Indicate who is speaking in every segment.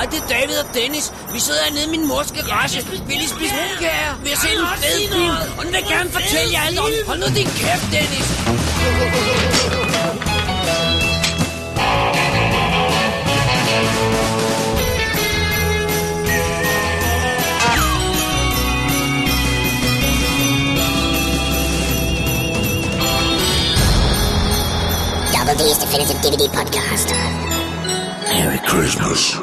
Speaker 1: hedder Dennis. Vi sidder nede i min mors garage. Vi lige spise rumkager. Vi har set en fed film, og den vil gerne fortælle jer alt om. Hold nu din kæft, Dennis.
Speaker 2: Double D's Definitive DVD Podcast.
Speaker 3: Merry Christmas.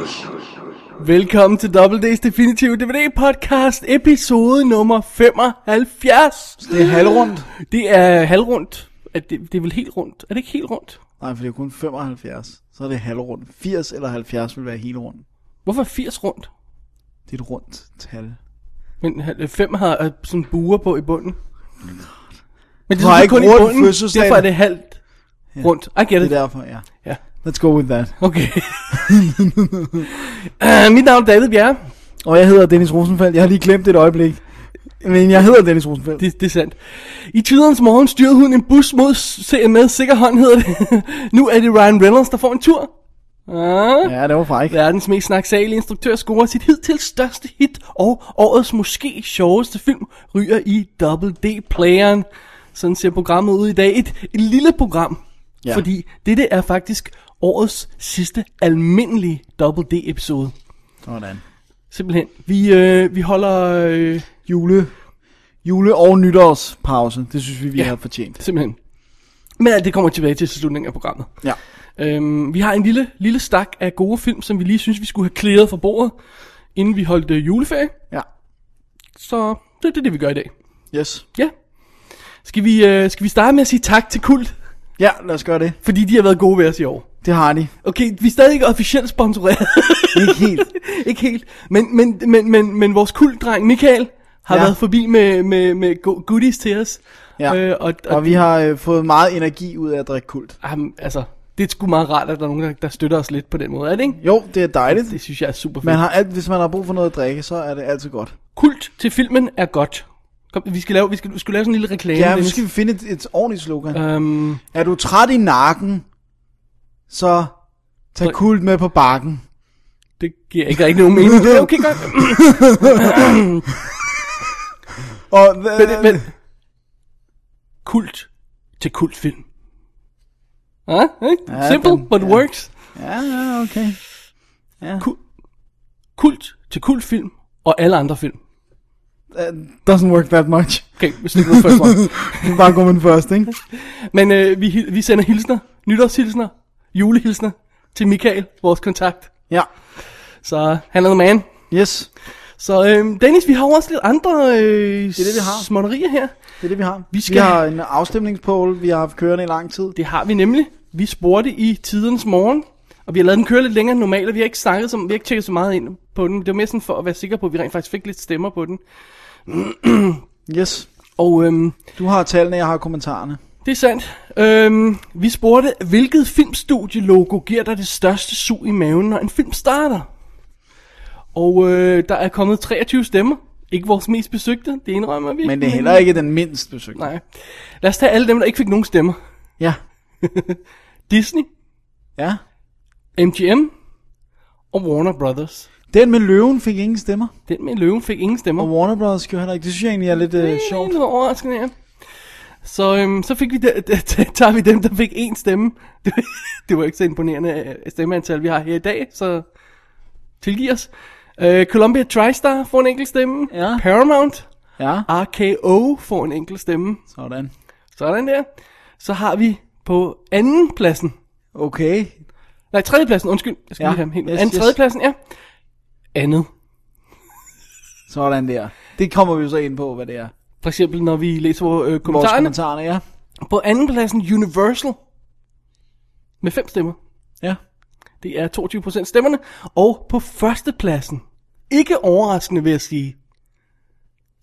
Speaker 4: Velkommen til Double D's Definitive DVD Podcast, episode nummer 75.
Speaker 5: Det er halvrundt.
Speaker 4: Det er halvrundt. Er Det, det er vel helt rundt. Er det ikke helt rundt?
Speaker 5: Nej, for det er kun 75. Så er det halvrundt. 80 eller 70 vil være hele rundt.
Speaker 4: Hvorfor er 80 rundt?
Speaker 5: Det er et rundt tal.
Speaker 4: Men 5 har øh, sådan buer på i bunden. Men det
Speaker 5: Du har
Speaker 4: sådan
Speaker 5: ikke
Speaker 4: kun i
Speaker 5: rundt
Speaker 4: bunden,
Speaker 5: fødselsdag.
Speaker 4: derfor er det halvt rundt. I get
Speaker 5: Det
Speaker 4: it.
Speaker 5: er derfor, ja.
Speaker 4: Ja.
Speaker 5: Let's go with that.
Speaker 4: Okay. uh, mit navn er David Bjerre.
Speaker 5: Og jeg hedder Dennis Rosenfeldt. Jeg har lige glemt et øjeblik. Men jeg hedder Dennis Rosenfeldt.
Speaker 4: Det, det er sandt. I tidernes morgen styrede hun en bus mod se- med sikker hånd, hedder det. nu er det Ryan Reynolds, der får en tur. Ah.
Speaker 5: Ja, det var fræk.
Speaker 4: Verdens mest snaksalige instruktør scorer sit hidtil største hit, og årets måske sjoveste film ryger i Double D-playeren. Sådan ser programmet ud i dag. Et, et lille program, ja.
Speaker 5: Ja.
Speaker 4: fordi dette er faktisk årets sidste almindelige Double D-episode.
Speaker 5: Sådan.
Speaker 4: Simpelthen. Vi, øh, vi holder... Øh,
Speaker 5: Jule. Jule- og nytårspause. Det synes vi, vi
Speaker 4: Ja.
Speaker 5: ja. har fortjent.
Speaker 4: simpelthen. Men alt det kommer tilbage til slutningen af programmet.
Speaker 5: Ja.
Speaker 4: Øhm, vi har en lille, lille stak af gode film, som vi lige synes, vi skulle have klæret fra bordet, inden vi holdt øh, juleferie.
Speaker 5: Ja.
Speaker 4: Så det er det, det, vi gør i dag.
Speaker 5: Yes.
Speaker 4: Ja. Skal vi, øh, skal vi starte med at sige tak til Kult,
Speaker 5: Ja, lad os gøre det.
Speaker 4: fordi de har været gode ved os i år.
Speaker 5: Det har de.
Speaker 4: Okay, vi er stadig ikke officielt sponsoreret.
Speaker 5: Ikke helt.
Speaker 4: ikke helt. Men, men, men, men, men vores kultdreng Michael har ja.
Speaker 5: Ja.
Speaker 4: været forbi med, med, med go- goodies til os.
Speaker 5: Ja.
Speaker 4: Øh, og, og,
Speaker 5: Og vi har øh, fået meget energi ud af at drikke kult.
Speaker 4: Jamen, altså, det er sgu meget rart, at der er nogen, der, der støtter os lidt på den måde, er det ikke?
Speaker 5: Jo, det er dejligt.
Speaker 4: Det synes jeg er super fedt.
Speaker 5: Man har alt, hvis man har brug for noget at drikke, så er det altid godt.
Speaker 4: Kult til filmen er godt. Kom, vi skal lave, vi skal, vi skal lave sådan en lille reklame.
Speaker 5: Ja, nu
Speaker 4: Dennis.
Speaker 5: skal vi finde et, et ordentligt slogan.
Speaker 4: Øhm,
Speaker 5: Er du træt i nakken, så tag
Speaker 4: Drik.
Speaker 5: kult med på bakken.
Speaker 4: det giver ikke rigtig nogen mening. Ja, okay, godt.
Speaker 5: Og, øh,
Speaker 4: Men, men, kult til kultfilm. Ah, ikke?
Speaker 5: Ja,
Speaker 4: Simple,
Speaker 5: den-
Speaker 4: but
Speaker 5: ja.
Speaker 4: works.
Speaker 5: Ja, ja, okay.
Speaker 4: Kult til kultfilm og alle andre film.
Speaker 5: That doesn't work that much.
Speaker 4: Okay, hvis det er først
Speaker 5: Du kan bare gå med den første, ikke?
Speaker 4: Men øh, vi, hil- vi sender hilsner, nytårshilsner, julehilsner til Michael, vores kontakt.
Speaker 5: Ja.
Speaker 4: Så han er the man.
Speaker 5: Yes,
Speaker 4: Så øh, Dennis, vi har jo også lidt andre øh, det
Speaker 5: er det, vi har.
Speaker 4: småtterier her.
Speaker 5: det er det, vi har.
Speaker 4: Vi skal-
Speaker 5: vi har en afstemningspoll, vi har haft kørende i lang tid.
Speaker 4: Det har vi nemlig. Vi spurgte i tidernes morgen, og vi har lavet den køre lidt længere end normalt, og vi har ikke snakket så, vi har ikke tjekket så meget ind på den. Det var mere sådan for at være sikker på, at vi rent faktisk fik lidt stemmer på den.
Speaker 5: Yes.
Speaker 4: Og øhm,
Speaker 5: Du har tallene, jeg har kommentarerne.
Speaker 4: det er sandt. Øhm, vi spurgte, hvilket filmstudielogo giver dig det største sug i maven, når en film starter? Og øh, der er kommet 23 stemmer. Ikke vores mest besøgte, det indrømmer vi.
Speaker 5: Men det er heller ikke den mindst besøgte.
Speaker 4: Nej. Lad os tage alle dem, der ikke fik nogen stemmer.
Speaker 5: Ja.
Speaker 4: Disney,
Speaker 5: Ja.
Speaker 4: MGM og Warner Brothers.
Speaker 5: Den med løven fik ingen stemmer.
Speaker 4: Den med løven fik ingen stemmer.
Speaker 5: Og Warner Brothers gjorde heller ikke. Det synes jeg egentlig er lidt øh,
Speaker 4: Det er
Speaker 5: sjovt.
Speaker 4: lidt overraskende, ja. Så, øhm, så fik vi der, der, der- tager vi dem, der fik én stemme. Det var, det var ikke så imponerende øh, stemmeantal, vi har her i dag, så tilgiv os. Øh, Columbia TriStar får en enkelt stemme.
Speaker 5: Ja.
Speaker 4: Paramount.
Speaker 5: Ja.
Speaker 4: RKO får en enkelt stemme.
Speaker 5: Sådan.
Speaker 4: Sådan der. Så har vi på anden pladsen.
Speaker 5: Okay.
Speaker 4: Nej, tredje pladsen, undskyld. Jeg skal
Speaker 5: Ja,
Speaker 4: lige have dem helt.
Speaker 5: yes,
Speaker 4: anden,
Speaker 5: yes.
Speaker 4: tredje pladsen, ja. Andet.
Speaker 5: Sådan der. Det kommer vi jo så ind på, hvad det er.
Speaker 4: For eksempel, når vi læser øh,
Speaker 5: Vores
Speaker 4: kommentarerne.
Speaker 5: kommentarerne, ja.
Speaker 4: På anden pladsen Universal. Med fem stemmer.
Speaker 5: Ja.
Speaker 4: Det er 22% stemmerne. Og på førstepladsen, ikke overraskende vil jeg sige,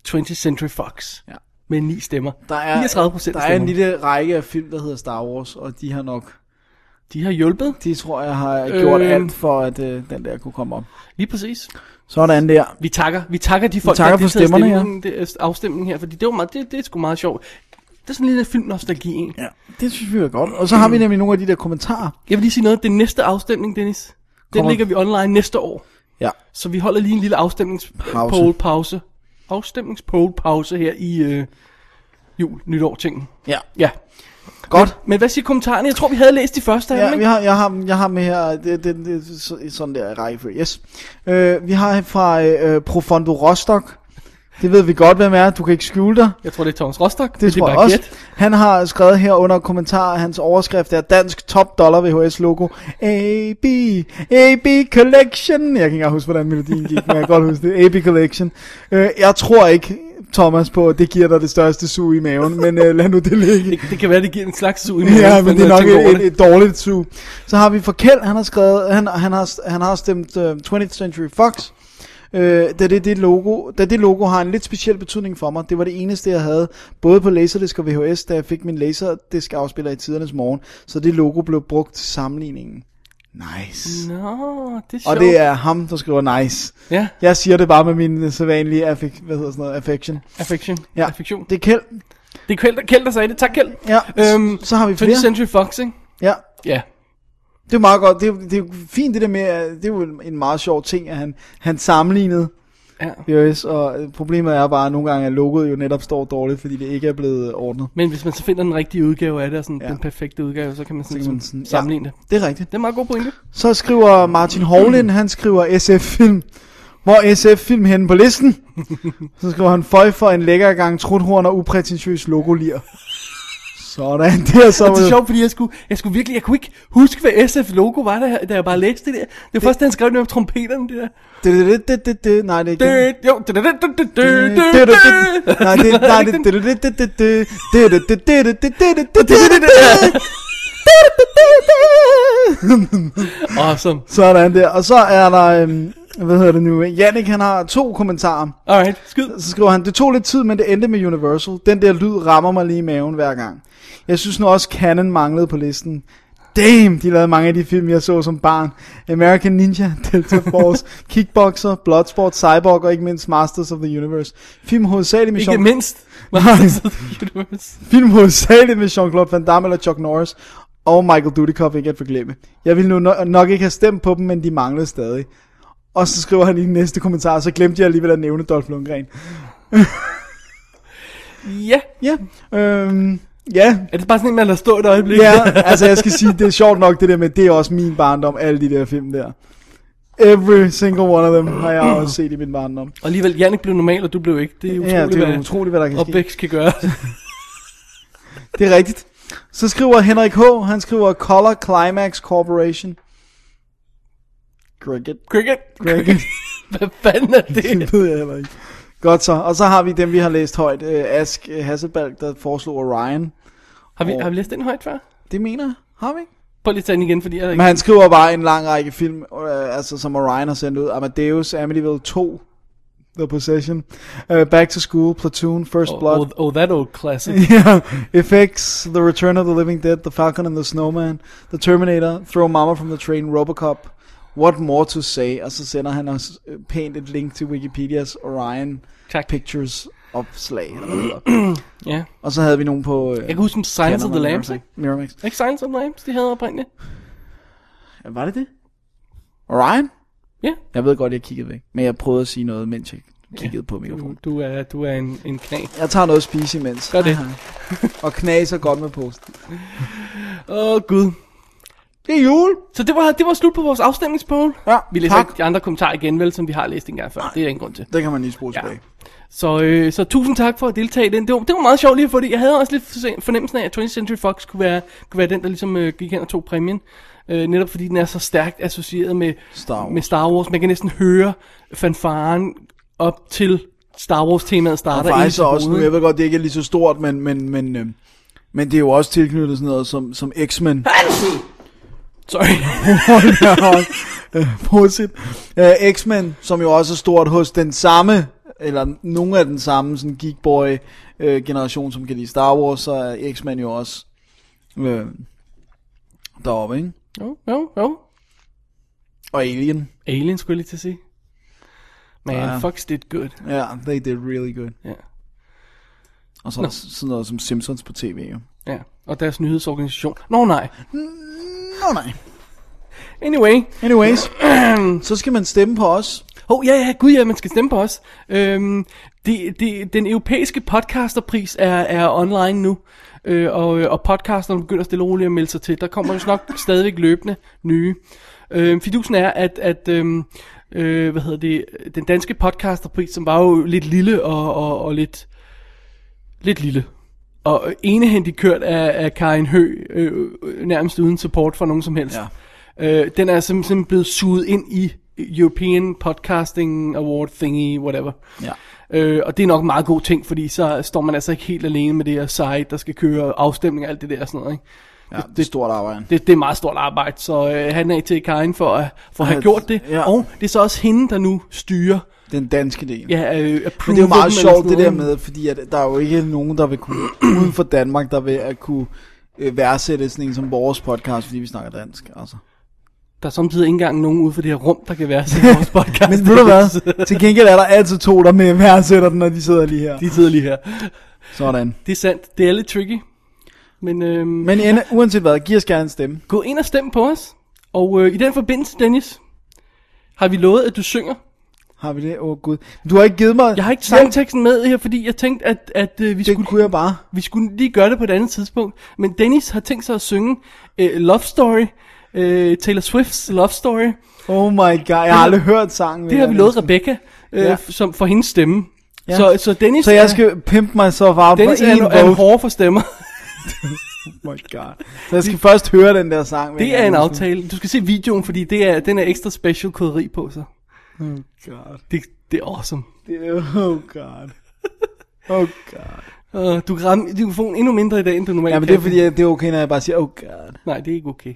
Speaker 4: 20th Century Fox.
Speaker 5: Ja.
Speaker 4: Med 9 stemmer.
Speaker 5: Der er,
Speaker 4: 39%
Speaker 5: der
Speaker 4: stemmer.
Speaker 5: er en lille række af film, der hedder Star Wars, og de har nok,
Speaker 4: De har hjulpet.
Speaker 5: de tror jeg har gjort
Speaker 4: Øh.
Speaker 5: alt for, at øh, den der kunne komme op.
Speaker 4: Lige præcis.
Speaker 5: Sådan der.
Speaker 4: Vi takker, vi takker de folk,
Speaker 5: takker
Speaker 4: der har
Speaker 5: for
Speaker 4: deltaget i
Speaker 5: stemmerne, ja.
Speaker 4: stillingen- det- øh, afstemningen her. Fordi det, var meget, det, det er sgu meget sjovt. Det er sådan en lille filmnostalgi. egentlig.
Speaker 5: Ja, det synes vi er godt. Og så har vi nemlig nogle af de der kommentarer.
Speaker 4: Jeg vil lige sige noget. Den næste afstemning, Dennis. Den
Speaker 5: Kommer-
Speaker 4: ligger vi online næste år.
Speaker 5: Ja.
Speaker 4: Så vi holder lige en lille
Speaker 5: Pause.
Speaker 4: afstemningspause. Afstemningspole-pause her i øh, jul, nytår-tingen.
Speaker 5: Ja.
Speaker 4: Ja.
Speaker 5: Godt.
Speaker 4: Men hvad siger kommentarerne? Jeg tror, vi havde læst de første af
Speaker 5: Ja,
Speaker 4: dem,
Speaker 5: vi
Speaker 4: ikke?
Speaker 5: har, jeg, har, dem- jeg har med her, det, det, det, så- sådan der rækkefølge, yes. Øh, vi har fra øh, Profondo Rostock, det ved vi godt, hvem er, du kan ikke skjule dig.
Speaker 4: Jeg tror, det er Thomas Rostock. men
Speaker 5: Det tror
Speaker 4: er
Speaker 5: jeg
Speaker 4: bare
Speaker 5: også.
Speaker 4: gæt.
Speaker 5: Han har skrevet her under kommentar, hans overskrift er Dansk Top Dollar VHS logo. AB, AB Collection. Jeg kan ikke engang huske, hvordan melodien gik, men jeg kan godt huske det. AB Collection. Øh, jeg tror ikke, Thomas, på, at det giver dig det største sug i maven, men øh, lad nu det ligge.
Speaker 4: Det, det kan være, det giver en slags sug i munden,
Speaker 5: Ja, men det er
Speaker 4: når jeg
Speaker 5: nok
Speaker 4: tænker over
Speaker 5: et, et, et dårligt sug. Så har vi for Kjeld, han har skrevet, han, han, har, han har stemt øh, 20th Century Fox. Øh, da, det, det logo, da det logo har en lidt speciel betydning for mig, det var det eneste, jeg havde, både på Laserdisc og VHS, da jeg fik min Laserdisc afspiller i tidernes morgen, så det logo blev brugt til sammenligningen.
Speaker 4: Mm.
Speaker 5: Nice.
Speaker 4: Nå, det er sjovt.
Speaker 5: Og det er ham, der skriver nice.
Speaker 4: Ja,
Speaker 5: Jeg siger det bare med min øh, sædvanlige affek- hvad hedder sådan noget, affection.
Speaker 4: affection.
Speaker 5: Ja,
Speaker 4: Affektion.
Speaker 5: det er Kjeld.
Speaker 4: Det er Kjeld, der- Kjeld, der sagde det. Tak, Kjeld.
Speaker 5: Ja,
Speaker 4: Øhm,
Speaker 5: øhm, så har vi
Speaker 4: 20th
Speaker 5: flere.
Speaker 4: Century Fox, ikke?
Speaker 5: Ja,
Speaker 4: Ja.
Speaker 5: Det er jo meget godt. Det er, jo- det er jo fint det der med, at det er jo en- en meget sjov ting, at han, han sammenlignede
Speaker 4: ja.
Speaker 5: VHS, og øh, problemet er bare, at nogle gange, at logoet jo netop står dårligt, fordi det ikke er blevet øh, ordnet.
Speaker 4: Men hvis man så finder den rigtige udgave af det, og sådan ja.
Speaker 5: Ja.
Speaker 4: den perfekte udgave, så kan man sådan,
Speaker 5: kan
Speaker 4: sådan,
Speaker 5: man sådan-
Speaker 4: sådan
Speaker 5: ja.
Speaker 4: sammenligne det.
Speaker 5: Det er rigtigt.
Speaker 4: Det er en meget god pointe.
Speaker 5: Så skriver Martin Hovlind, han skriver SF-film. Hvor SF-film henne på listen? Så skriver han, føj for en lækker gang truthorn og uprætentiøs logolier. Sådan, det er så...
Speaker 4: Og det er sjovt, fordi jeg skulle, jeg skulle virkelig, jeg kunne ikke huske, hvad SF logo var, da, jeg- da jeg bare læste det der. Det var først, da han skrev det om trompeterne, det der.
Speaker 5: Det, det, det, det, det, nej, det er ikke
Speaker 4: Det,
Speaker 5: det.
Speaker 4: jo, det, det, det, det, det, det,
Speaker 5: Nej,
Speaker 4: det, det, det.
Speaker 5: det- nej, det-
Speaker 4: ikke
Speaker 5: det- det- det- det- det- det- det- det- det- det- det- det- det- det- det-
Speaker 4: Awesome.
Speaker 5: Sådan der. Og så er der, øhm, hvad hedder det nu, Jannik han har to kommentarer.
Speaker 4: Alright, skyd.
Speaker 5: Så skriver han, det tog lidt tid, men det endte med Universal. Den der lyd rammer mig lige i maven hver gang. Jeg synes nu også, Canon manglede på listen. Damn, de lavede mange af de film, jeg så som barn. American Ninja, Delta Force, Kickboxer, Bloodsport, Cyborg og ikke mindst Masters of the Universe. Film hovedsageligt med
Speaker 4: Ikke
Speaker 5: Jean-
Speaker 4: mindst.
Speaker 5: Nej.
Speaker 4: Universe.
Speaker 5: Film hovedsageligt med Jean-Claude Van Damme eller Chuck Norris og Michael Dudikoff ikke at forglemme. Jeg ville nu no- nok ikke have stemt på dem, men de manglede stadig. Og så skriver han i den næste kommentar, så glemte jeg alligevel at nævne Dolph Lundgren.
Speaker 4: Ja.
Speaker 5: Ja, øhm, ja,
Speaker 4: Er det bare sådan en, man lader stå et øjeblik?
Speaker 5: ja, altså jeg skal sige, det er sjovt nok det der med, det er også min barndom, alle de der film der. Every single one of them har jeg også set i min barndom.
Speaker 4: Og alligevel, Jannik blev normal, og du blev ikke. Det er utroligt,
Speaker 5: Ja, det er jo
Speaker 4: hvad
Speaker 5: utroligt, hvad der kan ske.
Speaker 4: opvækst kan gøre.
Speaker 5: Det er rigtigt. Så skriver Henrik H., han skriver Color Climax Corporation. Cricket.
Speaker 4: Cricket.
Speaker 5: Cricket.
Speaker 4: Hvad fanden er det?
Speaker 5: det ved jeg heller ikke. Godt så. Og så har vi dem, vi har læst højt. Øh, Ask øh, Hasselbalg, der foreslog Orion.
Speaker 4: Har vi, har vi læst den højt før?
Speaker 5: Det mener jeg. Har vi ikke?
Speaker 4: Prøv lige at tage den igen, fordi jeg er
Speaker 5: Men han skriver bare en lang række film, øh, altså, som Orion har sendt ud. Amadeus, Amityville 2, The Possession, øh, Back to School, Platoon, First
Speaker 4: Oh,
Speaker 5: Blood.
Speaker 4: oh, oh, that old classic.
Speaker 5: Yeah, effects, The Return of the Living Dead, The Falcon and the Snowman, The Terminator, Throw Mama from the Train, Robocop, What More to Say, og så sender han os øh, pænt et link til Wikipedias Orion
Speaker 4: Tak.
Speaker 5: Pictures opslag. eller hvad det hedder.
Speaker 4: Ja.
Speaker 5: og så havde vi nogen på... Øh,
Speaker 4: Jeg kan huske som Silence of the
Speaker 5: Canon
Speaker 4: Lambs,
Speaker 5: og
Speaker 4: ikke?
Speaker 5: Miramax.
Speaker 4: Ikke Silence of the Lambs, de havde oprindeligt?
Speaker 5: Ja, Var det det? Orion?
Speaker 4: Ja.
Speaker 5: Jeg ved godt, jeg kiggede væk, men jeg prøvede at sige noget, mens jeg kiggede ja, på
Speaker 4: Du,
Speaker 5: mikrofonen.
Speaker 4: du er, du er en, en knæ.
Speaker 5: Jeg tager noget at spise imens.
Speaker 4: Gør det.
Speaker 5: og knaser godt med posten.
Speaker 4: Åh, oh, Gud.
Speaker 5: Det er jul!
Speaker 4: Så det var, det var slut på vores afstemningspoll.
Speaker 5: Ja,
Speaker 4: Vi læser
Speaker 5: tak.
Speaker 4: ikke de andre kommentarer igen, vel, som vi har læst en gang før. Det er der ingen grund til.
Speaker 5: Det kan man lige spole
Speaker 4: Ja.
Speaker 5: tilbage.
Speaker 4: Så, øh, så tusind tak for at deltage i den. Det var, det var meget sjovt lige at få det. Jeg havde også lidt forse- fornemmelsen af, at 20th Century Fox kunne være, kunne være den, der ligesom øh, gik hen og tog præmien. Øh, netop fordi den er så stærkt associeret med
Speaker 5: Star Wars.
Speaker 4: med Star Wars. Man kan næsten høre fanfaren op til Star Wars-temaet starter.
Speaker 5: Og
Speaker 4: ind i
Speaker 5: faktisk
Speaker 4: sit
Speaker 5: også nu,
Speaker 4: hoved.
Speaker 5: jeg ved godt, det ikke er lige så stort, men, men, men, øh, men det er jo også tilknyttet sådan noget som, som X-Men.
Speaker 4: Sorry.
Speaker 5: Prosit. Øh, X-Men, som jo også er stort hos den samme, eller nogle af den samme sådan geekboy øh, generation, som kan lide Star Wars, så er X-Men jo også øh, deroppe, ikke?
Speaker 4: Jo, jo, jo.
Speaker 5: Og Alien.
Speaker 4: Alien skulle jeg lige til at sige. Man,
Speaker 5: Ja.
Speaker 4: ja. Fox did good.
Speaker 5: Ja, yeah, they did really good.
Speaker 4: Ja.
Speaker 5: Og så er der sådan noget som Simpsons på tv, jo.
Speaker 4: ja. Og deres nyhedsorganisation. Nå nej.
Speaker 5: Nå nej.
Speaker 4: Anyway.
Speaker 5: Anyways, så skal man stemme på os.
Speaker 4: Åh, oh, ja, ja, gud ja, man skal stemme på os. Øhm, de, de, den europæiske podcasterpris er, er online nu, øh, og, og podcasterne begynder stille og roligt at melde sig til. Der kommer jo nok stadigvæk løbende nye. Øhm, fidusen er, at, at øhm, øh, hvad hedder det, den danske podcasterpris, som var jo lidt lille og, og, og lidt, lidt lille, og enehændigt kørt af, af Karin Hø, øh, nærmest uden support fra nogen som helst.
Speaker 5: Ja.
Speaker 4: Øh, den er simpelthen blevet suget ind i European Podcasting Award thingy, whatever.
Speaker 5: Ja.
Speaker 4: Øh, og det er nok en meget god ting, fordi så står man altså ikke helt alene med det her site, der skal køre afstemning og alt det der og sådan noget. Ikke?
Speaker 5: Ja, det er stort arbejde.
Speaker 4: Det, det er meget stort arbejde, så øh, han er til Karin for, at- for at have
Speaker 5: Ja,
Speaker 4: gjort det.
Speaker 5: ja.
Speaker 4: Og det er så også hende, der nu styrer.
Speaker 5: Den danske del.
Speaker 4: Ja, øh,
Speaker 5: Men det er jo meget sjovt det der med, fordi at der er jo ikke nogen, der vil kunne, uden for Danmark, der vil at kunne øh, værdsætte sådan en som vores podcast, fordi vi snakker dansk. Altså.
Speaker 4: Der er samtidig ikke engang nogen ude for det her rum, der kan være sådan i vores podcast.
Speaker 5: Men ved du hvad? Til gengæld er der altid to, der med værdsætter den, når de sidder lige her.
Speaker 4: De sidder lige her.
Speaker 5: Sådan.
Speaker 4: Det er sandt. Det er lidt tricky. Men, øhm, Men
Speaker 5: Men ende- uanset hvad, giv os gerne en stemme.
Speaker 4: gå ind og stem på os. Og øh, i den forbindelse, Dennis, har vi lovet, at du synger.
Speaker 5: Har vi det? Åh oh, gud. Du har ikke givet mig...
Speaker 4: Jeg har ikke
Speaker 5: sagt
Speaker 4: sangteksten med her, fordi jeg tænkte, at, at øh, vi,
Speaker 5: Det
Speaker 4: skulle,
Speaker 5: kunne jeg bare.
Speaker 4: vi skulle lige gøre det på et andet tidspunkt. Men Dennis har tænkt sig at synge øh, Love Story, øh, Taylor Swift's Love Story.
Speaker 5: Oh my god, jeg har aldrig hørt sangen. vil
Speaker 4: Det har
Speaker 5: jeg
Speaker 4: vi lovet
Speaker 5: næsten.
Speaker 4: Rebecca øh,
Speaker 5: Ja.
Speaker 4: ja. som, for hendes stemme.
Speaker 5: Ja.
Speaker 4: Ja. Så, så Dennis,
Speaker 5: Så
Speaker 4: er-
Speaker 5: jeg skal pimpe myself out
Speaker 4: Dennis
Speaker 5: på
Speaker 4: er,
Speaker 5: en
Speaker 4: en, er en
Speaker 5: vote.
Speaker 4: hård for stemmer.
Speaker 5: Oh my god. Så jeg skal først høre den der sang. vil
Speaker 4: Det
Speaker 5: jeg
Speaker 4: er en
Speaker 5: gerne
Speaker 4: aftale. Du skal se videoen, fordi det er, den er ekstra special koderi på sig.
Speaker 5: sige. Oh God.
Speaker 4: Det, det er awesome.
Speaker 5: Det er- Oh god. Oh god.
Speaker 4: Uh, du kan ramme mikrofonen endnu mindre i dag, end du normalt
Speaker 5: Ja, men det er
Speaker 4: kan.
Speaker 5: fordi, at det er okay, når jeg bare siger, oh god.
Speaker 4: Nej, det er ikke okay.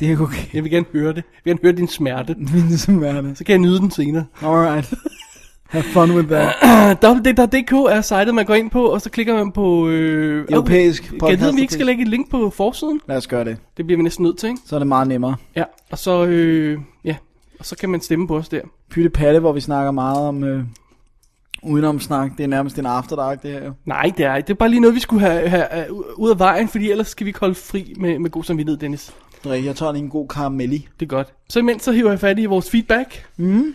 Speaker 5: Det er ikke okay. ligesom
Speaker 4: Jeg vil gerne høre det. Jeg vil gerne høre din smerte.
Speaker 5: Min smerte.
Speaker 4: Så kan jeg nyde den senere. Ah,
Speaker 5: Alright. Have fun with that.
Speaker 4: www.dk er sitet, man går ind på, og så klikker man på... Øh,
Speaker 5: Europæisk
Speaker 4: øh, Kan jeg
Speaker 5: podcast-
Speaker 4: vide, om vi ikke skal lægge et link på forsiden?
Speaker 5: Lad os gøre det.
Speaker 4: Det bliver vi næsten nødt til, ikke?
Speaker 5: Så er det meget nemmere.
Speaker 4: Ja, og så, øh, ja, og så kan man stemme på os der.
Speaker 5: Pytte Patte, hvor vi snakker meget om øh, udenomsnak. Det er nærmest en afterdark, det her jo.
Speaker 4: Nej, det er, det er bare lige noget, vi skulle have, have, have ud af vejen, fordi ellers skal vi ikke holde fri med, med god samvittighed, Dennis.
Speaker 5: Drik, jeg tager lige en god karamelli.
Speaker 4: Det er godt. Så imens så hiver jeg fat i vores feedback. Mm.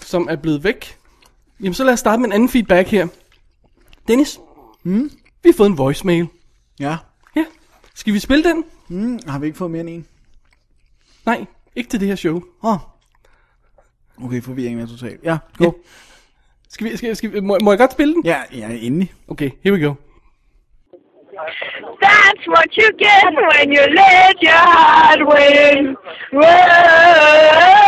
Speaker 4: Som er blevet væk. Jamen så lad os starte med en anden feedback her. Dennis. Mm. Vi har fået en voicemail.
Speaker 5: Ja.
Speaker 4: Ja. Skal vi spille den?
Speaker 5: Mm, har vi ikke fået mere end en?
Speaker 4: Nej, ikke til det her show.
Speaker 5: Åh. Oh. Okay, forvirringen er total. Ja, go.
Speaker 4: Ja. Skal vi, skal, skal, vi- må, må jeg godt spille den?
Speaker 5: Ja, ja, endelig.
Speaker 4: Okay, here we go.
Speaker 6: That's what you get when you let your heart win.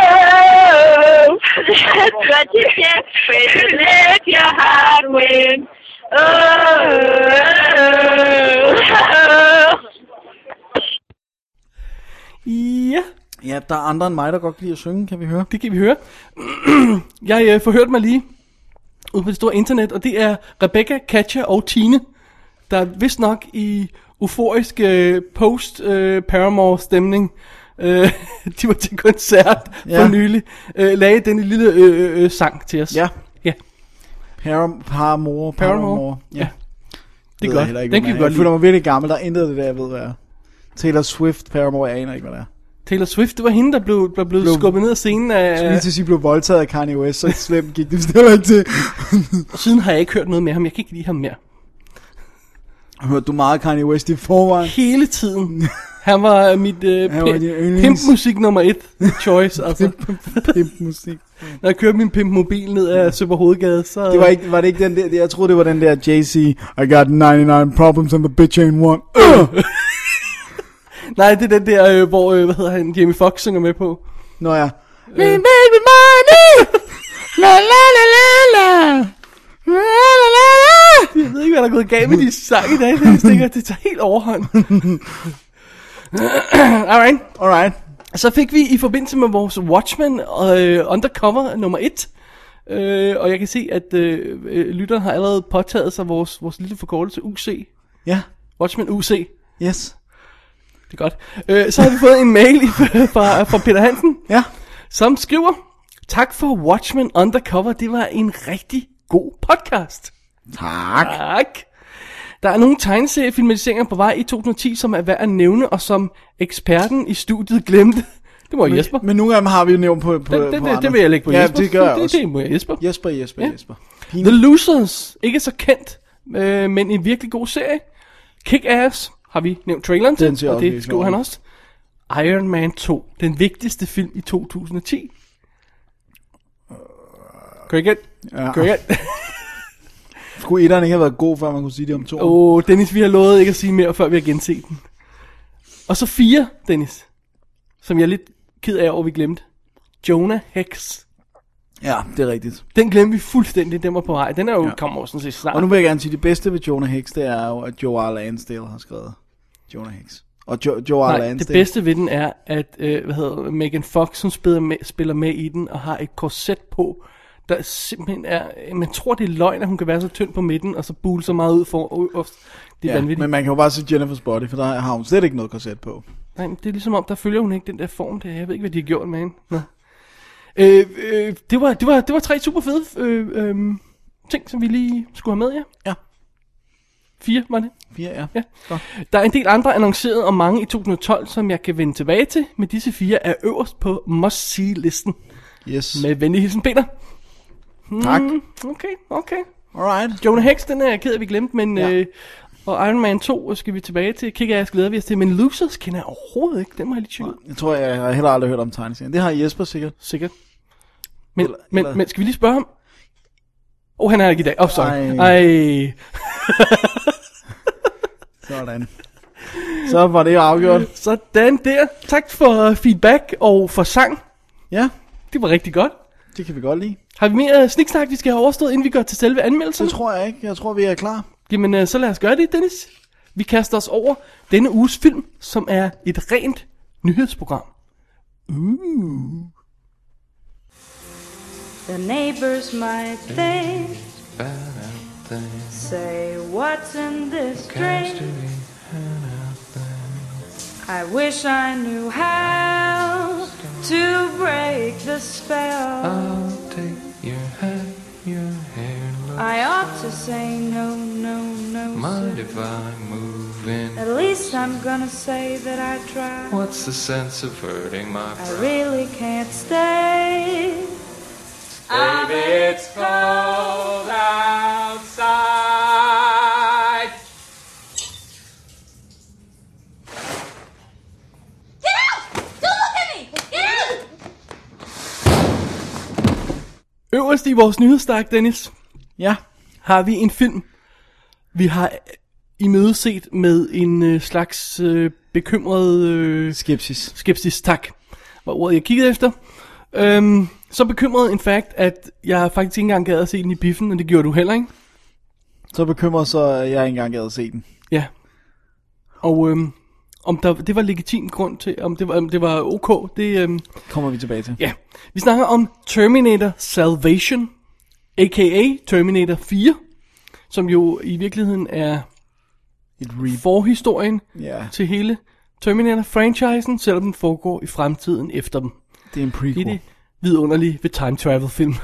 Speaker 6: Whoa. That's what you get when you let your heart win. Oh.
Speaker 4: Ja,
Speaker 5: Ja, der er andre end mig, der godt kan lide at synge, kan vi høre.
Speaker 4: det kan vi høre. jeg øh, forhørte mig lige ude på det store internet, og det er Rebecca, Katja og Tine, der vist nok i euforisk øh, post-Paramore-stemning, øh, de var til koncert
Speaker 5: Ja.
Speaker 4: ja. for nylig, øh, lagde den lille øh, øh, sang til os.
Speaker 5: Ja.
Speaker 4: Ja,
Speaker 5: Param, paramore, paramore.
Speaker 4: Paramore.
Speaker 5: Ja.
Speaker 4: det er
Speaker 5: ved jeg
Speaker 4: godt.
Speaker 5: heller
Speaker 4: Den
Speaker 5: hvad
Speaker 4: kan
Speaker 5: er.
Speaker 4: vi godt
Speaker 5: Jeg føler
Speaker 4: lide.
Speaker 5: mig virkelig gammel, der er intet af det der, jeg ved, hvad er. Taylor Swift, Paramore, jeg aner ikke, hvad det er.
Speaker 4: Taylor Swift, det var hende, der blev, der blev
Speaker 5: Blev-
Speaker 4: skubbet ned af scenen
Speaker 5: Jeg skulle
Speaker 4: af...
Speaker 5: lige til at sige, blev voldtaget af Kanye West, så slemt gik det vist heller ikke til.
Speaker 4: Siden har jeg ikke hørt noget med ham, jeg kan ikke lide ham mere.
Speaker 5: Hørte du meget Kanye West i forvejen?
Speaker 4: Hele tiden. Han var mit øh,
Speaker 5: Han var din
Speaker 4: pim-
Speaker 5: yndlings-
Speaker 4: pimpmusik nummer et choice, altså.
Speaker 5: Pimp musik.
Speaker 4: Når jeg kører min pimpmobil ned ad Søber Hovedgade, så...
Speaker 5: Det var, ikke, var det ikke den der, jeg troede, det var den der Jay-Z, I got 99 problems and the bitch ain't one. Øh!
Speaker 4: Nej, det er den der, øh, hvor, øh, hvad hedder han, Jamie Foxx synger med på.
Speaker 5: Nå ja.
Speaker 4: Øh,
Speaker 5: Make me money! La la la la la! La la la la!
Speaker 4: jeg ved ikke, hvad der er gået galt med de sang i dag, men jeg tænker, det tager helt overhånd. Alright.
Speaker 5: Alright.
Speaker 4: Så fik vi i forbindelse med vores Watchmen øh, Undercover nummer 1. Øh, og jeg kan se, at øh, øh, lytteren har allerede påtaget sig vores, vores lille forkortelse UC.
Speaker 5: Ja.
Speaker 4: Watchmen UC.
Speaker 5: Yes.
Speaker 4: Det er godt. Øh, så har vi fået en mail i- fra, fra Peter Hansen,
Speaker 5: Ja.
Speaker 4: som skriver, tak for Watchmen Undercover, det var en rigtig god podcast.
Speaker 5: Tak.
Speaker 4: Tak. Der er nogle tegneseriefilmatiseringer på vej i 2010, som er værd at nævne, og som eksperten i studiet glemte. Det må Jesper.
Speaker 5: Men nogle af dem har vi jo nævnt på, på,
Speaker 4: Den, den,
Speaker 5: på
Speaker 4: den,
Speaker 5: andre.
Speaker 4: den vil jeg lægge på
Speaker 5: ja,
Speaker 4: Jesper.
Speaker 5: Ja, det gør jeg
Speaker 4: det,
Speaker 5: også.
Speaker 4: Det, det må jeg Jesper.
Speaker 5: Jesper, Jesper,
Speaker 4: Ja.
Speaker 5: Jesper.
Speaker 4: The Losers, ikke så kendt, øh, men en virkelig god serie. Kick-Ass har vi nævnt traileren
Speaker 5: Den
Speaker 4: til,
Speaker 5: ser
Speaker 4: og
Speaker 5: også
Speaker 4: det
Speaker 5: virkelig
Speaker 4: skrev han
Speaker 5: sjov ud.
Speaker 4: også. Iron Man 2, den vigtigste film i 2010. Cricket,
Speaker 5: Ja.
Speaker 4: cricket.
Speaker 5: Skulle etteren ikke have været god, før man kunne sige det om to? Oh.
Speaker 4: Åh, oh, Dennis, vi har lovet ikke at sige mere, før vi har genset den. Og så fire, Dennis, som jeg er lidt ked af over, vi glemte. Jonah Hex.
Speaker 5: Ja, det er rigtigt.
Speaker 4: Den glemte vi fuldstændig, den var på vej. Den er jo ja. kommet over sådan set snart.
Speaker 5: Og nu vil jeg gerne sige, det bedste ved Jonah Hicks, det er jo, at Joe R. Lansdale har skrevet Jonah Hicks. Og jo, Joe R.
Speaker 4: Nej, det
Speaker 5: Lansdale.
Speaker 4: bedste ved den er, at øh, hvad hedder, det, Megan Fox hun spiller, med, spiller med i den og har et korset på, der simpelthen er... Man tror, det er løgn, at hun kan være så tynd på midten, og så bule så meget ud for... Og, og, det er ja,
Speaker 5: ja,
Speaker 4: vanvittigt.
Speaker 5: men
Speaker 4: Men,
Speaker 5: man kan jo bare se Jennifer's Body, for der har hun slet ikke noget korset på.
Speaker 4: Nej, men det er ligesom om, der følger hun ikke den der form der. Jeg ved ikke, hvad de har gjort med hende. Nå. Øh, øh, det, var, det, var, det var tre super fede øh, øh, ting, som vi lige skulle have med, ja.
Speaker 5: Ja.
Speaker 4: Fire var det.
Speaker 5: Fire, ja.
Speaker 4: Ja. Der er en del andre annonceret og mange i 2012, som jeg kan vende tilbage til, men disse fire er øverst på must-see-listen.
Speaker 5: Yes.
Speaker 4: Med venlig hilsen, Peter. Hmm,
Speaker 5: Tak.
Speaker 4: Okay, okay.
Speaker 5: Alright.
Speaker 4: Jonah Hex, den er jeg ked af, vi glemte, men... Ja.
Speaker 5: Ja.
Speaker 4: Øh, og Iron Man 2 skal vi tilbage til. Kick-Ass glæder vi os til, men Losers kender jeg overhovedet ikke. Den må jeg lige tjekke ud.
Speaker 5: Jeg tror, jeg har heller aldrig hørt om tegneserien. Det har Jesper sikkert.
Speaker 4: Sikkert. Men,
Speaker 5: Eller-
Speaker 4: men,
Speaker 5: eller-
Speaker 4: men skal vi lige spørge ham? Åh, oh, han er ikke i dag. Åh, oh, sorry.
Speaker 5: Ej.
Speaker 4: Ej. Ej.
Speaker 5: Sådan. Så var det jo afgjort.
Speaker 4: Sådan der. Tak for feedback og for sang.
Speaker 5: Ja,
Speaker 4: Det var rigtig godt.
Speaker 5: det kan vi godt lide.
Speaker 4: Har vi mere øh, sniksnak, vi skal have overstået, inden vi går til selve anmeldelsen?
Speaker 5: Det tror jeg ikke. Jeg tror, vi er klar.
Speaker 4: Jamen, øh, så lad os gøre det, Dennis. Vi kaster os over denne uges film, som er et rent nyhedsprogram.
Speaker 7: The neighbors might think, say, what's in this drink? I wish I knew how to break the spell. I ought to say no, no, no.
Speaker 8: Mind
Speaker 7: sir.
Speaker 8: if I move in?
Speaker 7: At least I'm gonna say that I tried.
Speaker 8: What's the sense of hurting my
Speaker 7: I
Speaker 8: pride?
Speaker 7: really can't stay.
Speaker 9: Get out! Don't look at me! Get out!
Speaker 4: Øverst i vores nyhedsstak, Dennis,
Speaker 5: Ja,
Speaker 4: har vi en film, vi har i møde set med en øh, slags øh, bekymret øh,
Speaker 5: skepsis.
Speaker 4: skepsis, tak, var ordet, jeg kiggede efter. Øhm, så bekymret, in fact, at jeg faktisk ikke engang gad at se den i biffen, og det gjorde du heller, ikke?
Speaker 5: Så bekymrer så, at jeg ikke engang gad at se den.
Speaker 4: Ja. Og øhm, om der, det var legitim grund til, om det var, om det var ok, det... Øhm,
Speaker 5: Kommer vi tilbage til.
Speaker 4: ja. Vi snakker om Terminator Salvation, a.k.a. Terminator 4, som jo i virkeligheden er
Speaker 5: Et reboot.
Speaker 4: forhistorien
Speaker 5: Ja,
Speaker 4: til hele Terminator-franchisen, selvom den foregår i fremtiden efter dem.
Speaker 5: det er en
Speaker 4: Det er
Speaker 5: prequel.
Speaker 4: det vidunderlige ved time travel film.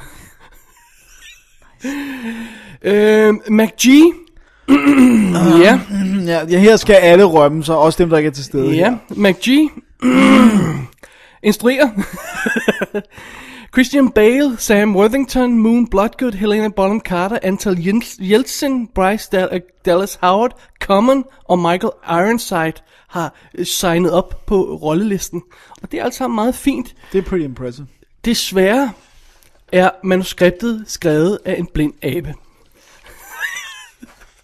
Speaker 4: øhm, MacG. ja.
Speaker 5: Ja, ja, her skal alle rømme sig, også dem, der ikke er til stede. her.
Speaker 4: Ja, MacG instruerer Christian Bale, Sam Worthington, Moon Bloodgood, Helena Bonham Carter, Antal Jens- Jeltsin, Bryce Dal- øh, Dallas Howard, Common og Michael Ironside har øh, signet op på rollelisten. Og det er alt sammen meget fint.
Speaker 5: Det er pretty impressive.
Speaker 4: Desværre er manuskriptet skrevet af en blind abe.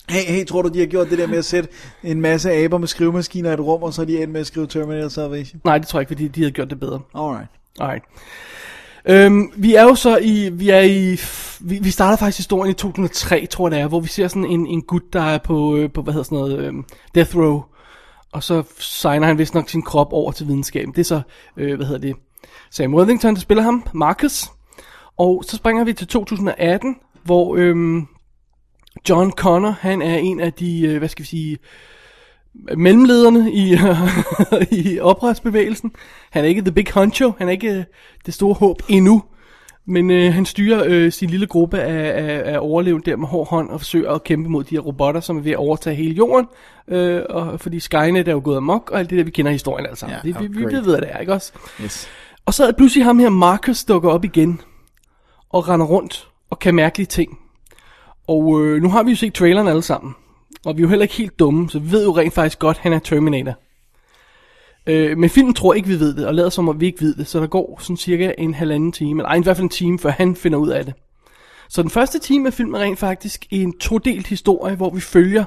Speaker 5: Hey, hey, tror du, de har gjort det der med at sætte en masse aber med skrivemaskiner i et rum, og så er de endt med at skrive Terminator Salvation?
Speaker 4: Nej, det tror jeg ikke, fordi de havde gjort det bedre.
Speaker 5: Alright.
Speaker 4: Alright. Øhm, vi er jo så i, vi er i, vi, vi starter faktisk historien i 2003, tror jeg det er, hvor vi ser sådan en, en gut, der er på, øh, på hvad hedder sådan noget, øhm, death row, og så signer han vist nok sin krop over til videnskaben. Det er så, øh, hvad hedder det, Sam Worthington, der spiller ham, Marcus, og så springer vi til 2018, hvor øhm, John Connor, han er en af de, øh, hvad skal vi sige, mellemlederne i, i oprørsbevægelsen. Han er ikke the big honcho, han er ikke øh, det store håb endnu. Men øh, han styrer øh, sin lille gruppe af, af, af overlevende der med hård hånd og forsøger at kæmpe mod de her robotter, som er ved at overtage hele jorden. Øh, og fordi Skynet er jo gået amok, og alt det der, vi kender historien altså.
Speaker 5: Ja,
Speaker 4: Yeah, det, vi, vi,
Speaker 5: oh,
Speaker 4: vi
Speaker 5: great.
Speaker 4: ved, hvad det er, ikke også?
Speaker 5: Yes.
Speaker 4: Og så er pludselig ham her, Marcus, dukker op igen. Og render rundt og kan mærkelige ting. Og øh, nu har vi jo set traileren alle sammen. Og vi er jo heller ikke helt dumme, så vi ved jo rent faktisk godt, at han er Terminator. Øh, men filmen tror ikke, vi ved det, og lader som om, vi ikke ved det. Så der går sådan cirka en halvanden time, eller ej, i hvert fald en time, før han finder ud af det. Så den første time af filmen er rent faktisk en todelt historie, hvor vi følger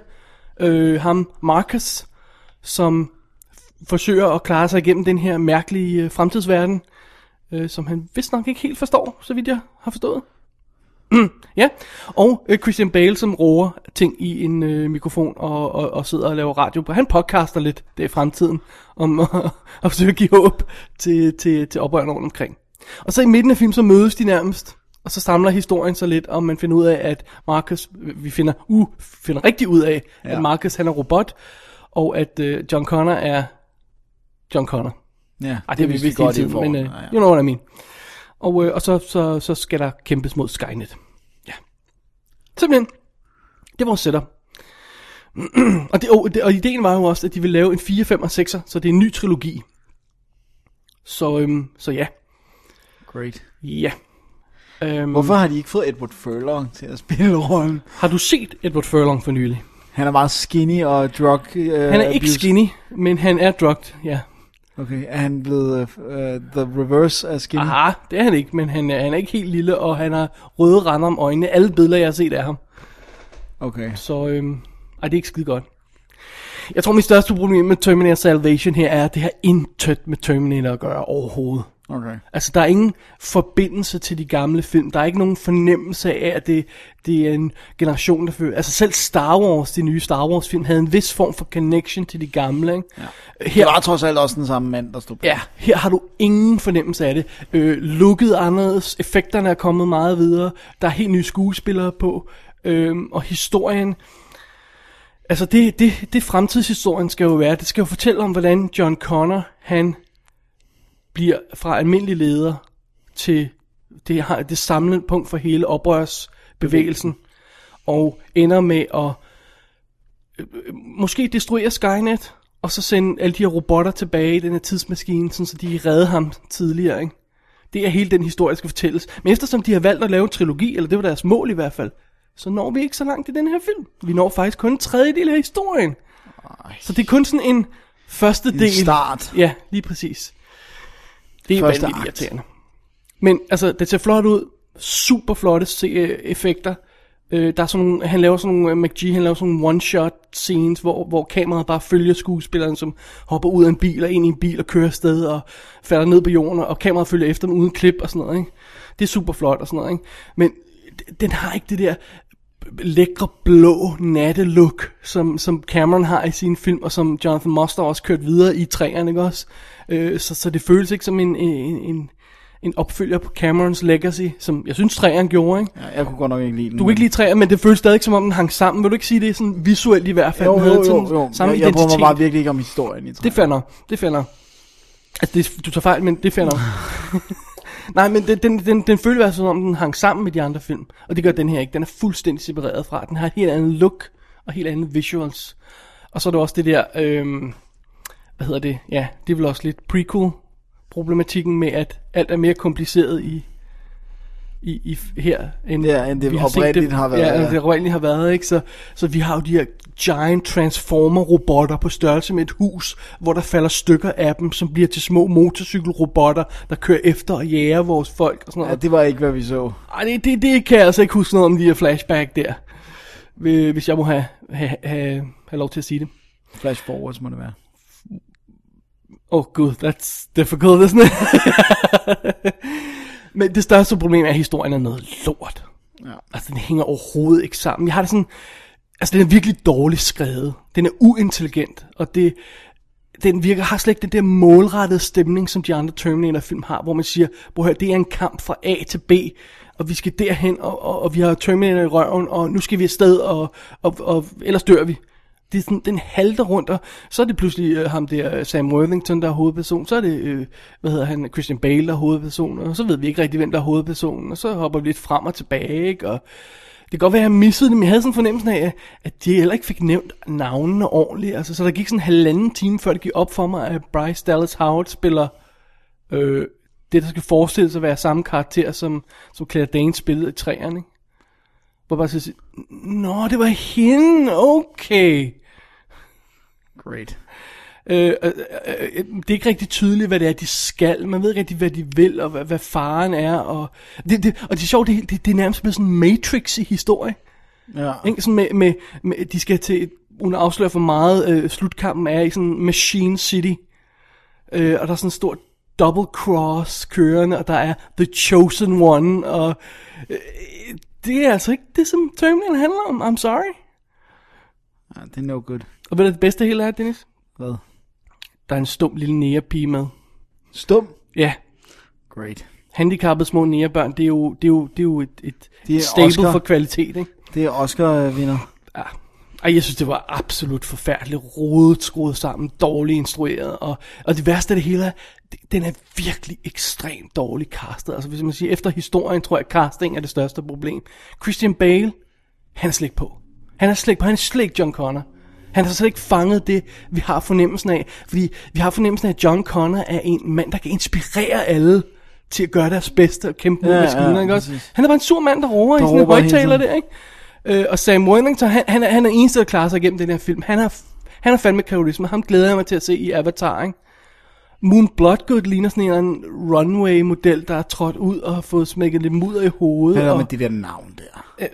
Speaker 4: øh, ham, Marcus, som forsøger at klare sig igennem den her mærkelige øh, fremtidsverden, øh, som han vist nok ikke helt forstår, så vidt jeg har forstået. ja, og øh, Christian Bale, som roer ting i en øh, mikrofon og, og, og sidder og laver radio på. Han podcaster lidt, det er fremtiden, om at, at forsøge at give håb til, til, til oprørende rundt omkring. Og så i midten af filmen, så mødes de nærmest, og så samler historien så lidt, og man finder ud af, at Marcus, vi finder, uh, finder rigtig ud af, ja. at Marcus han er robot, og at øh, John Connor er John Connor.
Speaker 5: Ja,
Speaker 4: Ej, det, det vidste vi godt i
Speaker 5: forvejen.
Speaker 4: men uh,
Speaker 5: Ja, ja.
Speaker 4: you know what I mean. Og, øh, og så, så, så skal der kæmpes mod Skynet. Ja. Simpelthen. Det var vores setup. og, det, og, det, og ideen var jo også, at de ville lave en 4, 5 og 6'er, så det er en ny trilogi. Så, øhm, så ja.
Speaker 5: Great.
Speaker 4: Ja. Øhm,
Speaker 5: Hvorfor har de ikke fået Edward Furlong til at spille rollen?
Speaker 4: Har du set Edward Furlong for nylig?
Speaker 5: Han er meget skinny og drug øh,
Speaker 4: Han er ikke
Speaker 5: abuse.
Speaker 4: skinny, men han er drugged, ja.
Speaker 5: Okay, er han blevet øh, øh, the reverse af skinny?
Speaker 4: Aha, det er han ikke, men han, er- han er ikke helt lille, og han har røde render om øjnene. Alle billeder, jeg har set af ham.
Speaker 5: Okay.
Speaker 4: Så øhm, ej, det er ikke skide godt. Jeg tror, mit største problem med Terminator Salvation her er, at det har intet med Terminator at gøre overhovedet.
Speaker 5: Okay.
Speaker 4: Altså, der er ingen forbindelse til de gamle film. Der er ikke nogen fornemmelse af, at det, det er en generation, der føler... Altså, selv Star Wars, de nye Star Wars-film, havde en vis form for connection til de gamle, ikke? Ja.
Speaker 5: Det var trods alt også den samme mand, der stod på.
Speaker 4: Ja, her har du ingen fornemmelse af det. Øh, lukket anderledes, effekterne er kommet meget videre, der er helt nye skuespillere på, øh, og historien... Altså det, det, det fremtidshistorien skal jo være, det skal jo fortælle om, hvordan John Connor, han bliver fra almindelig leder til det, har det samlende punkt for hele oprørsbevægelsen, og ender med at øh, måske destruere Skynet, og så sende alle de her robotter tilbage i den her tidsmaskine, sådan så de redde ham tidligere, ikke? Det er hele den historie, der skal fortælles. Men eftersom de har valgt at lave en trilogi, eller det var deres mål i hvert fald, så når vi ikke så langt i den her film. Vi når faktisk kun en tredjedel af historien. Så det er kun sådan en første del.
Speaker 5: start.
Speaker 4: Ja, lige præcis. Det er
Speaker 5: Første
Speaker 4: vanvittigt
Speaker 5: akt.
Speaker 4: irriterende. Men altså, det ser flot ud. Super flotte se- øh, effekter. Øh, der er sådan nogle, han laver sådan nogle, øh, McGee, han laver sådan nogle one-shot scenes, hvor, hvor kameraet bare følger skuespilleren, som hopper ud af en bil og ind i en bil og kører afsted og falder ned på jorden, og kameraet følger efter dem uden klip og sådan noget, ikke? Det er super flot og sådan noget, ikke? Men d- den har ikke det der lækre blå nattelook, som, som Cameron har i sin film, og som Jonathan Moster også kørt videre i træerne, ikke også? Øh, så, så det føles ikke som en, en, en, en opfølger på Camerons Legacy, som jeg synes træerne gjorde, ikke?
Speaker 5: Ja, jeg kunne godt nok ikke lide den.
Speaker 4: Du kan ikke lide træer, men det føles stadig ikke, som om den hang sammen. Vil du ikke sige det er sådan visuelt i hvert fald?
Speaker 5: jo,
Speaker 4: den
Speaker 5: jo,
Speaker 4: havde
Speaker 5: jo,
Speaker 4: sådan
Speaker 5: jo.
Speaker 4: Samme
Speaker 5: jeg, jeg
Speaker 4: identitet.
Speaker 5: bruger mig bare virkelig ikke om historien i
Speaker 4: Det
Speaker 5: træerne.
Speaker 4: fænder, det fænder. Altså, det, du tager fejl, men det fænder. Nej, men den, den, den, den føles i hvert fald, som om den hang sammen med de andre film. Og det gør den her ikke. Den er fuldstændig separeret fra. Den har et helt andet look og helt andet visuals. Og så er der også det der, øhm, hvad hedder det? Ja, det er vel også lidt prequel-problematikken med, at alt er mere kompliceret i, i, i f- her, end,
Speaker 5: Ja, end det
Speaker 4: vi set
Speaker 5: oprindeligt har været,
Speaker 4: Ja,
Speaker 5: ja.
Speaker 4: ja. det oprindeligt har været, ikke? Så, så vi har jo de her giant transformer-robotter på størrelse med et hus, hvor der falder stykker af dem, som bliver til små motorcykelrobotter, der kører efter og jager vores folk og sådan noget.
Speaker 5: Ja, det var ikke, hvad vi så.
Speaker 4: Ej, det, det, det kan jeg altså ikke huske noget om de her flashback der. Øh, Hvis jeg må have, have, have, have lov til at sige det.
Speaker 5: Flash forwards må det være.
Speaker 4: Oh gud, that's difficult, isn't it? Men det største problem er, at historien er noget lort. Ja. Altså, den hænger overhovedet ikke sammen. Jeg har det sådan... Altså, den er virkelig dårligt skrevet. Den er uintelligent, og det... Den virker, har slet ikke den der målrettede stemning, som de andre Terminator-film har, hvor man siger, prøv at høre, det er en kamp fra A til B, og vi skal derhen, og, og, og vi har Terminator i røven, og nu skal vi afsted, og, og, og ellers dør vi. det er sådan, den halter rundt, og så er det pludselig øh, ham der øh, Sam Worthington, der er hovedperson, så er det, øh, hvad hedder han, Christian Bale, der er hovedperson, og så ved vi ikke rigtig, hvem der er hovedpersonen, og så hopper vi lidt frem og tilbage, ikke? og det kan godt være, at jeg missede det, men jeg havde sådan fornemmelsen af, at de heller ikke fik nævnt navnene ordentligt, altså, så der gik sådan en halvanden time, før det gik op for mig, at Bryce Dallas Howard spiller øh, det, der skal forestille sig at være samme karakter, som, som Claire Danes spillede i træerne, ikke? Hvor bare så sige, Nå, det var hende, okay. Great. Øh, øh, øh, øh, det er ikke rigtig tydeligt, hvad det er, de skal. Man ved ikke rigtig, hvad de vil, og hvad, hvad faren er. Og det, det, og det er sjovt, det, det, det er nærmest blevet sådan en matrix i historie.
Speaker 5: Ja.
Speaker 4: Ikke? Sådan med, med, med, de skal til, uden at afsløre for meget, øh, slutkampen er i sådan Machine City. Øh, og der er sådan en stor double cross kørende, og der er The Chosen One, og øh, det er altså ikke det, som Terminal handler om. I'm sorry.
Speaker 5: ja, det er no good.
Speaker 4: Og ved du, hvad det bedste af hele er, Dennis?
Speaker 5: Hvad?
Speaker 4: Der er en stum lille nære med.
Speaker 5: Stum.
Speaker 4: Ja,
Speaker 5: Great.
Speaker 4: handicappede små nærebørn, det er jo, det er jo, det er jo et, et
Speaker 5: Det er
Speaker 4: stable
Speaker 5: Oscar.
Speaker 4: for kvalitet, ikke?
Speaker 5: Det er Oscar-vinder.
Speaker 4: Ej, jeg synes, det var absolut forfærdeligt rodet, skruet sammen, dårligt instrueret, og, og det værste af det hele er, det- den er virkelig ekstremt dårligt castet. Altså hvis man siger, efter historien tror jeg, at casting er det største problem. Christian Bale, han er slet ikke på. Han er slet ikke på, han er slet ikke John Connor. Han har slet ikke fanget det, vi har fornemmelsen af, fordi vi har fornemmelsen af, at John Connor er en mand, der kan inspirere alle til at gøre deres bedste og kæmpe mod
Speaker 5: Ja,
Speaker 4: ja,
Speaker 5: ja,
Speaker 4: maskiner, ikke også?
Speaker 5: præcis.
Speaker 4: Han er bare en sur mand, der roer i sådan en
Speaker 5: råber hele
Speaker 4: højtaler
Speaker 5: tiden.
Speaker 4: der, ikke? Øh, og Sam Worthington, han, han, er, han er eneste, der klarer sig igennem den her film. Han er, han er fandme karisma. Ham glæder jeg mig til at se i Avatar, ikke? Moon Bloodgood ligner sådan en eller anden runway-model, der er trådt ud og har fået smækket lidt mudder i hovedet.
Speaker 5: Hvad er
Speaker 4: og,
Speaker 5: med det der navn der?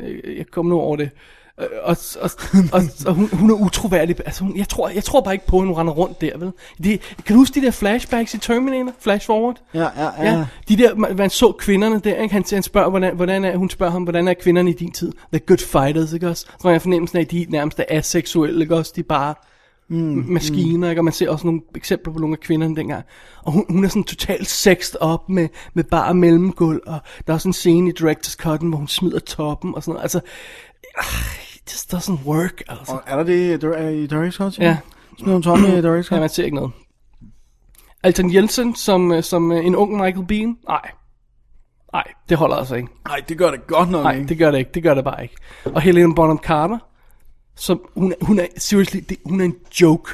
Speaker 4: øh, jeg kom nu over det. Øh, Og, og, og, og hun, hun er utroværdig. Altså, hun, jeg, tror, jeg tror bare ikke på, at hun render rundt der, vel? Det, kan du huske de der flashbacks i Terminator? Flash forward?
Speaker 5: Ja, ja, ja.
Speaker 4: Ja, de der, man, man så kvinderne der, ikke? Han, han spørger, hvordan, hvordan er, hun spørger ham, hvordan er kvinderne i din tid? The good fighters, ikke også? Så har jeg fornemmelsen af, at de nærmest er aseksuelle, ikke også? De er bare mm, maskiner, ikke? Og man ser også nogle eksempler på nogle af kvinderne dengang. Og hun, hun er sådan totalt sexed op med, med bare mellemgulv, og der er også en scene i Director's Cut'en, hvor hun smider toppen og sådan noget. Altså, ah, it just doesn't work, altså.
Speaker 5: Og er der det i- i Doris Scott?
Speaker 4: Ja.
Speaker 5: Smider hun Tommy i Doris
Speaker 4: Ja,
Speaker 5: Scott?
Speaker 4: man ser ikke noget. Alton Jensen som, øh, som øh, en ung Michael Bean? Nej. Nej, det holder altså ikke.
Speaker 5: Nej, det gør det godt nok,
Speaker 4: Nej, det gør det ikke. Det gør det bare ikke. Og Helena Bonham Carter, som hun, er- hun er, seriously, det, hun er en joke.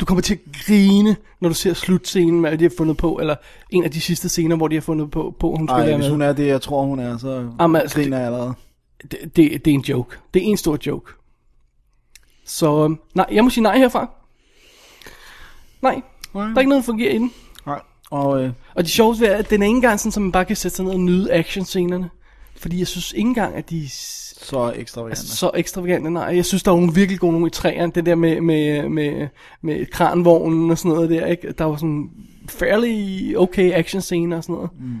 Speaker 4: Du kommer til at grine, når du ser slutscenen, hvad de har fundet på, eller en af de sidste scener, hvor de har fundet på, på at hun skal
Speaker 5: Nej,
Speaker 4: være
Speaker 5: hvis
Speaker 4: med.
Speaker 5: hun er det, jeg tror, hun er, så
Speaker 4: Jamen, altså,
Speaker 5: griner jeg allerede.
Speaker 4: Det, det, det er en joke. Det er en stor joke. Så øhm, nej, jeg må sige nej herfra. Nej, der er ikke noget, der fungerer i den.
Speaker 5: Nej. Og øh,
Speaker 4: Og det sjove er, at den er ikke engang sådan, at man bare kan sætte sig ned og nyde actionscenerne. Fordi jeg synes ikke engang, at de
Speaker 5: så ekstra altså,
Speaker 4: så ekstravagante. Nej, jeg synes, der var nogle virkelig gode nogle i træerne. Det der med, med, med, med kranvognen og sådan noget der, ikke? Der var sådan fairly okay action scener og sådan noget. Mm.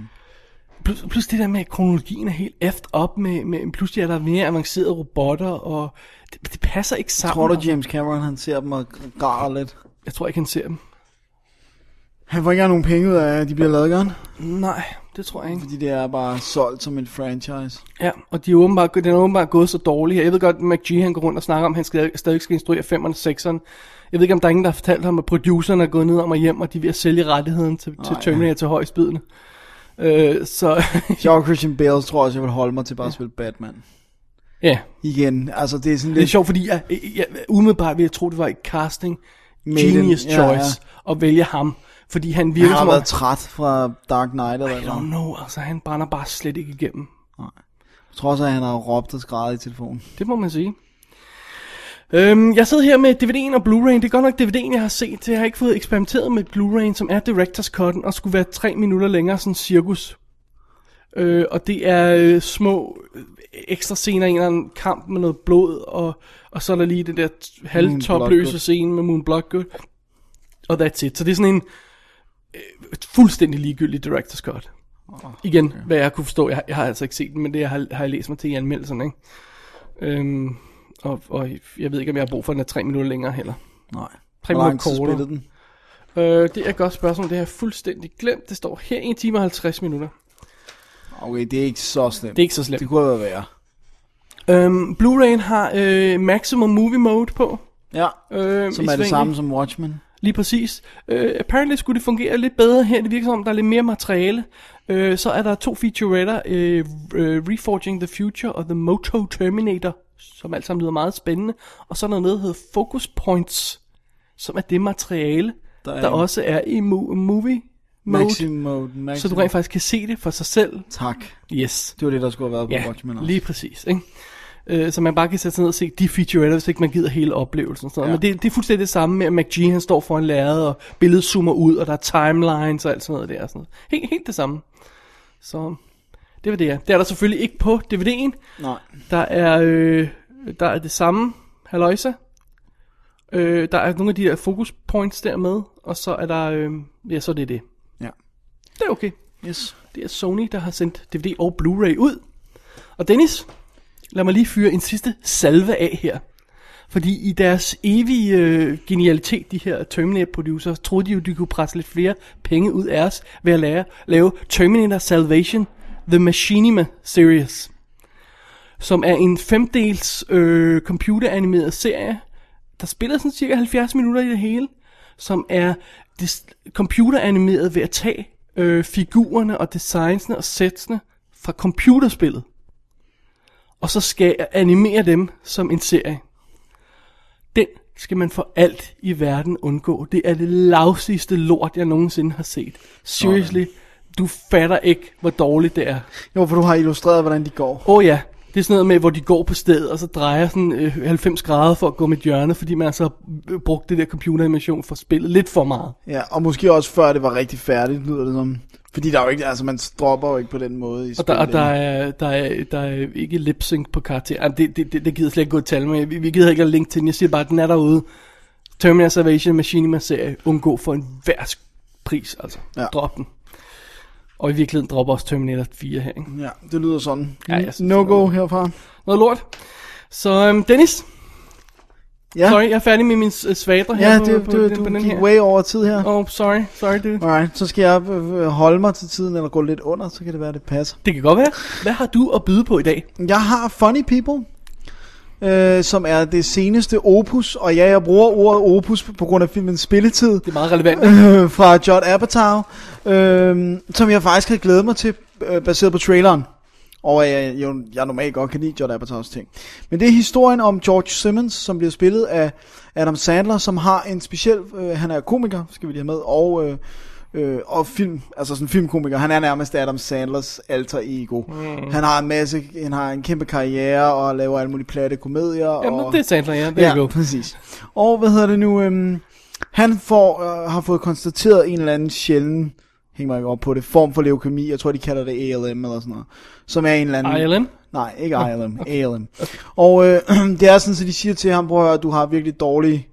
Speaker 4: Plus, plus det der med, at kronologien er helt eft op med, med pludselig er der mere avancerede robotter, og det, det passer ikke sammen.
Speaker 5: Tror du, James Cameron, han ser dem og græder lidt?
Speaker 4: Jeg tror ikke, han ser dem.
Speaker 5: Han får ikke engang nogen penge ud af, at de bliver lavet, gør han?
Speaker 4: Nej, det tror jeg ikke.
Speaker 5: Fordi det er bare solgt som en franchise.
Speaker 4: Ja, og de er åbenbart, den er åbenbart gået så dårligt her. Jeg ved godt, at McGee han går rundt og snakker om, at han skal, stadig skal instruere 5'eren og 6'eren. Jeg ved ikke, om der er ingen, der har fortalt ham, at produceren er gået ned om og hjem, og de er ved at sælge rettigheden til, til Terminator til højstbydende. Øh, så
Speaker 5: Jeg og Christian Bale tror også, jeg vil holde mig til bare at spille Batman.
Speaker 4: ja,
Speaker 5: Igen, altså det er sådan
Speaker 4: det er
Speaker 5: lidt...
Speaker 4: sjovt, fordi jeg, jeg, jeg umiddelbart vil jeg tro, det var et casting
Speaker 5: Made in-
Speaker 4: genius
Speaker 5: ja,
Speaker 4: choice at vælge ham, fordi han virker
Speaker 5: Han har
Speaker 4: som om,
Speaker 5: været træt fra Dark Knight eller
Speaker 4: I don't
Speaker 5: noget.
Speaker 4: know, altså han brænder bare slet ikke igennem.
Speaker 5: Trods at han har råbt og skrevet i telefonen.
Speaker 4: Det må man sige. Øhm, jeg sidder her med DVD'en og Blu-ray'en. Det er godt nok DVD'en, jeg har set. Jeg har ikke fået eksperimenteret med Blu-ray'en, som er Directors Cut'en, og skulle være tre minutter længere, sådan cirkus. Øh, og det er øh, små øh, ekstra scener, en eller anden kamp med noget blod, og, og så er der lige den der t- halvtopløse
Speaker 5: Bloodgood.
Speaker 4: scene med Moon Bloodgood. Og that's it. Så det er sådan en øh, fuldstændig ligegyldig Directors Cut. Igen, hvad jeg kunne forstå. Jeg, jeg har altså ikke set den, men det har, har jeg læst mig til i anmeldelsen, ikke? Øhm, og, og jeg ved ikke, om jeg har brug for den er tre minutter længere heller.
Speaker 5: Nej.
Speaker 4: Tre
Speaker 5: Hvor lang
Speaker 4: minutter
Speaker 5: tid
Speaker 4: kortere.
Speaker 5: spillede den?
Speaker 4: Øh, det er et godt spørgsmål. Det har jeg fuldstændig glemt. Det står her 1 time og 50 minutter.
Speaker 5: Okay, det er ikke så slemt.
Speaker 4: Det er ikke så slemt.
Speaker 5: Det kunne have været værre.
Speaker 4: Øhm, Blu-ray'en har øh, Maximum Movie Mode på.
Speaker 5: Ja.
Speaker 4: Øh,
Speaker 5: Øhm, Som er det samme som Watchmen.
Speaker 4: Lige præcis. Øh, apparently skulle det fungere lidt bedre her. Det virker som om, der er lidt mere materiale. Øh, så er der to featuretter. Øh, øh, Reforging the Future og The Moto Terminator. Som alt sammen lyder meget spændende. Og så er der noget, der hedder Focus Points. Som er det materiale,
Speaker 5: Der
Speaker 4: der,
Speaker 5: er
Speaker 4: der
Speaker 5: en-
Speaker 4: også er i mo- movie mode.
Speaker 5: Maxim mode. Maxim.
Speaker 4: Så du rent faktisk kan se det for sig selv.
Speaker 5: Tak.
Speaker 4: Yes.
Speaker 5: Det var det, der skulle have været på
Speaker 4: Ja,
Speaker 5: Watchmen også.
Speaker 4: lige præcis. Ikke? Øh, så man bare kan sætte sig ned og se de featuretter, hvis ikke man gider hele oplevelsen. og Sådan.
Speaker 5: Ja.
Speaker 4: Ja. Men det, det er fuldstændig det samme med, at McGee han står foran lærredet, og billedet zoomer ud, og der er timelines og alt sådan noget der. og Sådan noget. Helt, helt det samme. Så det var det, ja. Det er der selvfølgelig ikke på DVD'en.
Speaker 5: Nej.
Speaker 4: Der er, øh, der er det samme, halløjsa. Øh, der er nogle af de der focus points der med, og så er der, øh, ja, så er det det.
Speaker 5: Ja.
Speaker 4: Det er okay.
Speaker 5: Yes.
Speaker 4: Det er Sony, der har sendt DVD og Blu-ray ud. Og Dennis, lad mig lige fyre en sidste salve af her. Fordi i deres evige øh, genialitet, de her Terminator-producer, troede de jo, de kunne presse lidt flere penge ud af os ved at lave, lave Terminator Salvation The Machinima Series. Som er en femdels øh, computeranimeret serie, der spiller sådan cirka 70 minutter i det hele som er des- computeranimeret ved at tage øh, figurerne og designsene og sætsene fra computerspillet, og så skal jeg animere dem som en serie. Den skal man for alt i verden undgå. Det er det lavsigste lort, jeg nogensinde har set. Seriously, du fatter ikke, hvor dårligt det er.
Speaker 5: Jo, for du har illustreret, hvordan de går.
Speaker 4: Åh oh, ja, det er sådan noget med, hvor de går på stedet, og så drejer sådan øh, 90 grader for at gå med et hjørne, fordi man altså har øh, brugt det der computeranimation for spillet lidt for meget.
Speaker 5: Ja, og måske også før det var rigtig færdigt, lyder det som. Fordi der er jo ikke, altså man dropper jo ikke på den måde i
Speaker 4: Og der, og
Speaker 5: spil
Speaker 4: der,
Speaker 5: længere.
Speaker 4: er, der, er, der er ikke lip sync på karakteren. Det, det, det, det gider jeg slet ikke gå i tal med. Vi, vi gider ikke at linke til den. Jeg siger bare, at den er derude. Terminator Salvation Machinima serie. Undgå for en værsk pris, altså.
Speaker 5: Ja.
Speaker 4: Ja. Drop den. Og i virkeligheden dropper også Terminator 4 her, ikke?
Speaker 5: Ja, det lyder sådan.
Speaker 4: Ja, jeg synes,
Speaker 5: no
Speaker 4: det er
Speaker 5: go
Speaker 4: noget.
Speaker 5: herfra.
Speaker 4: Noget lort. Så øhm, Dennis,
Speaker 5: Ja,
Speaker 4: ja. sorry, jeg er færdig med min øh, svater her
Speaker 5: ja
Speaker 4: på,
Speaker 5: det,
Speaker 4: på,
Speaker 5: du,
Speaker 4: den,
Speaker 5: du
Speaker 4: på den
Speaker 5: gik
Speaker 4: her.
Speaker 5: way over tid her.
Speaker 4: Oh, sorry, sorry, dude.
Speaker 5: Alright, så skal jeg øh, øh, holde mig til tiden, eller gå lidt under, så kan det være, det passer.
Speaker 4: Det kan godt være. Hvad har du at byde på i dag?
Speaker 5: Jeg har Funny People, øh, som er det seneste opus, og ja, jeg bruger ordet opus på- på grund af filmens spilletid.
Speaker 4: Det er meget relevant.
Speaker 5: øh, fra John Apatow, øh, som jeg faktisk havde glædet mig til, øh, baseret på traileren. Og jeg, jo, jeg normalt godt kan lide John Apatows ting. Men det er historien om George Simmons, som bliver spillet af Adam Sandler, som har en speciel... Øh, han er komiker, skal vi lige have med, og... Øh, Øh, og film, altså sådan en filmkomiker, han er nærmest Adam Sandlers alter ego. Mm. Han har en masse, han har en kæmpe karriere og laver alle mulige platte komedier. og...
Speaker 4: Jamen, det er Sandler, ja. There
Speaker 5: Ja,
Speaker 4: you go.
Speaker 5: præcis. Og hvad hedder det nu? Øhm, han får, øh, har fået konstateret en eller anden sjælden, hæng mig ikke op på det, form for leukemi, jeg tror de kalder det ALM eller sådan noget, som er en eller anden...
Speaker 4: Ireland.
Speaker 5: Nej, ikke ILM, okay. ALM. Og øh, det er sådan, at de siger til ham, prøv at høre, du har virkelig dårlige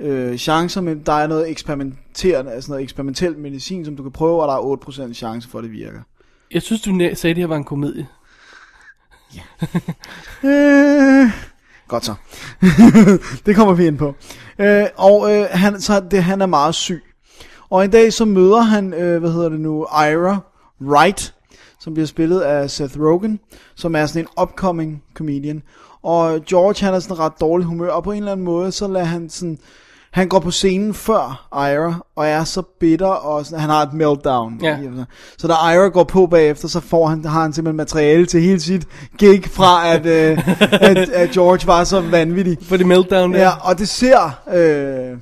Speaker 5: øh, chancer, men der er noget eksperimenterende, altså noget eksperimentel medicin, som du kan prøve, og der er 8% chance for, at det virker.
Speaker 4: Jeg synes, du næ- sagde, at det her var en komedie.
Speaker 5: Øh, godt så. det kommer vi ind på. Øh, og øh, han, så det, han er meget syg. Og en dag så møder han, øh, hvad hedder det nu, Ira Wright, som bliver spillet af Seth Rogen, som er sådan en upcoming comedian. Og George, han er sådan ret dårlig humør, og på en eller anden måde, så lader han sådan... Han går på scenen før Ira, og er så bitter, og sådan, han har et meltdown.
Speaker 4: Ja.
Speaker 5: Så da Ira går på bagefter, så får han, har han simpelthen materiale til hele sit gig fra, at, øh, at, at George var så vanvittig.
Speaker 4: For det meltdown der.
Speaker 5: Ja, og det ser øh,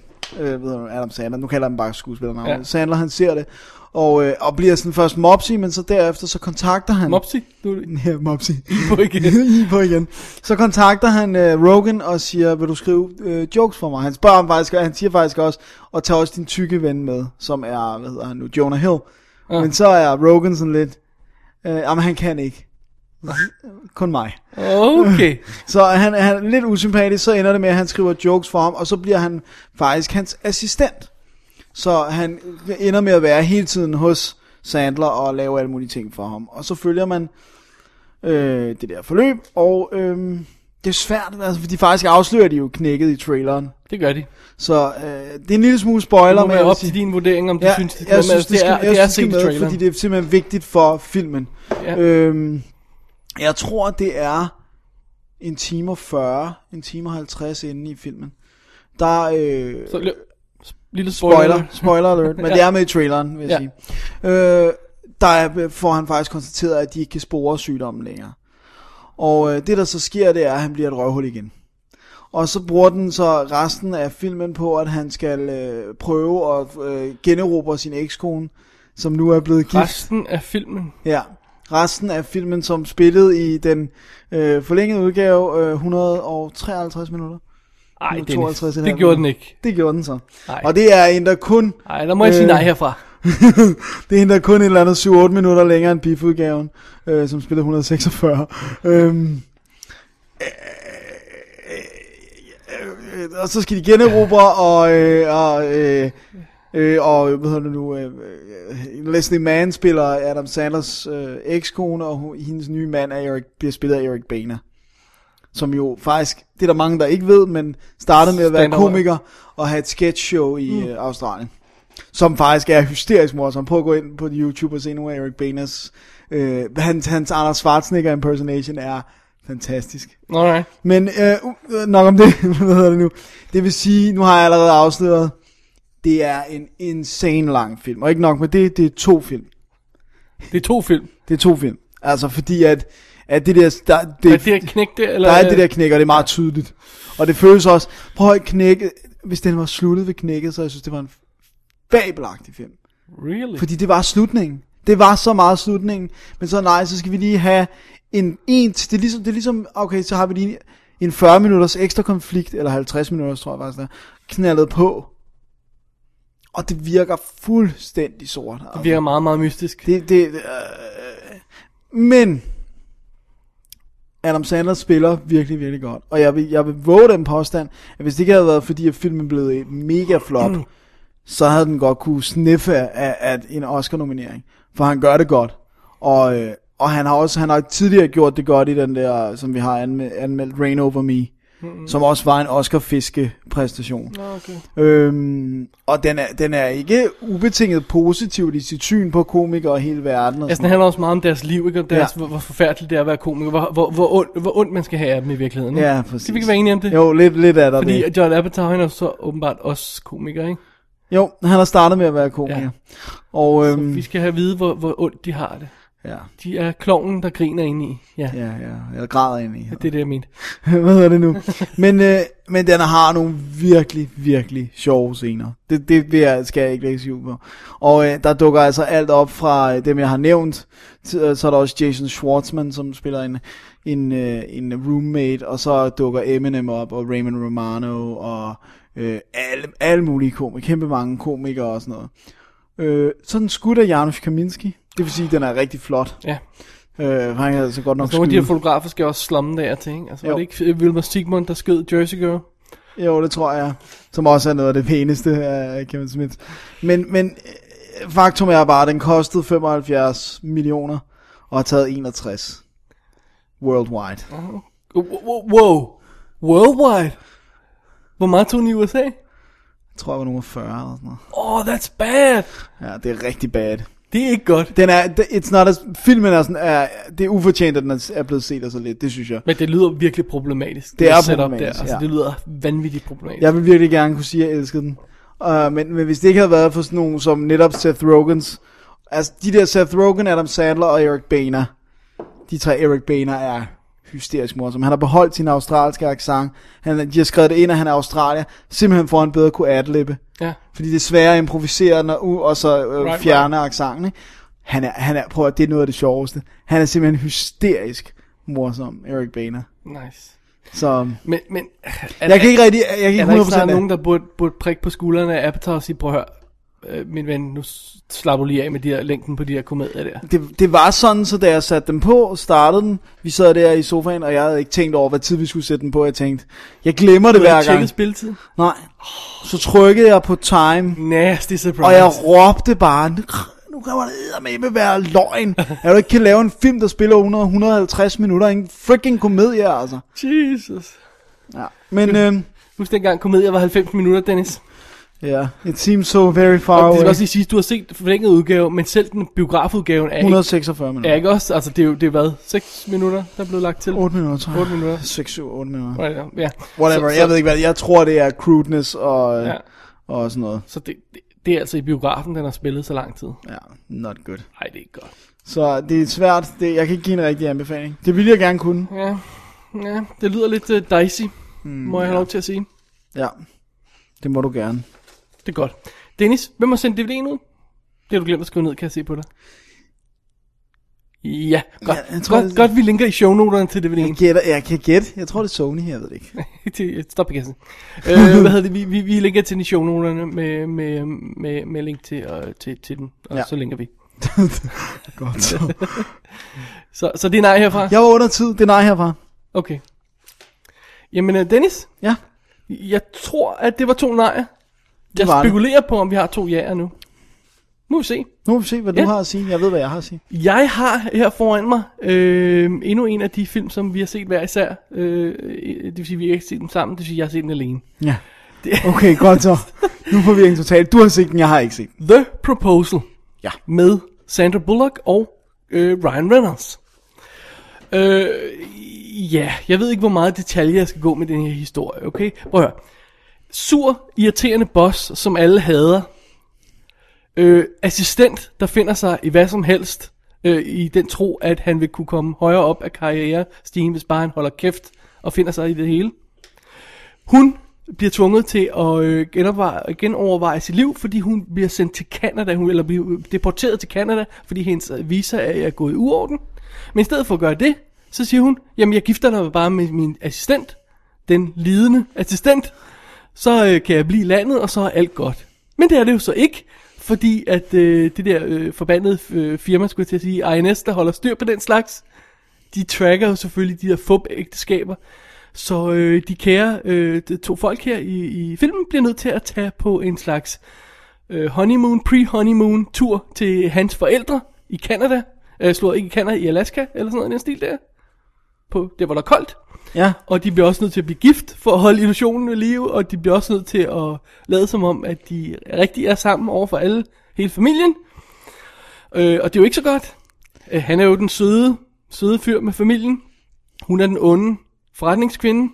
Speaker 5: øh, ved du, Adam Sandler, nu kalder han bare skuespillernavnet, ja.
Speaker 4: Ja.
Speaker 5: Sandler han ser det, og, øh, og bliver sådan først mopsy, men så derefter så kontakter han...
Speaker 4: Mopsi, du er
Speaker 5: Ja, mopsy.
Speaker 4: på igen.
Speaker 5: I på igen. Så kontakter han øh, Rogan og siger, vil du skrive øh, jokes for mig? Han spørger ham faktisk, og han siger faktisk også, og tag også din tykke ven med, som er, hvad hedder han nu, Jonah Hill. Ja.
Speaker 4: Ja.
Speaker 5: Men så er Rogan sådan lidt, øh, jamen han kan ikke. Kun mig.
Speaker 4: Okay.
Speaker 5: Så han, han er lidt usympatisk, så ender det med, at han skriver jokes for ham, og så bliver han faktisk hans assistent. Så han ender med at være hele tiden hos Sandler og lave alle mulige ting for ham. Og så følger man øh, det der forløb, og øh, det er svært, altså, fordi faktisk afslører de jo knækket i traileren.
Speaker 4: Det gør de.
Speaker 5: Så øh, det er en lille smule
Speaker 4: Du
Speaker 5: spoiler,
Speaker 4: må
Speaker 5: men jeg
Speaker 4: være
Speaker 5: vil
Speaker 4: op
Speaker 5: sige-
Speaker 4: til din vurdering, om du
Speaker 5: Ja,
Speaker 4: synes, altså, det,
Speaker 5: jeg synes, det, skal,
Speaker 4: er,
Speaker 5: jeg
Speaker 4: det er
Speaker 5: synes, det
Speaker 4: set
Speaker 5: skal med,
Speaker 4: traileren.
Speaker 5: fordi det er simpelthen vigtigt for filmen.
Speaker 4: Ja.
Speaker 5: Øhm, jeg tror, det er en time og 40, en time og 50 inde i filmen. Der er... Øh,
Speaker 4: Så, l- lille
Speaker 5: spoiler, spoiler alert, men det er med i traileren, vil jeg
Speaker 4: Ja.
Speaker 5: sige. Øh, der er- får han faktisk konstateret, at de ikke kan spore sygdommen længere. Og øh, det der så sker, det er, at han bliver et røvhul igen. Og så bruger den så resten af filmen på, at han skal øh, prøve at øh, generobre sin ekskone, som nu er blevet gift.
Speaker 4: Resten af filmen.
Speaker 5: Ja, resten af filmen, som spillede i den øh, forlængede udgave, øh, 153 minutter.
Speaker 4: Ej,
Speaker 5: Nu
Speaker 4: Dennis,
Speaker 5: 52,5
Speaker 4: det gjorde den ikke.
Speaker 5: Det gjorde den så.
Speaker 4: Ej.
Speaker 5: Og det er en, der kun...
Speaker 4: Ej, der må jeg
Speaker 5: Øh.
Speaker 4: sige nej herfra.
Speaker 5: det er en, der kun en eller anden 7-8 minutter længere end bifudgaven, øh, som spiller 146. Øhm, øh, øh, øh, og så skal de generobre og, øh, og, øh, øh, og hvad hedder det nu, øh, øh, Leslie Mann spiller Adam Sanders øh, ekskone, og hun- hendes nye mand er Eric, bliver spillet af Eric Boehner. Som jo faktisk, det er der mange, der ikke ved, men startede med at være
Speaker 4: Stand-up.
Speaker 5: komiker og have et sketch show i mm. øh, Australien som faktisk er hysterisk morsom. Prøv at gå ind på YouTube og se nogle af Eric Baners. Øh, hans, hans Anders Schwarzenegger impersonation er fantastisk.
Speaker 4: Alright.
Speaker 5: Men øh, uh, nok om det. Hvad hedder det nu? Det vil sige, nu har jeg allerede afsløret, det er en insane lang film. Og ikke nok med det, det er to film.
Speaker 4: Det er to film.
Speaker 5: Det er to film. Altså fordi at, at det der... Der,
Speaker 4: Det, er det der knæk der? Eller,
Speaker 5: der er det der knæk, og det er meget tydeligt. Og det føles også... Prøv at knække... Hvis den var sluttet ved knækket, så jeg synes, det var en fabelagtig film.
Speaker 4: Really?
Speaker 5: Fordi det var slutningen. Det var så meget slutningen. Men så nej, så skal vi lige have en, en det, er ligesom, det er ligesom, okay, så har vi lige en 40 minutters ekstra konflikt, eller 50 minutter, tror jeg faktisk, der, knaldet på. Og det virker fuldstændig sort.
Speaker 4: Det virker meget, meget mystisk.
Speaker 5: Det, det, øh, men Adam Sandler spiller virkelig, virkelig godt. Og jeg vil, jeg vil våge den påstand, at hvis det ikke havde været, fordi at filmen blev et mega flop, så havde den godt kunne sniffe af, af en Oscar-nominering. For han gør det godt. Og, øh, og han har også han har tidligere gjort det godt i den der, som vi har anmeldt, anmeldt Rain Over Me. Mm-hmm. Som også var en Oscar-fiske-præstation. Øhm, og den er, den er ikke ubetinget positivt i sit syn på komikere og hele verden.
Speaker 4: Altså,
Speaker 5: Og
Speaker 4: det
Speaker 5: sådan.
Speaker 4: handler også meget om deres liv, ikke? Og deres,
Speaker 5: Ja.
Speaker 4: ja. hvor, hvor forfærdeligt det er at være komiker. Hvor, hvor, hvor, ondt, hvor ondt man skal have af dem i virkeligheden. ikke?
Speaker 5: Ja, præcis.
Speaker 4: Skal vi ikke være enige om det?
Speaker 5: Jo, lidt, lidt er der
Speaker 4: Fordi
Speaker 5: det.
Speaker 4: John Apatow, han er så åbenbart også komiker, ikke?
Speaker 5: Jo, han har startet med at være komiker. Ja.
Speaker 4: Ja.
Speaker 5: Og øhm,
Speaker 4: Vi skal have at vide, hvor, hvor ondt de har det.
Speaker 5: ja,
Speaker 4: De er kloven, der griner ind i. Ja, ja.
Speaker 5: ja, ja, jeg græder ind i.
Speaker 4: det er det, jeg mente.
Speaker 5: Hvad hedder det nu? Men, øh, men den har nogle virkelig, virkelig sjove scener. Det, det vil jeg, skal jeg ikke lægge sig på. Og øh, der dukker altså alt op fra øh, dem, jeg har nævnt. Til, øh, så er der også Jason Schwartzman, som spiller en, en, øh, en roommate. Og så dukker Eminem op, og Raymond Romano, og øh, alle, alle mulige komikere. Kæmpe mange komikere og sådan noget. Øh, så er den skudt af Janusz Kaminski. Det vil sige, at den er rigtig flot.
Speaker 4: Ja.
Speaker 5: Øh, han er så godt nok
Speaker 4: Så nogle af de her
Speaker 5: skudt.
Speaker 4: fotografer skal også slomme der til, ikke? Altså,
Speaker 5: Jo.
Speaker 4: var det ikke øh, Wilma Sigmund, der skød Jersey Girl?
Speaker 5: Jo, det tror jeg. Som også er noget af det pæneste af Kevin Smith. Men, men øh, faktum er bare, at den kostede 75 millioner og har taget 61 worldwide.
Speaker 4: Wow, wow. Worldwide? Hvor meget tog den i USA?
Speaker 5: Jeg tror, jeg var nummer 40 eller sådan noget.
Speaker 4: Oh, that's bad.
Speaker 5: Ja, det er rigtig bad.
Speaker 4: Det er ikke godt.
Speaker 5: Den er, det- it's not as, filmen er sådan, er, det er ufortjent, at den er- er blevet set og så lidt, det synes jeg.
Speaker 4: Men det lyder virkelig problematisk.
Speaker 5: Det er
Speaker 4: setup
Speaker 5: problematisk,
Speaker 4: der. Altså,
Speaker 5: ja.
Speaker 4: det lyder vanvittigt problematisk.
Speaker 5: Jeg vil virkelig gerne kunne sige, at jeg elskede den. Uh, men, men hvis det ikke havde været for sådan nogen som netop Seth Rogans, altså de der Seth Rogen, Adam Sandler og Eric Boehner, de tre Eric Boehner er hysterisk morsom. Han har beholdt sin australske accent. Han, de har skrevet det ind, at han er australier, simpelthen for at han bedre kunne adlibbe.
Speaker 4: Ja.
Speaker 5: Fordi det er sværere at improvisere, når, u- og så øh,
Speaker 4: right.
Speaker 5: fjerne accenten. Ikke? Han er, han er, prøv at, det er noget af det sjoveste. Han er simpelthen hysterisk morsom, Eric Boehner.
Speaker 4: Nice.
Speaker 5: Så
Speaker 4: Men, men er,
Speaker 5: jeg kan ikke rigtig, jeg kan ikke
Speaker 4: er der
Speaker 5: 100%
Speaker 4: ikke snart
Speaker 5: af-
Speaker 4: nogen, der burde, burde prikke på skuldrene af Apatow og sige, prøv at høre, øh, min ven, nu s- slap du lige af med de her, længden på de her komedier der.
Speaker 5: det, det var sådan, så da jeg satte den på, startede den, vi sad der i sofaen, og jeg havde ikke tænkt over, hvad tid vi skulle sætte den på. Jeg tænkte, jeg glemmer det
Speaker 4: Du har
Speaker 5: hver
Speaker 4: ikke tjekket
Speaker 5: gang.
Speaker 4: spilletid.
Speaker 5: Nej. Så trykkede jeg på time,
Speaker 4: Nasty surprise.
Speaker 5: og jeg råbte bare, nu, nu kan man med være løgn. At du ikke kan lave en film, der spiller 100, 150 minutter. En freaking komedie, altså.
Speaker 4: Jesus.
Speaker 5: Ja. Men øh,
Speaker 4: Husk dengang komedier var 90 minutter, Dennis.
Speaker 5: Ja, it seems so very far
Speaker 4: Og det skal
Speaker 5: away.
Speaker 4: også lige sige, du har set forlænget udgave, men selv den biografudgaven er ikke,
Speaker 5: 146
Speaker 4: er
Speaker 5: minutter.
Speaker 4: ikke også, altså det er jo, det er hvad, 6 minutter, der er blevet lagt til?
Speaker 5: 8 minutter, tror jeg.
Speaker 4: 8 minutter.
Speaker 5: 6, 7, 8 minutter.
Speaker 4: Right, ja. ja.
Speaker 5: Whatever,
Speaker 4: Så-
Speaker 5: jeg
Speaker 4: så-
Speaker 5: ved ikke hvad. Jeg tror, det er crudeness og,
Speaker 4: Ja.
Speaker 5: og sådan noget.
Speaker 4: Så det, det, det er altså i biografen, den har spillet så lang tid.
Speaker 5: Ja, not good.
Speaker 4: Nej, det er ikke godt.
Speaker 5: Så det er svært. Det, jeg kan ikke give en rigtig anbefaling. Det ville jeg gerne kunne.
Speaker 4: Ja, ja det lyder lidt uh, dicey, mm,
Speaker 5: Hmm,
Speaker 4: må jeg have lov til at sige.
Speaker 5: Ja, det må du gerne.
Speaker 4: Det er godt. Dennis, hvem har sendt DVD'en ud? Det har du glemt at skrive ned, kan jeg se på dig. Ja, godt.
Speaker 5: Ja, jeg tror,
Speaker 4: tror, godt,
Speaker 5: det-
Speaker 4: det... godt, vi linker i shownoterne til DVD'en.
Speaker 5: Jeg, gætter, jeg kan gætte. Jeg tror, det er Sony, jeg ved det ikke.
Speaker 4: Det- Stop igen. øh, hvad hedder det? Vi, vi, vi linker til den i shownoterne med, med, med, med link til, øh, til, til den, og
Speaker 5: Ja.
Speaker 4: ja. så linker vi.
Speaker 5: Godt.
Speaker 4: Så, så det er nej herfra?
Speaker 5: Jeg var under tid. Det er nej herfra.
Speaker 4: Okay. Jamen, øh, Dennis,
Speaker 5: Ja,
Speaker 4: jeg tror, at det var to nejer. Jeg
Speaker 5: var det.
Speaker 4: spekulerer på, om vi har to ja'er nu. Nu må vi se.
Speaker 5: nu må vi se, hvad du
Speaker 4: Ja.
Speaker 5: har at sige. Jeg ved, hvad jeg har at sige.
Speaker 4: Jeg har her foran mig øh, endnu en af de film, som vi har set hver især. Øh, det vil sige, vi har ikke set dem sammen. Det vil sige, jeg har set den alene.
Speaker 5: Ja. Okay, godt så. Nu får vi en total. Du har set den, jeg har ikke set den.
Speaker 4: The Proposal.
Speaker 5: Ja.
Speaker 4: Med Sandra Bullock og øh, Ryan Reynolds. Øh, ja, jeg ved ikke, hvor meget detalje jeg skal gå med den her historie, okay? Prøv at høre. Sur, irriterende boss, som alle hader. Øh, assistent, der finder sig i hvad som helst, øh, i den tro, at han vil kunne komme højere op af karrierestigen, hvis bare han holder kæft og finder sig i det hele. Hun bliver tvunget til at øh, genoverveje, genoverveje sit liv, fordi hun bliver sendt til Canada, hun, eller bliver deporteret til Canada, fordi hendes øh, visa er, er gået i uorden. Men i stedet for at gøre det, så siger hun, jamen jeg gifter dig bare med min assistent, den lidende assistent, så øh, kan jeg blive i landet, og så er alt godt. Men det er det jo så ikke, fordi at øh, det der øh, forbandede øh, firma, skulle jeg til at sige, INS, der holder styr på den slags, de tracker jo selvfølgelig de der fup-ægteskaber, så øh, de kære øh, de to folk her i, i filmen bliver nødt til at tage på en slags øh, honeymoon, pre-honeymoon tur til hans forældre i Canada. Øh, slår ikke i Canada, i Alaska eller sådan noget i den stil der. På det, hvor der er koldt.
Speaker 5: Ja.
Speaker 4: Og de bliver også nødt til at blive gift for at holde illusionen ved live, og de bliver også nødt til at lade som om, at de rigtig er sammen over for alle, hele familien. Øh, og det er jo ikke så godt. Øh, han er jo den søde, søde fyr med familien. Hun er den onde forretningskvinde,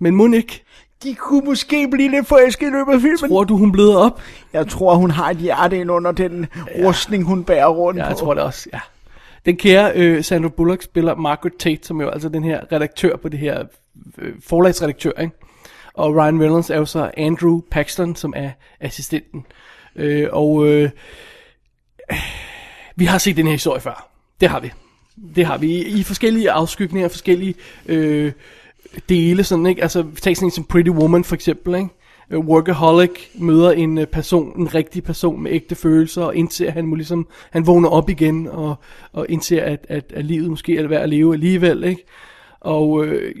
Speaker 4: men må ikke.
Speaker 5: De kunne måske blive lidt forelskede i løbet af filmen.
Speaker 4: Tror du, hun bløder op?
Speaker 5: Jeg tror, hun har et hjerte ind under den rustning, hun bærer rundt
Speaker 4: Ja, jeg
Speaker 5: på.
Speaker 4: tror det også, ja. Den kære øh, Sandra Bullock spiller Margaret Tate, som jo altså den her redaktør på det her øh, forlagsredaktør, ikke? Og Ryan Reynolds er jo så Andrew Paxton, som er assistenten. Øh, og øh, vi har set den her historie før. Det har vi. Det har vi i, i forskellige afskygninger, forskellige øh, dele, sådan, ikke? Altså, tag sådan en som Pretty Woman, for eksempel, ikke? Øh, Workaholic møder en øh, person, en rigtig person med ægte følelser, og indser, at han må ligesom, han vågner op igen, og, og indser, at, at, at livet måske er værd at leve alligevel, ikke? Og øh,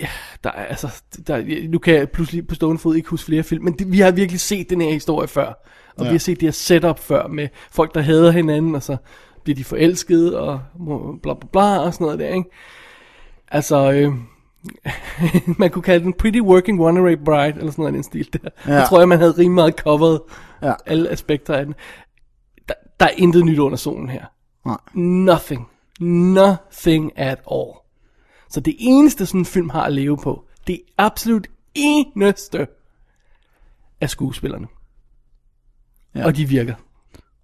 Speaker 4: ja, der er altså, der, nu kan jeg pludselig på stående fod ikke huske flere film, men det, vi har virkelig set den her historie før. Og ja. vi har set det her setup før med folk, der hader hinanden, og så bliver de forelskede, og må- bla bla bla, og sådan noget der, ikke? Altså, øh, man kunne kalde den Pretty Working Runaway Bride, eller sådan noget i den stil der. Ja.
Speaker 5: Ja.
Speaker 4: Jeg tror, jeg, man havde rimelig meget covered
Speaker 5: Ja.
Speaker 4: ja. alle aspekter af den. Der, der er intet nyt under solen her.
Speaker 5: Nej.
Speaker 4: Nothing. Nothing at all. Så det eneste, sådan en film har at leve på, det absolut eneste, er skuespillerne.
Speaker 5: Ja.
Speaker 4: Ja. Og de virker.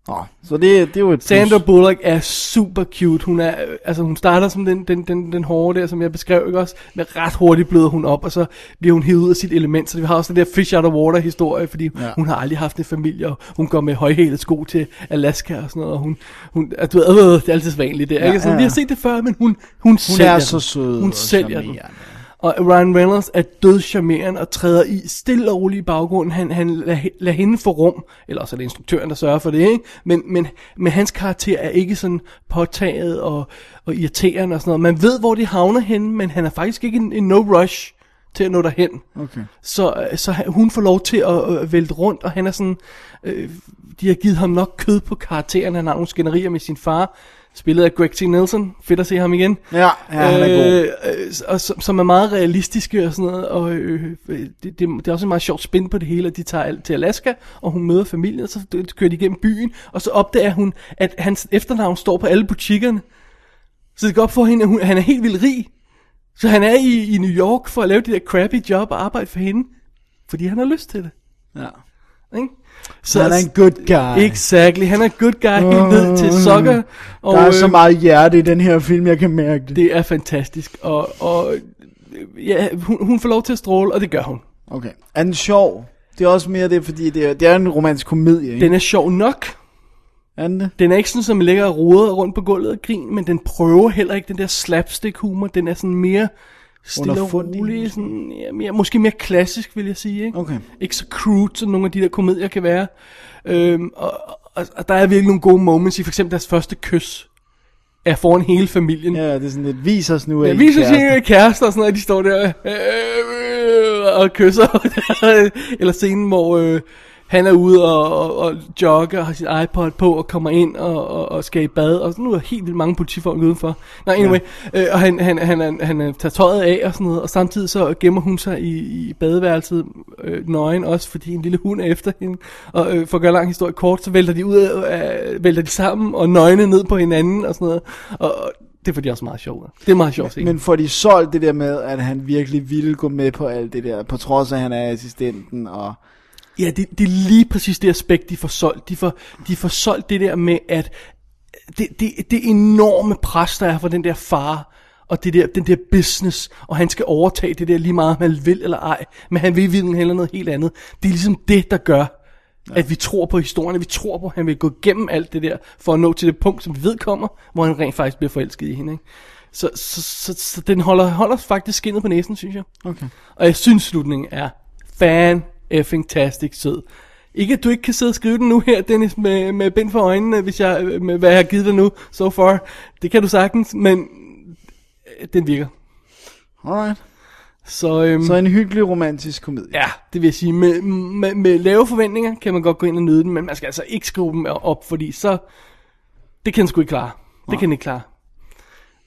Speaker 5: Nå, så det, det er jo et plus.
Speaker 4: Sandra Bullock er super cute. Hun, er, øh, altså, hun starter som den, den, den, den hårde der, som jeg beskrev, ikke også? Men ret hurtigt bløder hun op, og så bliver hun hævet ud af sit element. Så vi har også den der fish out of water historie, fordi
Speaker 5: Ja.
Speaker 4: ja. hun har aldrig haft en familie, og hun går med højhælede sko til Alaska og sådan noget. Og hun, hun, at du ved, øh, det er altid svanligt det, ja, ikke? Så
Speaker 5: ja,
Speaker 4: vi
Speaker 5: ja.
Speaker 4: har set det før, men hun, hun, hun
Speaker 5: Hun
Speaker 4: sælger
Speaker 5: er
Speaker 4: den.
Speaker 5: så sød.
Speaker 4: Hun
Speaker 5: og
Speaker 4: sælger den.
Speaker 5: charmerende.
Speaker 4: Og Ryan Reynolds er død charmerende og træder i stille og roligt i baggrunden. Han, han lader lad hende få rum, eller også er det instruktøren, der sørger for det, ikke? Men, men, men hans karakter er ikke sådan påtaget og, og irriterende og sådan noget. Man ved, hvor det havner henne, men han er faktisk ikke en, en no rush til at nå derhen.
Speaker 5: Okay.
Speaker 4: Så, øh, så han- hun får lov til at øh, vælte rundt, og han er sådan, øh, de har givet ham nok kød på karakteren, han har nogle skænderier med sin far, Spillet af Greg T. Nelson. Fedt at se ham igen.
Speaker 5: Ja, ja han er god.
Speaker 4: øh, og som, som er meget realistiske og sådan noget, og øh, øh, det, det, det er også en meget sjovt spin på det hele, at de tager al- til Alaska, og hun møder familien, og så d- kører de igennem byen, og så opdager hun, at hans efternavn står på alle butikkerne. Så det går op for hende, at hun, han er helt vildt rig. Så han er i, i New York for at lave det der crappy job og arbejde for hende, fordi han har lyst til det.
Speaker 5: Ja.
Speaker 4: Ikke? Så
Speaker 5: Han er en good guy.
Speaker 4: Exactly, han er good guy helt ned til sokker.
Speaker 5: Der er så
Speaker 4: øh,
Speaker 5: meget hjerte i den her film, jeg kan mærke det.
Speaker 4: det er fantastisk, og, og ja, hun, hun får lov til at stråle, og det gør hun.
Speaker 5: Okay. Er den sjov? Det er også mere det, fordi det er, det er en romantisk komedie, ikke?
Speaker 4: Den er sjov nok.
Speaker 5: Er den det?
Speaker 4: Den er ikke sådan, som ligger og roder rundt på gulvet og griner, men den prøver heller ikke den der slapstick humor. Den er sådan mere stille og
Speaker 5: Underfundig.
Speaker 4: rolig, sådan, ja, mere, måske mere klassisk, vil jeg sige. Ikke?
Speaker 5: Okay.
Speaker 4: Ikke så crude, som nogle af de der komedier kan være. Øhm, og, og, og, der er virkelig nogle gode moments i for eksempel deres første kys. Er foran hele familien.
Speaker 5: Ja, det er sådan lidt, vis os nu, at
Speaker 4: Ja,
Speaker 5: I er
Speaker 4: vi synes,
Speaker 5: kærester."
Speaker 4: at kærester og sådan noget, de står der øh, øh, og kysser. Eller scenen, hvor øh, han er ude og, og, og jogger og har sin iPod på og kommer ind og, og, og skal i bad. Og nu er der helt vildt mange politifolk udenfor. Nej, anyway. Ja. Øh, og han, han, han, han, han øh, tager tøjet af og sådan noget. Og samtidig så gemmer hun sig i, i badeværelset øh, nøgen også, fordi en lille hund er efter hende. Og øh, for at gøre lang historie kort, så vælter de, ud af, øh, vælter de sammen og nøgne ned på hinanden og sådan noget. Og, og det er fordi også meget sjovt. Det er meget sjovt scene.
Speaker 5: Men får de solgt det der med, at han virkelig ville gå med på alt det der, på trods af, at han er assistenten, og...
Speaker 4: Ja, det, det er lige præcis det aspekt, de får solgt. De får, de får solgt det der med, at det, det, det enorme pres, der er for den der far, og det der, den der business, og han skal overtage det der lige meget, om han vil eller ej, men han vil viden heller noget helt andet. Det er ligesom det, der gør, ja. at vi tror på historien, at vi tror på, at han vil gå igennem alt det der, for at nå til det punkt, som vi ved kommer, hvor han rent faktisk bliver forelsket i hende. Ikke? Så, så, så, så den holder, holder faktisk skinnet på næsen, synes jeg.
Speaker 5: Okay.
Speaker 4: Og jeg synes, slutningen er fan effing tastic sød. Ikke at du ikke kan sidde og skrive den nu her, Dennis, med, med bind for øjnene, hvis jeg, med hvad jeg har givet dig nu, so far. Det kan du sagtens, men øh, den virker.
Speaker 5: Alright.
Speaker 4: Så, øhm,
Speaker 5: Så en hyggelig romantisk komedie.
Speaker 4: ja, det vil jeg sige, med, med, med lave forventninger kan man godt gå ind og nyde den, men man skal altså ikke skrive dem op, fordi så, det kan den sgu ikke klare. Det kan den ikke klare.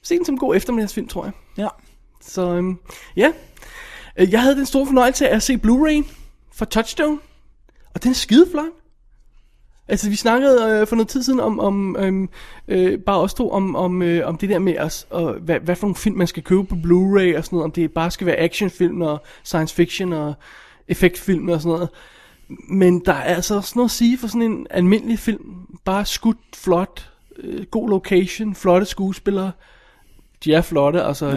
Speaker 4: Se den som en god eftermiddagsfilm, tror jeg.
Speaker 5: Ja.
Speaker 4: Så øhm, ja, Øh, jeg havde den store fornøjelse af at se Blu-ray fra Touchstone, og den er skideflot. Altså, vi snakkede øh, for noget tid siden om, om øhm, øh, bare os to, om, om, øh, om det der med os, og hvad, hvad for nogle film, man skal købe på Blu-ray og sådan noget, om det bare skal være actionfilm og science fiction og effektfilm og sådan noget. Men der er altså også noget at sige for sådan en almindelig film. Bare skudt, flot, øh, god location, flotte skuespillere. De er flotte, altså ja.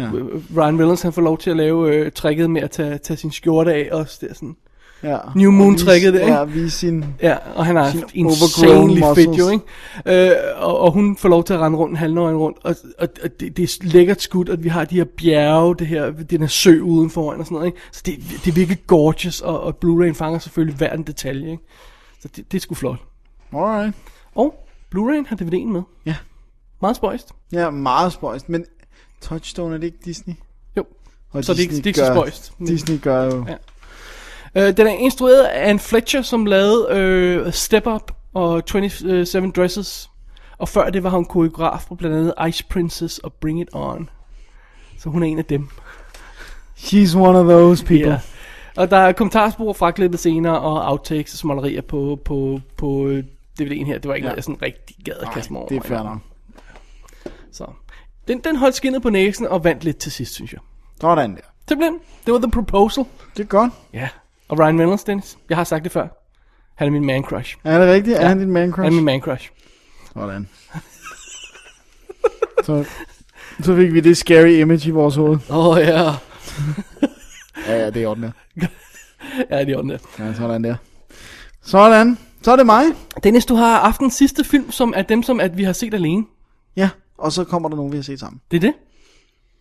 Speaker 4: Ryan Reynolds han får lov til at lave øh, tricket med at tage, tage sin skjorte af også. Det er sådan.
Speaker 5: ja.
Speaker 4: New
Speaker 5: Og
Speaker 4: Moon-tricket
Speaker 5: vise-
Speaker 4: der, ikke?
Speaker 5: Ja, vise sin...
Speaker 4: Ja, og han har
Speaker 5: Sin
Speaker 4: haft
Speaker 5: overgrown
Speaker 4: insanely fedt jo,
Speaker 5: muscles.
Speaker 4: ikke? Øh, og, og hun får lov til at rende rundt, halvnøgen rundt, og, og, og det, det er lækkert skudt, at vi har de her bjerge, det her, den her sø uden foran og sådan noget, ikke? Så det, det er virkelig gorgeous, og, og Blu-rayen fanger selvfølgelig hver en detalje, ikke? Så det, det er sgu flot.
Speaker 5: Alright.
Speaker 4: Og Blu-rayen har DVD'en med.
Speaker 5: Ja.
Speaker 4: Meget spøjst.
Speaker 5: Ja, meget spøjst, men Touchstone er det ikke Disney?
Speaker 4: Jo.
Speaker 5: Og
Speaker 4: Så det er ikke- det er ikke så
Speaker 5: gør-
Speaker 4: spøjst. Men-
Speaker 5: Disney gør jo...
Speaker 4: Ja. Øh, den er instrueret af Anne Fletcher, som lavede øh, Step Up og 27 Dresses. Og før det var hun koreograf på blandt andet Ice Princess og Bring It On. Så hun er en af dem.
Speaker 5: She's one of those people.
Speaker 4: Ja. Og der er kommentarspor fra klippet senere, og outtakes og smålerier på, på, på øh, DVD'en her. Det var ikke ja. noget, jeg sådan rigtig gad at kaste mig over.
Speaker 5: Det er fair nok.
Speaker 4: Så. Den, den holdt skinnet på næsen og vandt lidt til sidst, synes jeg.
Speaker 5: Sådan der.
Speaker 4: Simpelthen, det var The Proposal.
Speaker 5: Det er godt.
Speaker 4: Ja. Og Ryan Reynolds, Dennis. Jeg har sagt det før. Han er min man crush.
Speaker 5: Er det rigtigt? Er han din man
Speaker 4: Han er
Speaker 5: crush?
Speaker 4: min man crush.
Speaker 5: Sådan. så, så fik vi det scary image i vores hoved.
Speaker 4: Åh oh, ja. Yeah.
Speaker 5: Ja, ja, det er ordentligt.
Speaker 4: Ja, det er ordentligt.
Speaker 5: Ja, sådan der. Sådan. Så er det mig.
Speaker 4: Dennis, du har aftens sidste film, som er dem, som at vi har set alene.
Speaker 5: Ja, og så kommer der nogen, vi har set sammen.
Speaker 4: Det er det?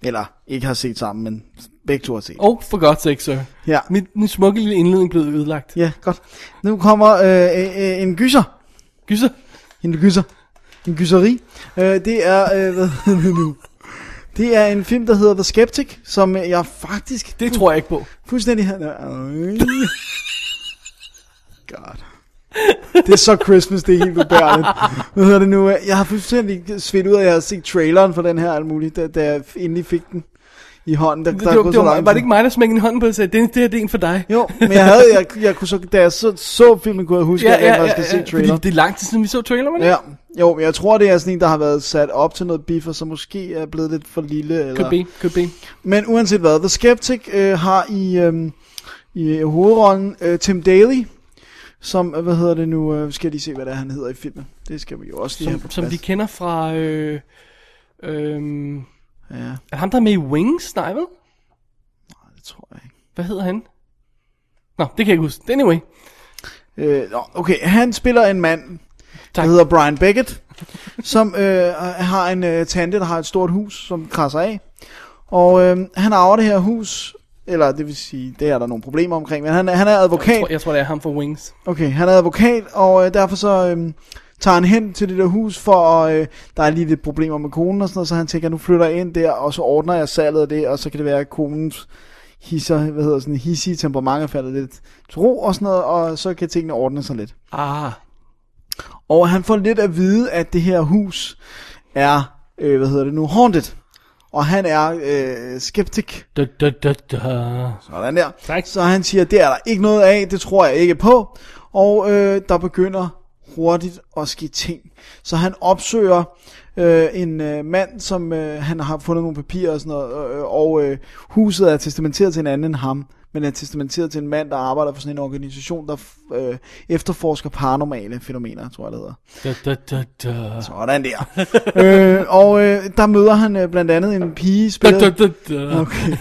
Speaker 5: Eller ikke har set sammen, men begge to har set.
Speaker 4: Oh, for godt sake, sir.
Speaker 5: Ja.
Speaker 4: Min, min smukke lille indledning blev ødelagt.
Speaker 5: Ja, godt. Nu kommer øh, øh, øh, en gyser.
Speaker 4: Gyser.
Speaker 5: En gyser. En gyseri. Øh, det er, øh, hvad hedder det nu? Det er en film, der hedder The Skeptic, som øh, jeg faktisk...
Speaker 4: Det tror jeg ikke på.
Speaker 5: Fuldstændig... Øh, God. Det er så Christmas, det er helt ubærligt. Hvad hedder det nu? Jeg har fuldstændig svedt ud, af, at jeg har set traileren for den her alt muligt, da, da jeg endelig fik den i hånden. Der,
Speaker 4: Det,
Speaker 5: der
Speaker 4: det,
Speaker 5: er
Speaker 4: var,
Speaker 5: gået
Speaker 4: det
Speaker 5: så
Speaker 4: var,
Speaker 5: lang
Speaker 4: var det
Speaker 5: tid.
Speaker 4: ikke mig, der smækkede en hånd på og sagde, det, det her det er en for dig?
Speaker 5: Jo, men jeg havde, jeg, jeg kunne så, da jeg så, så filmen, kunne jeg huske, ja, at jeg ja, ja, se
Speaker 4: fordi
Speaker 5: traileren.
Speaker 4: det er lang tid siden, vi så trailer, men
Speaker 5: Ja, jo, men jeg tror, det er sådan en, der har været sat op til noget beef, og så måske er blevet lidt for lille. Eller...
Speaker 4: Could be, could be.
Speaker 5: Men uanset hvad, The Skeptic øh, har i, øh, i hovedrollen øh, Tim Daly, som, øh, hvad hedder det nu, øh, skal jeg lige se, hvad det er, han hedder i filmen. Det skal vi jo også lige have på
Speaker 4: Som, som
Speaker 5: plads.
Speaker 4: vi kender fra... Øh, øhm,
Speaker 5: Ja,
Speaker 4: er ham, der er med i Wings? Nej, vel?
Speaker 5: det tror jeg ikke.
Speaker 4: Hvad hedder han? Nå, det kan jeg ikke huske. Anyway.
Speaker 5: Øh, nå, okay, han spiller en mand,
Speaker 4: Tak.
Speaker 5: der hedder Brian Beckett, som øh, har en øh, tante, der har et stort hus, som krasser af. Og øh, han arver det her hus, eller det vil sige, det er der nogle problemer omkring, men han, han er
Speaker 4: Jeg
Speaker 5: advokat.
Speaker 4: tror, jeg tror, det er ham fra Wings.
Speaker 5: Okay, han er advokat, og øh, derfor så øh, tager han hen til det der hus, for øh, der er lige lidt problemer med konen og sådan noget, så han tænker, nu flytter jeg ind der, og så ordner jeg salget af det, og så kan det være, at konens hisser, hvad hedder sådan, hissige temperament er faldet lidt til ro og sådan noget, og så kan tingene ordne sig lidt.
Speaker 4: Ah,
Speaker 5: Og han får lidt at vide, at det her hus er, øh, hvad hedder det nu, haunted. Og han er øh, skeptik.
Speaker 4: da, da, da, da.
Speaker 5: Sådan der.
Speaker 4: Tak.
Speaker 5: Så han siger, det er der ikke noget af, det tror jeg ikke på. Og øh, der begynder hurtigt at ske ting. Så han opsøger øh, en øh, mand, som øh, han har fundet nogle papirer og sådan noget, øh, og øh, huset er testamenteret til en anden end ham, men er testamenteret til en mand, der arbejder for sådan en organisation, der øh, efterforsker paranormale fænomener, tror jeg det hedder.
Speaker 4: Da, da, da, da.
Speaker 5: Sådan der. øh, og øh, der møder han øh, blandt andet en pige,
Speaker 4: Da, da,
Speaker 5: spillet,
Speaker 4: da, da.
Speaker 5: okay.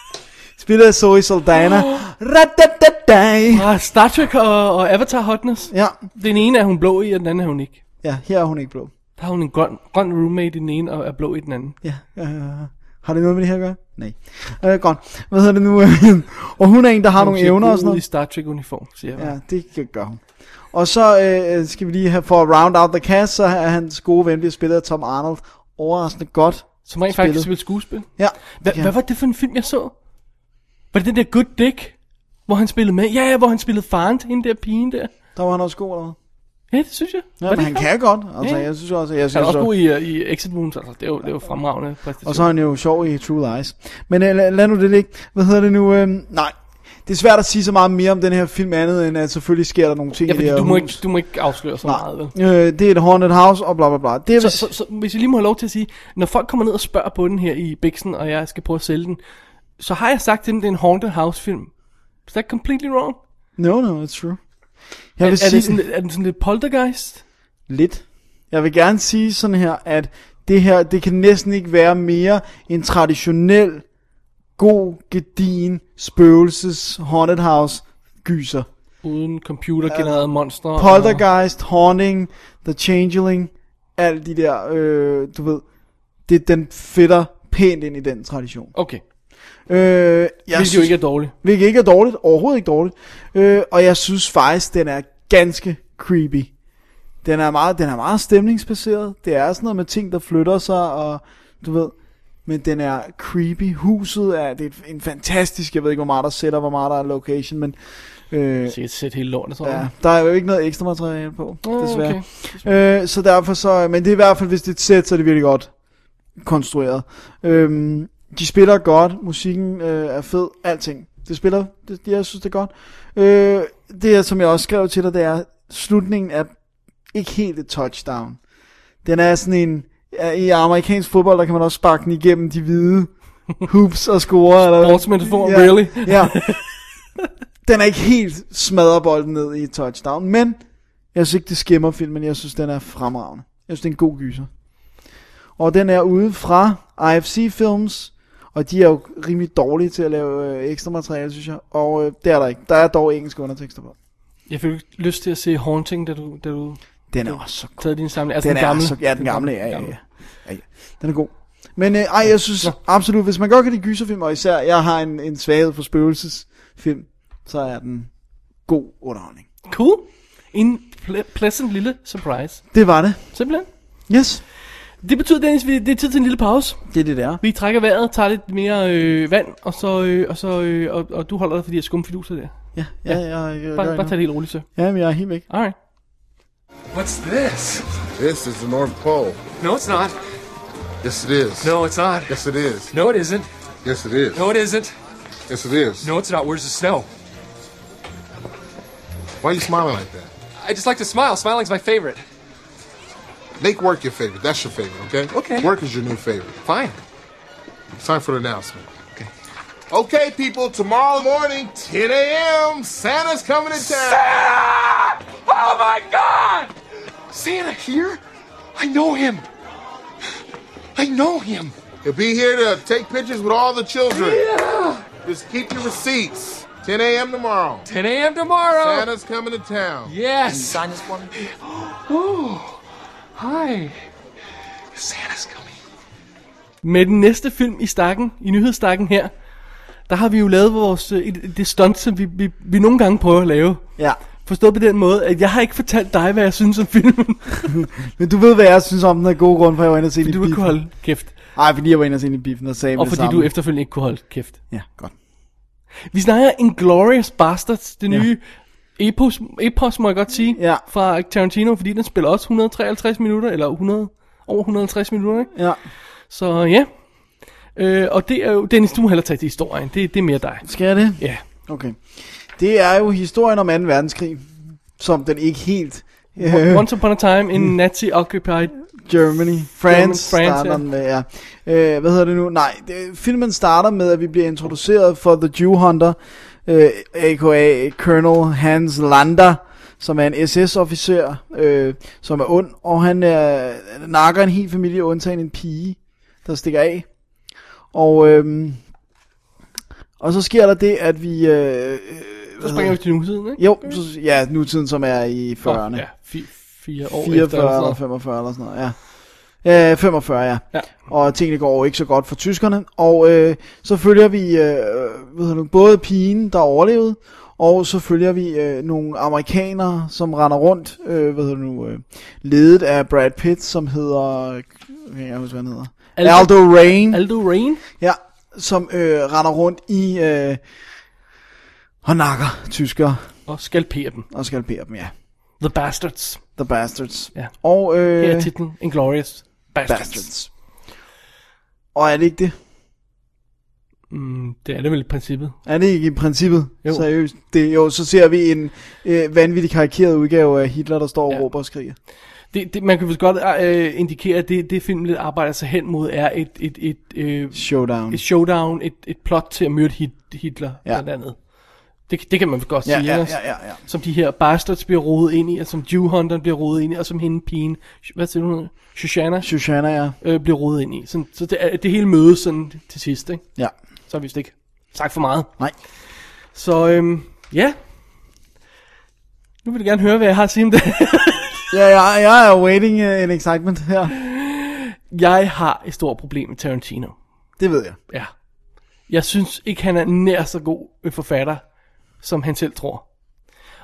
Speaker 5: spillet af Zoe Saldana. Radadadai.
Speaker 4: Ah, Star Trek og, og Avatar Hotness.
Speaker 5: Ja,
Speaker 4: Den ene er hun blå i, og den anden er hun ikke.
Speaker 5: ja, her er hun ikke blå.
Speaker 4: Der har hun en grøn, grøn roommate i den ene, og er blå i den anden.
Speaker 5: Ja, øh, har det noget med det her at gøre? Nej. Øh, godt. Hvad hedder det nu? og hun er en, der har
Speaker 4: Hun
Speaker 5: nogle
Speaker 4: ser
Speaker 5: evner
Speaker 4: god
Speaker 5: og sådan
Speaker 4: ud i
Speaker 5: noget.
Speaker 4: Star Trek uniform, siger jeg. Ja.
Speaker 5: Ja, det gør hun. Og så øh, skal vi lige have, for at round out the cast, så er hans gode ven, bliver spillet af Tom Arnold. Overraskende godt.
Speaker 4: Som rent
Speaker 5: Spillet.
Speaker 4: faktisk spiller skuespil.
Speaker 5: Ja,
Speaker 4: Hva,
Speaker 5: ja.
Speaker 4: Hvad var det for en film, jeg så? Var det den der Good Dick? Hvor han spillede med? Ja, ja, hvor han spillede faren til hende der pigen der.
Speaker 5: der var han også god, eller hvad?
Speaker 4: Ja, det synes jeg.
Speaker 5: Ja,
Speaker 4: var
Speaker 5: men
Speaker 4: det
Speaker 5: han
Speaker 4: ham?
Speaker 5: kan godt. Altså,
Speaker 4: Ja.
Speaker 5: jeg synes også, jeg synes
Speaker 4: Han er også
Speaker 5: også-
Speaker 4: god i, øh, i Exit Wounds, altså det er jo, det er jo fremragende præstation.
Speaker 5: Og så er han jo sjov i True Lies. Men øh, lad, lad nu det ligge. Hvad hedder det nu? Øh, nej, det er svært at sige så meget mere om den her film andet, end at selvfølgelig sker der nogle ting
Speaker 4: ja,
Speaker 5: i øh, det
Speaker 4: fordi
Speaker 5: her
Speaker 4: du må,
Speaker 5: hus.
Speaker 4: ikke, du må ikke afsløre så meget, vel?
Speaker 5: Øh, det er et haunted house, og bla bla bla. Det er
Speaker 4: Så,
Speaker 5: vist...
Speaker 4: så, så, hvis jeg lige må have lov til at sige, når folk kommer ned og spørger på den her i Bixen, og jeg skal prøve at sælge den, så har jeg sagt til dem, det er en Haunted House film. Is that completely wrong?
Speaker 5: No, no, it's true. Jeg
Speaker 4: Er,
Speaker 5: vil
Speaker 4: er,
Speaker 5: sige
Speaker 4: det sådan, er den sådan lidt poltergeist?
Speaker 5: lidt. Jeg vil gerne sige sådan her, at det her, det kan næsten ikke være mere en traditionel, god, gedin, spøgelses, haunted house gyser.
Speaker 4: Uden computergenererede monstre? og-
Speaker 5: Poltergeist, Haunting, The Changeling, alle de der, øh, du ved, det, den fitter pænt ind i den tradition.
Speaker 4: Okay,
Speaker 5: Øh, jeg
Speaker 4: det er jo
Speaker 5: synes-
Speaker 4: ikke er dårligt.
Speaker 5: Hvilket ikke er dårligt, overhovedet ikke dårligt. Øh, og jeg synes faktisk, den er ganske creepy. Den er, meget, den er meget stemningsbaseret. Det er sådan noget med ting, der flytter sig, og du ved... Men den er creepy. Huset er, det er en fantastisk, jeg ved ikke, hvor meget der sætter, hvor meget der er location, men øh,
Speaker 4: Så jeg sætte hele lortet, tror
Speaker 5: ja,
Speaker 4: jeg.
Speaker 5: der er jo ikke noget ekstra materiale på,
Speaker 4: Ah,
Speaker 5: desværre.
Speaker 4: okay.
Speaker 5: Øh, så derfor så, men det er i hvert fald, hvis det er et sæt, så er det virkelig godt konstrueret. Øhm, de spiller godt, musikken øh, er fed, alting. Det spiller, det, jeg synes det er godt. Øh, det, som jeg også skrev til dig, det er, slutningen er ikke helt et touchdown. Den er sådan en, ja, i amerikansk fodbold, der kan man også sparke den igennem de hvide hoops og score. Eller,
Speaker 4: Sportsmetafor, really?
Speaker 5: Ja. Den er ikke helt smadrer bolden ned i et touchdown, men jeg synes ikke, det skimmer filmen. Jeg synes, den er fremragende. Jeg synes, det er en god gyser. Og den er ude fra IFC Films, og de er jo rimelig dårlige til at lave øh, ekstra materiale, synes jeg. Og øh, det er der ikke. Der er dog engelske undertekster på.
Speaker 4: Jeg fik lyst til at se Haunting, da du, da du
Speaker 5: Den er også så god.
Speaker 4: taget din samling. Altså
Speaker 5: Den
Speaker 4: den,
Speaker 5: er
Speaker 4: gamle.
Speaker 5: så... Ja, den gamle. Ja, ja, ja. ja, ja. Den er god. Men øh, ej, jeg synes absolut, hvis man godt kan lide gyserfilm, og især jeg har en, en svaghed for spøgelsesfilm, så er den god underholdning.
Speaker 4: Cool. En ple- pleasant lille surprise.
Speaker 5: Det var det.
Speaker 4: Simpelthen.
Speaker 5: Yes.
Speaker 4: Det betyder, Dennis, vi- det er tid til en lille pause.
Speaker 5: Det er det, der.
Speaker 4: Vi trækker vejret, tager lidt mere øh, vand, og så, øh, og, så øh, og, og, du holder dig for de her skumfiduser der.
Speaker 5: Ja, ja, ja. Jeg, jeg, jeg,
Speaker 4: Bare, bare tag
Speaker 5: jeg,
Speaker 4: det helt roligt, så.
Speaker 5: jeg, jeg er helt væk.
Speaker 4: Alright.
Speaker 10: What's this?
Speaker 3: This is the North Pole.
Speaker 10: No, it's not.
Speaker 3: Yes, it is.
Speaker 10: No, it's not.
Speaker 3: Yes, it is.
Speaker 10: No, it isn't.
Speaker 3: Yes, it is.
Speaker 10: No, it isn't.
Speaker 3: Yes, it is.
Speaker 10: No, it's not. Where's the snow?
Speaker 3: Why are you smiling like that?
Speaker 10: I just like to smile. Smiling's my favorite.
Speaker 3: Make work your favorite. That's your favorite, okay?
Speaker 10: Okay.
Speaker 3: Work is your new favorite.
Speaker 10: Fine.
Speaker 3: It's time for the announcement.
Speaker 10: Okay.
Speaker 3: Okay, people, tomorrow morning, 10 a.m., Santa's coming to town.
Speaker 10: Oh my God! Santa here? I know him. I know him.
Speaker 3: He'll be here to take pictures with all the children. Just keep your receipts. 10 a.m. tomorrow.
Speaker 10: 10 a.m. tomorrow.
Speaker 3: Santa's coming to town.
Speaker 10: Yes.
Speaker 11: this one?
Speaker 10: Oh, hi. Santa's coming.
Speaker 4: Med den næste film i stakken, i nyhedsstakken her, der har vi jo lavet vores, øh, et- et- det stunt, som vi, vi, vi nogle gange prøver at lave.
Speaker 5: Ja.
Speaker 4: Forstået på den måde, at jeg har ikke fortalt dig, hvad jeg synes om filmen.
Speaker 5: Men du ved, hvad jeg synes om den af gode grund, for jeg var inde og se den i
Speaker 4: Du ikke kunne
Speaker 5: biffen.
Speaker 4: holde kæft.
Speaker 5: Ej, fordi jeg var inde og se den i biffen og sagde med
Speaker 4: Og
Speaker 5: det
Speaker 4: fordi
Speaker 5: samme.
Speaker 4: du efterfølgende ikke kunne holde kæft.
Speaker 5: Ja, godt.
Speaker 4: Vi snakker Inglourious Bastards, det
Speaker 5: Ja.
Speaker 4: nye epos, epos må jeg godt sige,
Speaker 5: Ja.
Speaker 4: fra Tarantino, fordi den spiller også 153 minutter, eller 100, over 150 minutter, ikke?
Speaker 5: Ja.
Speaker 4: Så ja. Øh, og det er jo, Dennis, du må hellere tage til historien, det, det er mere dig.
Speaker 5: Skal jeg det?
Speaker 4: Ja.
Speaker 5: Okay. Det er jo historien om 2. verdenskrig, som den ikke helt...
Speaker 4: Yeah.
Speaker 5: Øh.
Speaker 4: Once upon a time
Speaker 5: Mm.
Speaker 4: in Nazi-occupied
Speaker 5: Germany. France,
Speaker 4: Germany,
Speaker 5: Germany,
Speaker 4: France,
Speaker 5: starter
Speaker 4: ja.
Speaker 5: den med, ja. Øh, hvad hedder det nu? Nej, det, filmen starter med, at vi bliver introduceret for The Jew Hunter, øh, a.k.a. Colonel Hans Lander, som er en SS-officer, øh, som er ond, og han øh, nakker en hel familie, undtagen en pige, der stikker af. Og, øh, og så sker der det, at vi... Øh, øh,
Speaker 4: Så springer vi til nutiden, ikke?
Speaker 5: jo, så, ja, nutiden, som er i 40'erne.
Speaker 4: Ja, fi, fire år 44.
Speaker 5: 44
Speaker 4: efter. eller sådan noget.
Speaker 5: eller 45 eller sådan noget, ja. Øh, 45, ja.
Speaker 4: Ja.
Speaker 5: Og tingene går jo ikke så godt for tyskerne. Og øh, så følger vi øh, hvad hedder det, både pigen, der overlevede, og så følger vi øh, nogle amerikanere, som render rundt, øh, hvad hedder det nu, øh, ledet af Brad Pitt, som hedder, øh, jeg kan ikke huske, hvad han hedder,
Speaker 4: Aldo-
Speaker 5: Aldo, Aldo Rain.
Speaker 4: Aldo Rain,
Speaker 5: Ja, som øh, render rundt i, øh, og nakker tyskere
Speaker 4: og skalperer dem.
Speaker 5: og skalperer dem, ja.
Speaker 4: The Bastards.
Speaker 5: The Bastards.
Speaker 4: Ja.
Speaker 5: Og, øh,
Speaker 4: Her er titlen, Inglourious Bastards. Bastards.
Speaker 5: Bastards. Og er det ikke det?
Speaker 4: Mm, det er det vel i princippet.
Speaker 5: Er det ikke i princippet?
Speaker 4: Jo.
Speaker 5: Jo. Seriøst. Det, jo, så ser vi en øh, vanvittig karikeret udgave af Hitler, der står og
Speaker 4: Ja.
Speaker 5: ja. råber og skriger.
Speaker 4: Det, det, man kan vel godt øh, indikere, at det, det film lidt arbejder sig hen mod, er et, et, et, øh,
Speaker 5: Showdown.
Speaker 4: et showdown, et, et plot til at myrde Hit- Hitler, ja.
Speaker 5: Ja.
Speaker 4: blandt andet. Det, det kan man vel godt
Speaker 5: Ja,
Speaker 4: sige,
Speaker 5: ja,
Speaker 4: ikke?
Speaker 5: ja, ja, ja.
Speaker 4: Som de her bastards bliver rodet ind i, og som Jew Hunteren bliver rodet ind i, og som hende pigen, hvad siger du, hun hedder? Shoshana,
Speaker 5: Shoshana, ja.
Speaker 4: øh, bliver rodet ind i. Sådan, så det, er- det hele mødes sådan til sidst, ikke?
Speaker 5: Ja.
Speaker 4: Så har vi vist ikke sagt for meget.
Speaker 5: Nej.
Speaker 4: Så øhm, ja. Nu vil jeg gerne høre, hvad jeg har at sige om det.
Speaker 5: Ja, ja, jeg er waiting uh, in excitement her.
Speaker 4: Jeg har et stort problem med Tarantino.
Speaker 5: Det ved jeg.
Speaker 4: Ja. Jeg synes ikke, han er nær så god en forfatter, som han selv tror.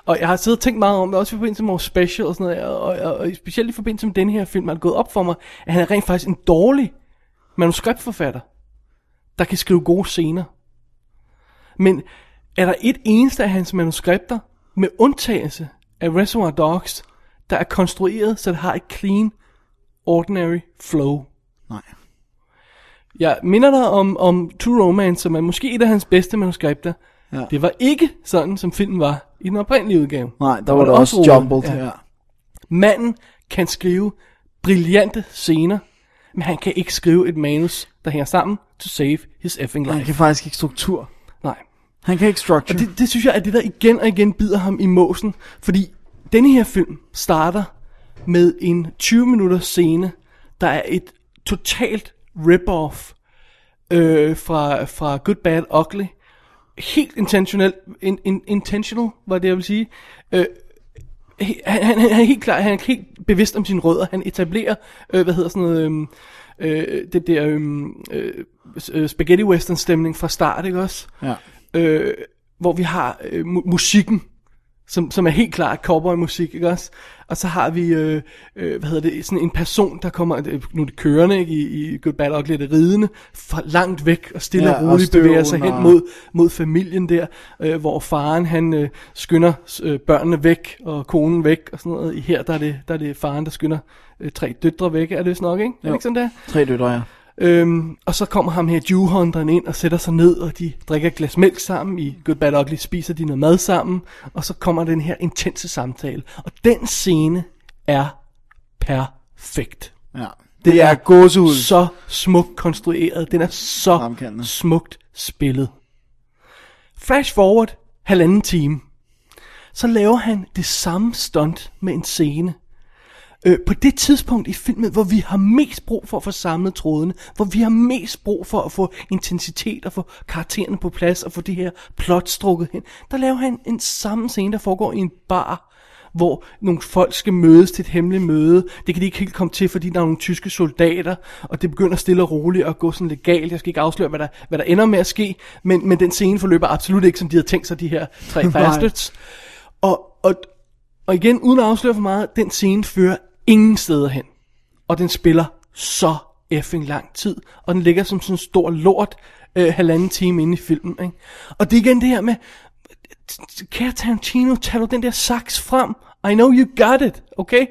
Speaker 4: Og jeg har siddet og tænkt meget om det, også i forbindelse med vores special og sådan noget, og, og, og, og specielt i forbindelse med den her film, har det gået op for mig, at han er rent faktisk en dårlig manuskriptforfatter, der kan skrive gode scener. Men er der et eneste af hans manuskripter, med undtagelse af Reservoir Dogs, der er konstrueret, så det har et clean, ordinary flow?
Speaker 5: Nej.
Speaker 4: Jeg minder dig om, om True Romance, som er måske et af hans bedste manuskripter. Ja.
Speaker 5: Ja.
Speaker 4: Det var ikke sådan, som filmen var i den oprindelige udgave.
Speaker 5: Nej, der var det også
Speaker 4: rodet.
Speaker 5: jumbled. Ja.
Speaker 4: Manden kan skrive brillante scener, men han kan ikke skrive et manus, der hænger sammen to save his effing
Speaker 5: Han
Speaker 4: life.
Speaker 5: kan faktisk ikke struktur.
Speaker 4: Nej.
Speaker 5: Han kan ikke
Speaker 4: Og
Speaker 5: structure.
Speaker 4: det, det synes jeg er det, der igen og igen bider ham i måsen. Fordi denne her film starter med en 20 minutters scene, der er et totalt rip-off øh, fra, fra Good, Bad, Ugly. Helt intentional, in, in, intentional var det, jeg vil sige. Øh, he- han, han, han er helt klar, han er helt bevidst om sine rødder. Han etablerer, øh, hvad hedder sådan noget, øhm, øh, det der øhm, øh, s- øh, spaghetti western stemning fra start, ikke også?
Speaker 5: Ja.
Speaker 4: øh, hvor vi har øh, mu- musikken som, som er helt klart cowboy-musik, ikke også? Og så har vi, øh, øh, hvad hedder det, sådan en person, der kommer, øh, nu er det kørende, ikke, i, i Good Bad Ugly, det ridende, fra langt væk, og stille
Speaker 5: Ja,
Speaker 4: ja, og
Speaker 5: og
Speaker 4: roligt
Speaker 5: støven
Speaker 4: bevæger sig hen
Speaker 5: og-
Speaker 4: mod, mod familien der, øh, hvor faren, han øh, skynder øh, børnene væk, og konen væk, og sådan noget. Her, der er det, der er det faren, der skynder øh, tre døtre væk, er det vist nok, ikke? Er det
Speaker 5: Jo.
Speaker 4: ikke sådan der?
Speaker 5: Tre døtre, ja.
Speaker 4: Øhm, og så kommer ham her jewhunderen ind og sætter sig ned, og de drikker et glas mælk sammen. I Good Bad Ugly spiser de noget mad sammen, og så kommer den her intense samtale. Og den scene er perfekt.
Speaker 5: ja. Det er gåsehud.
Speaker 4: Så smukt konstrueret. Den er så
Speaker 5: Fremkaldende.
Speaker 4: smukt spillet. Flash forward halvanden time. Så laver han det samme stunt med en scene. Øh, på det tidspunkt i filmen, hvor vi har mest brug for at få samlet trådene, hvor vi har mest brug for at få intensitet og få karaktererne på plads og få det her plot strukket hen, der laver han en samme scene, der foregår i en bar, hvor nogle folk skal mødes til et hemmeligt møde. Det kan de ikke helt komme til, fordi der er nogle tyske soldater, og det begynder stille og roligt at gå sådan legalt. Jeg skal ikke afsløre, hvad der, hvad der ender med at ske, men, men den scene forløber absolut ikke, som de havde tænkt sig, de her tre bastards. Og, og, og igen, uden at afsløre for meget, den scene fører ingen steder hen. Og den spiller så effing lang tid. Og den ligger som sådan en stor lort øh, halvanden time inde i filmen. Ikke? Og det er igen det her med, kære Tarantino, tag du den der sax frem. I know you got it, okay?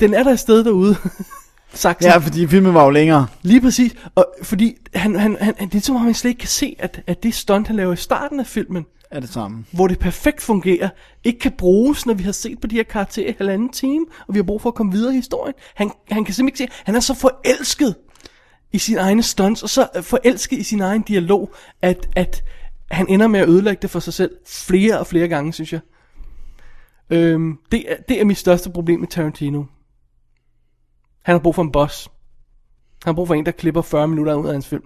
Speaker 4: Den er der et sted derude. Saxen.
Speaker 5: Ja, fordi filmen var jo længere.
Speaker 4: Lige præcis, og fordi han, han, han, det er som om han slet ikke kan se, at, at det stunt, han laver i starten af filmen,
Speaker 5: Er det samme.
Speaker 4: hvor det perfekt fungerer, ikke kan bruges, når vi har set på de her karakterer i halvanden time, og vi har brug for at komme videre i historien. Han, han kan simpelthen ikke se, han er så forelsket i sine egne stunts, og så forelsket i sin egen dialog, at, at han ender med at ødelægge det for sig selv flere og flere gange, synes jeg. Øhm, det, er, det er mit største problem med Tarantino. Han har brug for en boss. Han har brug for en, der klipper 40 minutter ud af hans film.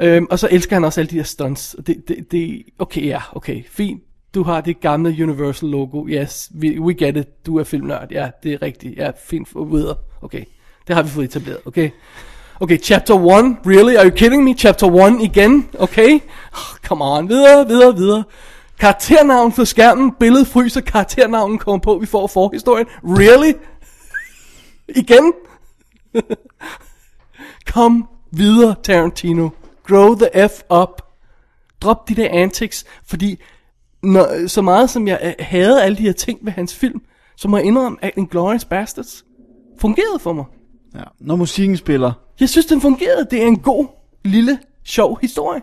Speaker 4: Øhm, og så elsker han også alle de her stunts. Og Det, det, det, okay, ja, okay, fint. Du har det gamle Universal logo. Yes, we, we get it. Du er filmnørd. Ja, det er rigtigt. Ja, fint. Og Videre. Okay, det har vi fået etableret. Okay. Okay, chapter 1. Really? Are you kidding me? Chapter 1 igen? Okay. Oh, come on. Videre, videre, videre. Karakternavn på skærmen. Billedet fryser. Karakternavnen kommer på. Vi får forhistorien. Really? igen? Kom videre, Tarantino. Grow the F up. Drop de der antics, fordi når, så meget som jeg øh, havde alle de her ting ved hans film, så må jeg indrømme, at Inglourious Bastards fungerede for mig.
Speaker 5: Ja. Når musikken spiller.
Speaker 4: Jeg synes, den fungerede. Det er en god, lille, sjov historie.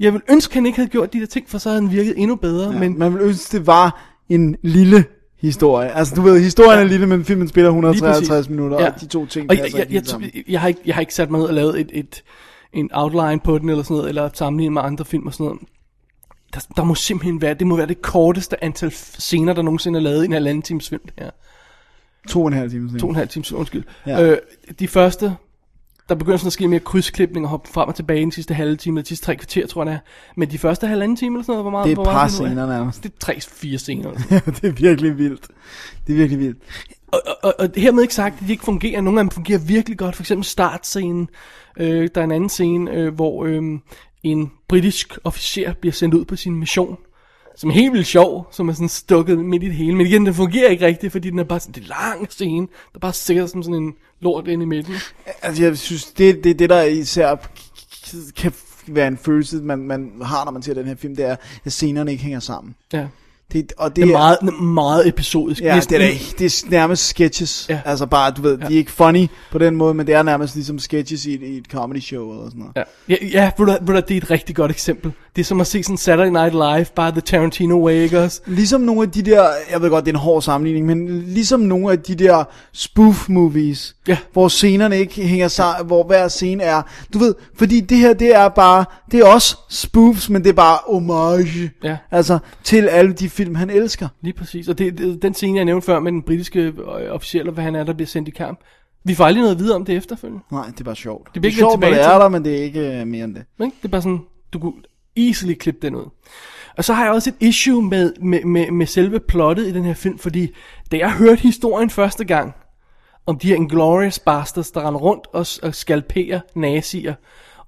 Speaker 4: Jeg vil ønske, han ikke havde gjort de der ting, for så havde den virket endnu bedre. Ja, men
Speaker 5: Men man ville ønske, det var en lille historie. Altså, du ved, historien er lille, men filmen spiller 153 minutter, ja. og de to ting
Speaker 4: og
Speaker 5: passer
Speaker 4: jeg, jeg,
Speaker 5: ikke
Speaker 4: jeg,
Speaker 5: helt sammen.
Speaker 4: jeg, jeg, har ikke, jeg har ikke sat mig ned og lavet et, et, en outline på den, eller sådan noget, eller sammenlignet med andre film og sådan noget. Der, der må simpelthen være, det må være det korteste antal f- scener, der nogensinde er lavet i en halvanden times film. Ja.
Speaker 5: To og en halv time.
Speaker 4: To og en halv times, undskyld. Ja.
Speaker 5: Ja.
Speaker 4: Øh, de første, der begynder sådan at ske mere krydsklipning og hoppe frem og tilbage i den sidste halve time, eller de sidste tre kvarter, tror jeg det er. Men de første halvanden time eller sådan noget, hvor meget?
Speaker 5: Det er
Speaker 4: hvor
Speaker 5: et par
Speaker 4: meget nu
Speaker 5: scener nærmest.
Speaker 4: Det er tre, fire scener. eller sådan noget.
Speaker 5: Ja, det er virkelig vildt. Det er virkelig vildt.
Speaker 4: og, og- og, og hermed ikke sagt, at de ikke fungerer. Nogle af dem fungerer virkelig godt. For eksempel startscenen. Øh, der er en anden scene, øh, hvor øh, en britisk officer bliver sendt ud på sin mission. Som er helt vildt sjov, som er sådan stukket midt i det hele. Men igen, den fungerer ikke rigtigt, fordi den er bare sådan, det er lang scene, der bare sikker som sådan en lort ind i midten.
Speaker 5: Altså, jeg synes, det, det, det der især kan være en følelse, man, man har, når man ser den her film, det er, at scenerne ikke hænger sammen.
Speaker 4: Ja.
Speaker 5: Det, og det,
Speaker 4: Det er meget, den er meget episodisk.
Speaker 5: Ja,
Speaker 4: Næsten-
Speaker 5: det er, da ikke- det er nærmest sketches.
Speaker 4: Ja.
Speaker 5: Ja. Altså bare, du ved, ja. de er ikke funny på den måde, men det er nærmest ligesom sketches i et, i et comedy show eller sådan noget.
Speaker 4: Ja, ja, ja ved du, hvad- ved du, hvad, det er et rigtig godt eksempel. Det er som at se sådan Saturday Night Live, bare The Tarantino Way, ikke også?
Speaker 5: Ligesom nogle af de der, jeg ved godt, det er en hård sammenligning, men ligesom nogle af de der spoof-movies,
Speaker 4: Ja.
Speaker 5: hvor scenerne ikke hænger sammen, hvor hver scene er, du ved, fordi det her, det er bare, det er også spoofs, men det er bare homage,
Speaker 4: Ja.
Speaker 5: altså til alle de film, han elsker.
Speaker 4: Lige præcis. Og det, det, den scene, jeg nævnte før med den britiske øh, officer, eller hvad han er, der bliver sendt i kamp. Vi får aldrig noget videre om det efterfølgende.
Speaker 5: Nej, det er bare sjovt.
Speaker 4: Det bliver
Speaker 5: det er
Speaker 4: ikke vendt
Speaker 5: sjovt, når det
Speaker 4: tilbage
Speaker 5: er
Speaker 4: til.
Speaker 5: der, men det er ikke øh, mere end det.
Speaker 4: Ikke? Det er bare sådan, du kunne easily klippe den ud. Og så har jeg også et issue med, med, med, med selve plottet i den her film, fordi da jeg hørte historien første gang, om de her Inglourious Bastards, der render rundt og, og skalperer nazier,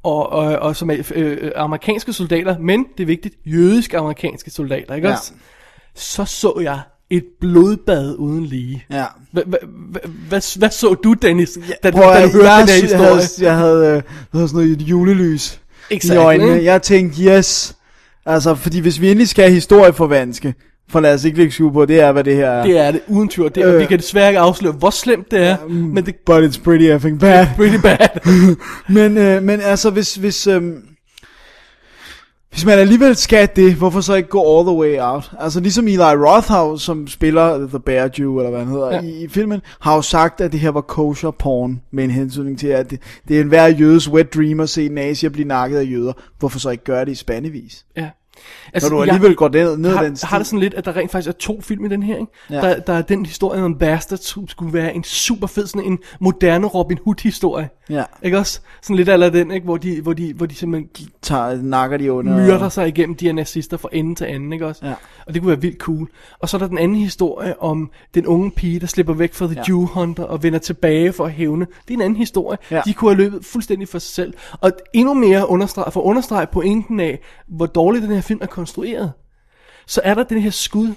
Speaker 4: og, og, og som er øh, amerikanske soldater, men det er vigtigt, jødiske amerikanske soldater, ikke
Speaker 5: Ja.
Speaker 4: også? Så så jeg et blodbad uden lige.
Speaker 5: Ja.
Speaker 4: Hva- hva- hva- Hvad hvad så du, Dennis, da, du,
Speaker 5: Prøv,
Speaker 4: da
Speaker 5: jeg,
Speaker 4: du hørte
Speaker 5: jeg,
Speaker 4: den her
Speaker 5: jeg, jeg,
Speaker 4: historie?
Speaker 5: havde, jeg havde, øh, hvad hedder sådan noget, et julelys
Speaker 4: Exakt,
Speaker 5: i øjnene.
Speaker 4: ikke?
Speaker 5: Jeg tænkte, yes. Altså, fordi hvis vi endelig skal have historie for vanske, for lad os ikke lægge skue på, det er, hvad det her er.
Speaker 4: Det er det, uden tvivl. Det, er, og
Speaker 5: Øh. mm.
Speaker 4: vi kan desværre ikke afsløre, hvor slemt det er, men det
Speaker 5: But it's pretty effing bad.
Speaker 4: er pretty bad.
Speaker 5: men, øh, men altså, hvis, hvis, øh, hvis man alligevel skal det, hvorfor så ikke gå all the way out? Altså ligesom Eli Rothhouse, som spiller The Bear Jew, eller hvad han hedder, ja. i, i filmen, har jo sagt, at det her var kosher porn, med en hensynning til, at det, det er enhver jødes wet dream at se nazier blive nakket af jøder. Hvorfor så ikke gøre det i spandevis?
Speaker 4: Ja.
Speaker 5: Når
Speaker 4: Altså,
Speaker 5: du
Speaker 4: jeg-
Speaker 5: alligevel går ned, ned
Speaker 4: har,
Speaker 5: den sti.
Speaker 4: har det sådan lidt, at der rent faktisk er to film i den her, ikke?
Speaker 5: Ja.
Speaker 4: Ja. Der, der er den historie om Bastard, som skulle være en super fed, sådan en moderne Robin Hood-historie.
Speaker 5: Ja.
Speaker 4: Ikke også? Sådan lidt af den, ikke? Hvor de, hvor de, hvor de simpelthen
Speaker 5: tager, nakker de under.
Speaker 4: myrder sig igennem de her nazister fra ende til anden, ikke også?
Speaker 5: Ja.
Speaker 4: Og det kunne være vildt cool. Og så er der den anden historie om den unge pige, der slipper væk fra The
Speaker 5: Ja.
Speaker 4: ja. Jew Hunter og vender tilbage for at hævne. Det er en anden historie.
Speaker 5: Ja.
Speaker 4: De kunne have løbet fuldstændig for sig selv. Og endnu mere understreg, for at understrege pointen af, hvor dårligt den her film er konstrueret, så er der den her skud,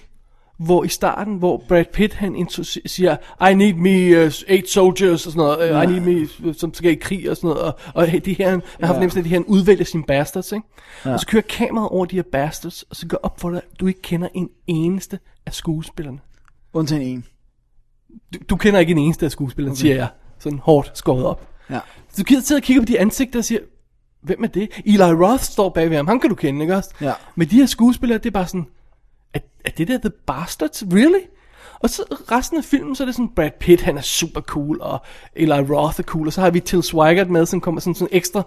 Speaker 4: hvor i starten, hvor Brad Pitt han intro- siger, I need me uh, eight soldiers og sådan noget, uh, I need me, uh, som skal i krig og sådan noget, og, og he- det her, man har fornemmelsen af, at det her han udvælger sine bastards, ikke? Ja. Og så kører kameraet over de her bastards, og så går op for dig, at du ikke kender en eneste af skuespillerne.
Speaker 5: Undtagen en.
Speaker 4: Du, du kender ikke en eneste af skuespillerne, okay. siger jeg, sådan hårdt skåret op.
Speaker 5: Ja.
Speaker 4: Så du sidder og kigger på de ansigter og siger, hvem er det? Eli Roth står bag ved ham, ham kan du kende, ikke også?
Speaker 5: Ja.
Speaker 4: Men de her skuespillere, det er bare sådan, er, er det der The Bastards? Really? Og så resten af filmen, så er det sådan, Brad Pitt, han er super cool, og Eli Roth er cool, og så har vi Til Swigert med, som kommer sådan, sådan ekstra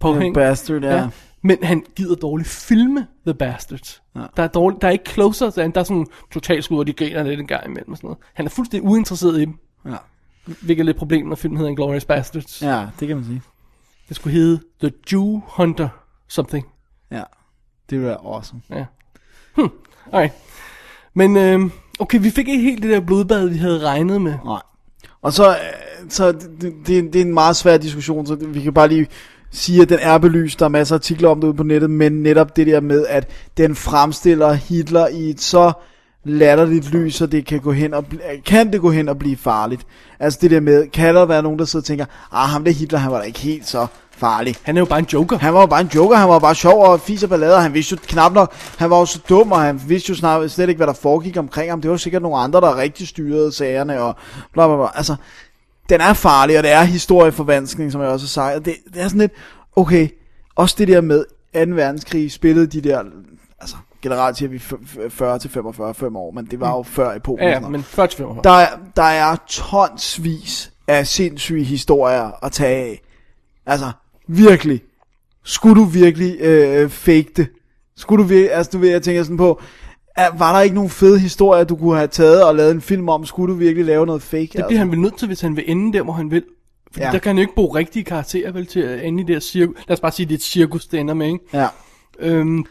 Speaker 4: på
Speaker 5: The Bastard, ja.
Speaker 4: Men han gider dårligt filme The Bastards. Ja. Der, er dårlig, der er ikke closer, til han. der er sådan totalt skud, og de griner lidt en gang imellem og sådan noget. Han er fuldstændig uinteresseret i dem,
Speaker 5: Ja.
Speaker 4: hvilket er lidt problem, når filmen hedder Inglourious Bastards.
Speaker 5: ja, det kan man sige.
Speaker 4: Det skulle hedde The Jew Hunter something.
Speaker 5: Ja. Det ville være awesome.
Speaker 4: Ja. Hmm. Alright. Men øhm, okay, vi fik ikke helt det der blodbad, vi havde regnet med.
Speaker 5: Nej. Og så, øh, så det, det, det er en meget svær diskussion, så vi kan bare lige sige, at den er belyst. Der er masser af artikler om det ude på nettet, men netop det der med, at den fremstiller Hitler i et så latterligt lys, så det kan, gå hen og bl- øh, kan det gå hen og blive farligt. Altså det der med, kan der være nogen, der sidder og tænker, ah, ham der Hitler, han var da ikke helt så farlig.
Speaker 4: Han er jo bare en joker.
Speaker 5: Han var jo bare en joker, han var bare sjov og fis og ballade, og han vidste jo knap nok, han var jo så dum, og han vidste jo snart, slet ikke, hvad der foregik omkring ham. Det var sikkert nogle andre, der rigtig styrede sagerne, og bla bla bla. Altså, den er farlig, og det er historieforvanskning, som jeg også har sagt. Og Det, det er sådan lidt, okay, også det der med 2. verdenskrig spillede de der, altså generelt siger vi 40-45-5 år, men det var jo før i Polen.
Speaker 4: Mm. Ja, ja,
Speaker 5: og sådan noget.
Speaker 4: men først film.
Speaker 5: Der, er- der er tonsvis af sindssyge historier at tage af. Altså, virkelig. Skulle du virkelig øh, fake det? Skulle du virkelig, altså du ved, jeg tænker sådan på, er, var der ikke nogen fede historier, du kunne have taget og lavet en film om? Skulle du virkelig lave noget fake? Altså.
Speaker 4: Det bliver han vel nødt til, hvis han vil ende der, hvor han vil. Fordi
Speaker 5: Ja.
Speaker 4: ja. der kan han jo ikke bruge rigtige karakterer vel til at ende i det her cirkus. Lad os bare sige, det er et cirkus, det ender med, ikke?
Speaker 5: Ja.
Speaker 4: Øhm,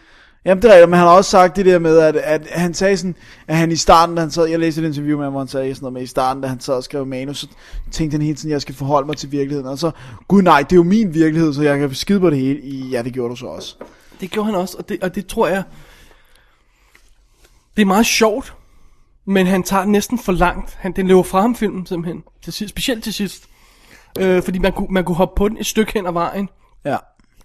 Speaker 5: Jamen det er rigtigt, men han har også sagt det der med, at, at han sagde sådan, at han i starten, da han sad, jeg læste et interview med ham, hvor han sagde sådan noget med, i starten, da han sad og skrev manus, så tænkte han hele tiden, at jeg skal forholde mig til virkeligheden, og så, gud nej, det er jo min virkelighed, så jeg kan skide på det hele, ja det gjorde du så også.
Speaker 4: det gjorde han også, og det, og det tror jeg... Det er meget sjovt, men han tager den næsten for langt. Han, den løber fra ham filmen simpelthen, til sidst, specielt til sidst. Øh, fordi man kunne, man kunne hoppe på den et stykke hen ad vejen.
Speaker 5: Ja,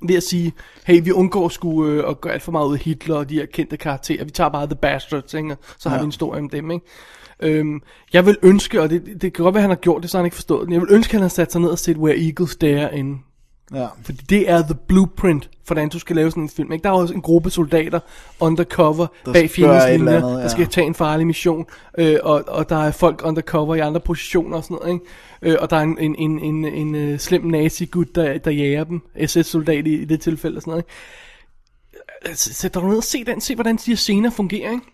Speaker 4: ved at sige, hey, vi undgår sgu øh, at gøre alt for meget ud af Hitler og de her kendte karakterer. Vi tager bare The Bastards, ikke? og så har
Speaker 5: Ja.
Speaker 4: vi en historie om dem. Ikke? Øhm, jeg vil ønske, og det, det kan godt være, at han har gjort det, så har han ikke forstået den. Jeg vil ønske, at han havde sat sig ned og set Where Eagles Dare In.
Speaker 5: ja,
Speaker 4: Fordi det er the blueprint for, hvordan du skal lave sådan en film. Ikke? Der er også en gruppe soldater undercover der
Speaker 5: skal
Speaker 4: bag fjendens
Speaker 5: gøre et eller
Speaker 4: linjer,
Speaker 5: andet, ja.
Speaker 4: der skal tage en farlig mission. Øh, og, og der er folk undercover i andre positioner og sådan noget. Ikke? Øh, og der er en, en, en, en, en øh, slem nazi-gut, der, der jager dem. SS-soldat i, i det tilfælde og sådan noget. Ikke? Øh, s- Sæt dig ned og se den. Se, hvordan de her scener fungerer. Ikke?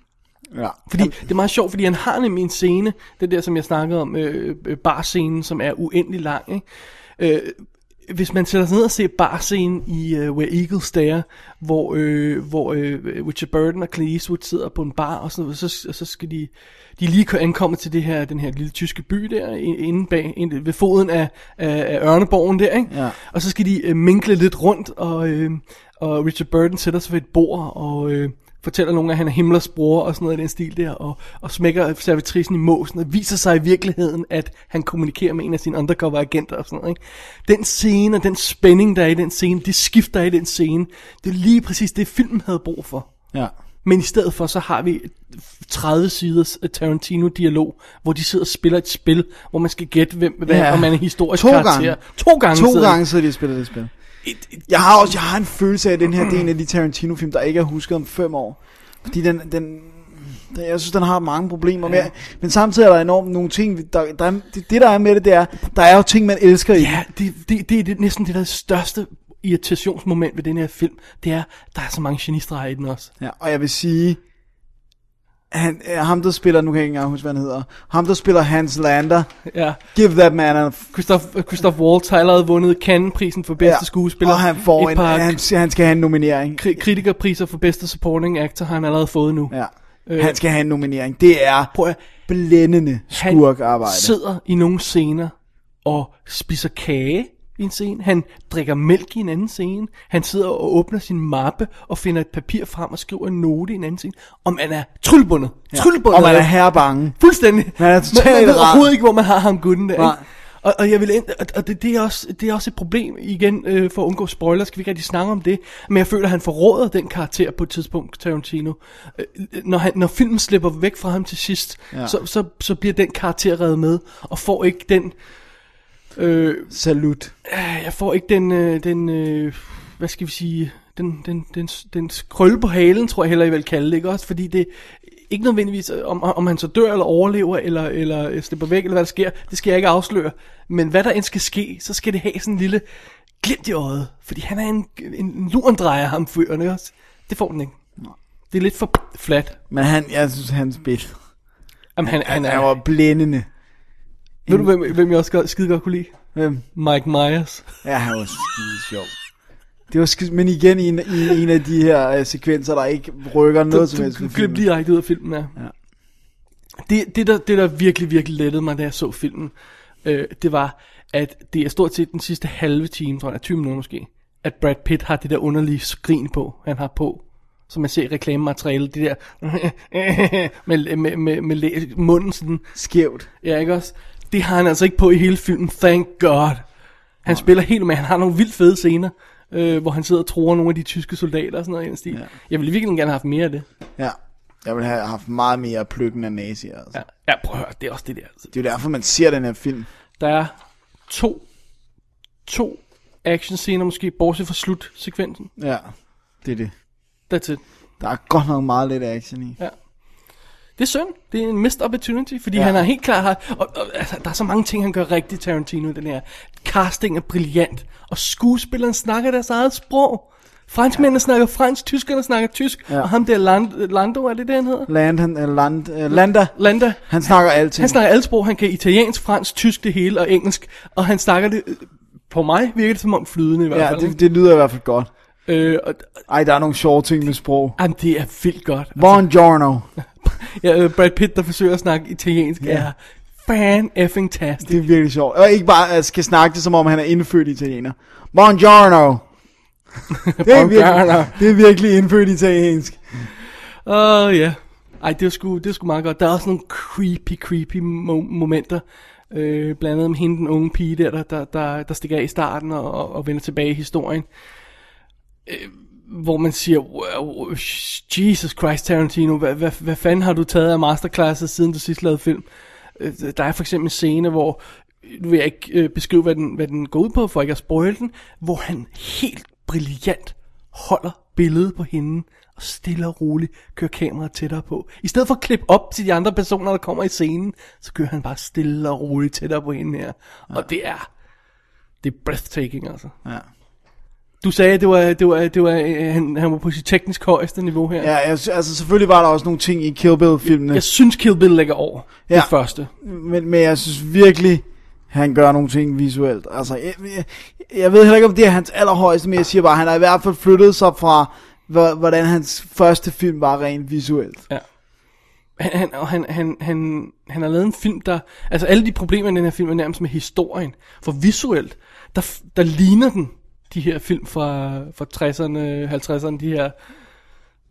Speaker 5: ja.
Speaker 4: Fordi Jamen. det er meget sjovt, fordi han har nemlig en scene, det der, som jeg snakkede om, øh, øh, barscenen, som er uendelig lang, ikke? Øh, hvis man sætter sig ned og ser barscenen i uh, Where Eagles Stare, hvor, øh, hvor øh, Richard Burton og Clint Eastwood sidder på en bar, og, sådan, noget, så, og så skal de, de er lige ankomme til det her, den her lille tyske by der, i- inde bag, inde ved foden af, af, af Ørneborgen der, ikke?
Speaker 5: Ja.
Speaker 4: og så skal de øh, minkle lidt rundt, og, øh, og Richard Burton sætter sig ved et bord, og... Øh, fortæller nogen, at han er Himmlers bror og sådan noget i den stil der, og, og smækker servitrisen i måsen, og viser sig i virkeligheden, at han kommunikerer med en af sine undercover-agenter og sådan noget. Ikke? Den scene og den spænding, der er i den scene, det skift, der er i den scene, det er lige præcis det, filmen havde brug for.
Speaker 5: Ja.
Speaker 4: Men i stedet for, så har vi 30 siders øh, Tarantino-dialog, hvor de sidder og spiller et spil, hvor man skal gætte, hvem, hvad,
Speaker 5: Ja.
Speaker 4: om man er historisk
Speaker 5: To
Speaker 4: karakter.
Speaker 5: gange.
Speaker 4: To gange.
Speaker 5: To
Speaker 4: sidder de.
Speaker 5: gange sidder de og spiller det spil. Jeg har også jeg har en følelse af, at den her det er en af de Tarantino-film, der ikke er husket om fem år. Fordi den, den, den jeg synes, den har mange problemer med. Men samtidig er der enormt nogle ting, der, der, er- det, det der er med det, det er, der er jo ting, man elsker i. den.
Speaker 4: Ja, det, det, det er det, næsten det der største irritationsmoment ved den her film, det er, der er så mange genistreger i den også.
Speaker 5: Ja, og jeg vil sige, han, øh, ham der spiller, nu kan jeg ikke engang huske, hvad han hedder, ham der spiller Hans Lander,
Speaker 4: Ja,
Speaker 5: give that man a f-
Speaker 4: Christoph, Christoph Waltz har allerede vundet Cannes-prisen for bedste
Speaker 5: Ja,
Speaker 4: skuespiller.
Speaker 5: Og han får
Speaker 4: Et
Speaker 5: en,
Speaker 4: par
Speaker 5: han, han skal have en nominering.
Speaker 4: kri- kritikerpriser for bedste supporting actor har han allerede fået nu.
Speaker 5: Ja. Han skal have en nominering. Det er
Speaker 4: Øh, Prøv at,
Speaker 5: blændende
Speaker 4: han
Speaker 5: skurkarbejde.
Speaker 4: sidder i nogle scener og spiser kage i en scene. Han drikker mælk i en anden scene. Han sidder og åbner sin mappe og finder et papir frem og skriver en note i en anden scene. Om man er tryllbundet. Ja. Tryllbundet.
Speaker 5: Og man er
Speaker 4: af-
Speaker 5: herrebange.
Speaker 4: Fuldstændig.
Speaker 5: Man er totalt
Speaker 4: man ved
Speaker 5: rar.
Speaker 4: overhovedet ikke, hvor man har ham gutten der.
Speaker 5: Nej.
Speaker 4: Ikke? Og, og, jeg vil ind, og- og det, det, er også, det er også et problem, igen, øh, for at undgå spoiler, skal vi ikke rigtig snakke om det, men jeg føler, at han forråder den karakter på et tidspunkt, Tarantino. Øh, når, han, når filmen slipper væk fra ham til sidst, ja. så, så, så bliver den karakter reddet med, og får ikke den, øh,
Speaker 5: Salut.
Speaker 4: øh, jeg får ikke den, øh, den øh, hvad skal vi sige, den, den, den, den krølle på halen, tror jeg heller, I vil kalde det, ikke også? Fordi det ikke nødvendigvis, øh, om, om han så dør eller overlever, eller, eller øh, slipper væk, eller hvad der sker, det skal jeg ikke afsløre. Men hvad der end skal ske, så skal det have sådan en lille glimt i øjet, fordi han er en, en, en lurendrejer, ham fyren, ikke også? Det får den ikke. Det er lidt for flat.
Speaker 5: Men han, jeg synes, hans spil.
Speaker 4: Jamen, han, han,
Speaker 5: Han
Speaker 4: er,
Speaker 5: er jo blændende.
Speaker 4: ved du, hvem, hvem jeg også godt, skide godt kunne lide?
Speaker 5: Hvem?
Speaker 4: Mike Myers.
Speaker 5: Ja, han var skide sjov. Det var skide, men igen i en, i en af de her øh, sekvenser, der ikke rykker noget som helst.
Speaker 4: du,
Speaker 5: ved
Speaker 4: du glip
Speaker 5: filmen.
Speaker 4: direkte ud af filmen, ja.
Speaker 5: Ja.
Speaker 4: Det, det, der, det, der virkelig, virkelig lettede mig, da jeg så filmen, øh, det var, at det er stort set den sidste halve time, tror jeg, 20 minutter måske, at Brad Pitt har det der underlige skrin på, han har på, som man ser i reklamematerialet, det der med, med, med, med læ- munden sådan,
Speaker 5: Skævt.
Speaker 4: ja ikke også? Det har han altså ikke på i hele filmen, thank god. Han spiller helt med, han har nogle vildt fede scener, øh, hvor han sidder og tror nogle af de tyske soldater og sådan noget i den stil.
Speaker 5: Ja.
Speaker 4: Jeg ville virkelig gerne have haft mere af det.
Speaker 5: Ja. Jeg ville have haft meget mere pløkken af nazier. Altså.
Speaker 4: Ja, ja prøv at høre, det er også det der.
Speaker 5: Det er jo derfor, man ser den her film.
Speaker 4: Der er to, to action scener måske, bortset fra slutsekvensen.
Speaker 5: Ja, det er det.
Speaker 4: That's it.
Speaker 5: Der er godt nok meget lidt action i.
Speaker 4: Det er synd. Det er en missed opportunity, fordi
Speaker 5: Ja.
Speaker 4: ja. han er helt klar her. Og, og altså, der er så mange ting, han gør rigtigt, Tarantino, i den her. Casting er brilliant, og skuespilleren snakker deres eget sprog. Franskmændene ja. snakker fransk, tyskerne snakker tysk,
Speaker 5: Ja.
Speaker 4: ja. og ham der Land, Lando, er det det, han hedder?
Speaker 5: Land, han, øh, land, øh, Landa,
Speaker 4: Landa,
Speaker 5: han snakker alting.
Speaker 4: Han snakker alle sprog, han kan italiensk, fransk, tysk, det hele og engelsk, og han snakker det, øh, på mig virker det som om flydende i hvert
Speaker 5: ja,
Speaker 4: fald.
Speaker 5: det, det lyder i hvert fald godt.
Speaker 4: Øh, og, og-
Speaker 5: Ej, der er nogle sjove ting med sprog.
Speaker 4: jamen, det er vildt godt.
Speaker 5: Buongiorno.
Speaker 4: Ja, øh, Brad Pitt, der forsøger at snakke italiensk,
Speaker 5: Ja.
Speaker 4: ja. er fan effing tastic.
Speaker 5: Det er virkelig sjovt. Og ikke bare øh, skal snakke det, som om han er indfødt italiener. Buongiorno. det, er
Speaker 4: Buongiorno.
Speaker 5: virkelig, det er virkelig indfødt italiensk.
Speaker 4: Åh, oh, ja. Ej, det er, sgu, det er sgu meget godt. Der er også nogle creepy, creepy mo- momenter. Øh, blandt andet med hende, den unge pige der, der, der, der, der stikker af i starten og, og- og vender tilbage i historien. Øh, hvor man siger, wow, Jesus Christ Tarantino, hvad, hvad, hvad fanden har du taget af masterclasses, siden du sidst lavede film? Øh, Der er for eksempel en scene, hvor, nu vil jeg ikke øh, beskrive, hvad den, hvad den går ud på, for ikke at spoil den, hvor han helt brilliant holder billedet på hende, og stille og roligt kører kameraet tættere på. I stedet for at klippe op til de andre personer, der kommer i scenen, så kører han bare stille og roligt tættere på hende her. Og det er, det er breathtaking altså.
Speaker 5: Ja.
Speaker 4: Du sagde, at det var, det var, det var, øh, han, han var på sit teknisk højeste niveau her.
Speaker 5: Ja, jeg, sy- altså selvfølgelig var der også nogle ting i Kill Bill-filmene.
Speaker 4: Jeg synes, Kill Bill lægger over ja.
Speaker 5: Ja.
Speaker 4: det første.
Speaker 5: Men, men jeg synes virkelig, han gør nogle ting visuelt. Altså, jeg, jeg, jeg ved heller ikke, om det er hans allerhøjeste, men jeg siger bare, at han har i hvert fald flyttet sig fra, hvor- hvordan hans første film var rent visuelt.
Speaker 4: Han, han, og han, han, han, han har lavet en film, der... Altså alle de problemer i den her film er nærmest med historien. For visuelt, der, f- der ligner den de her film fra, fra 60'erne, 50'erne, de her...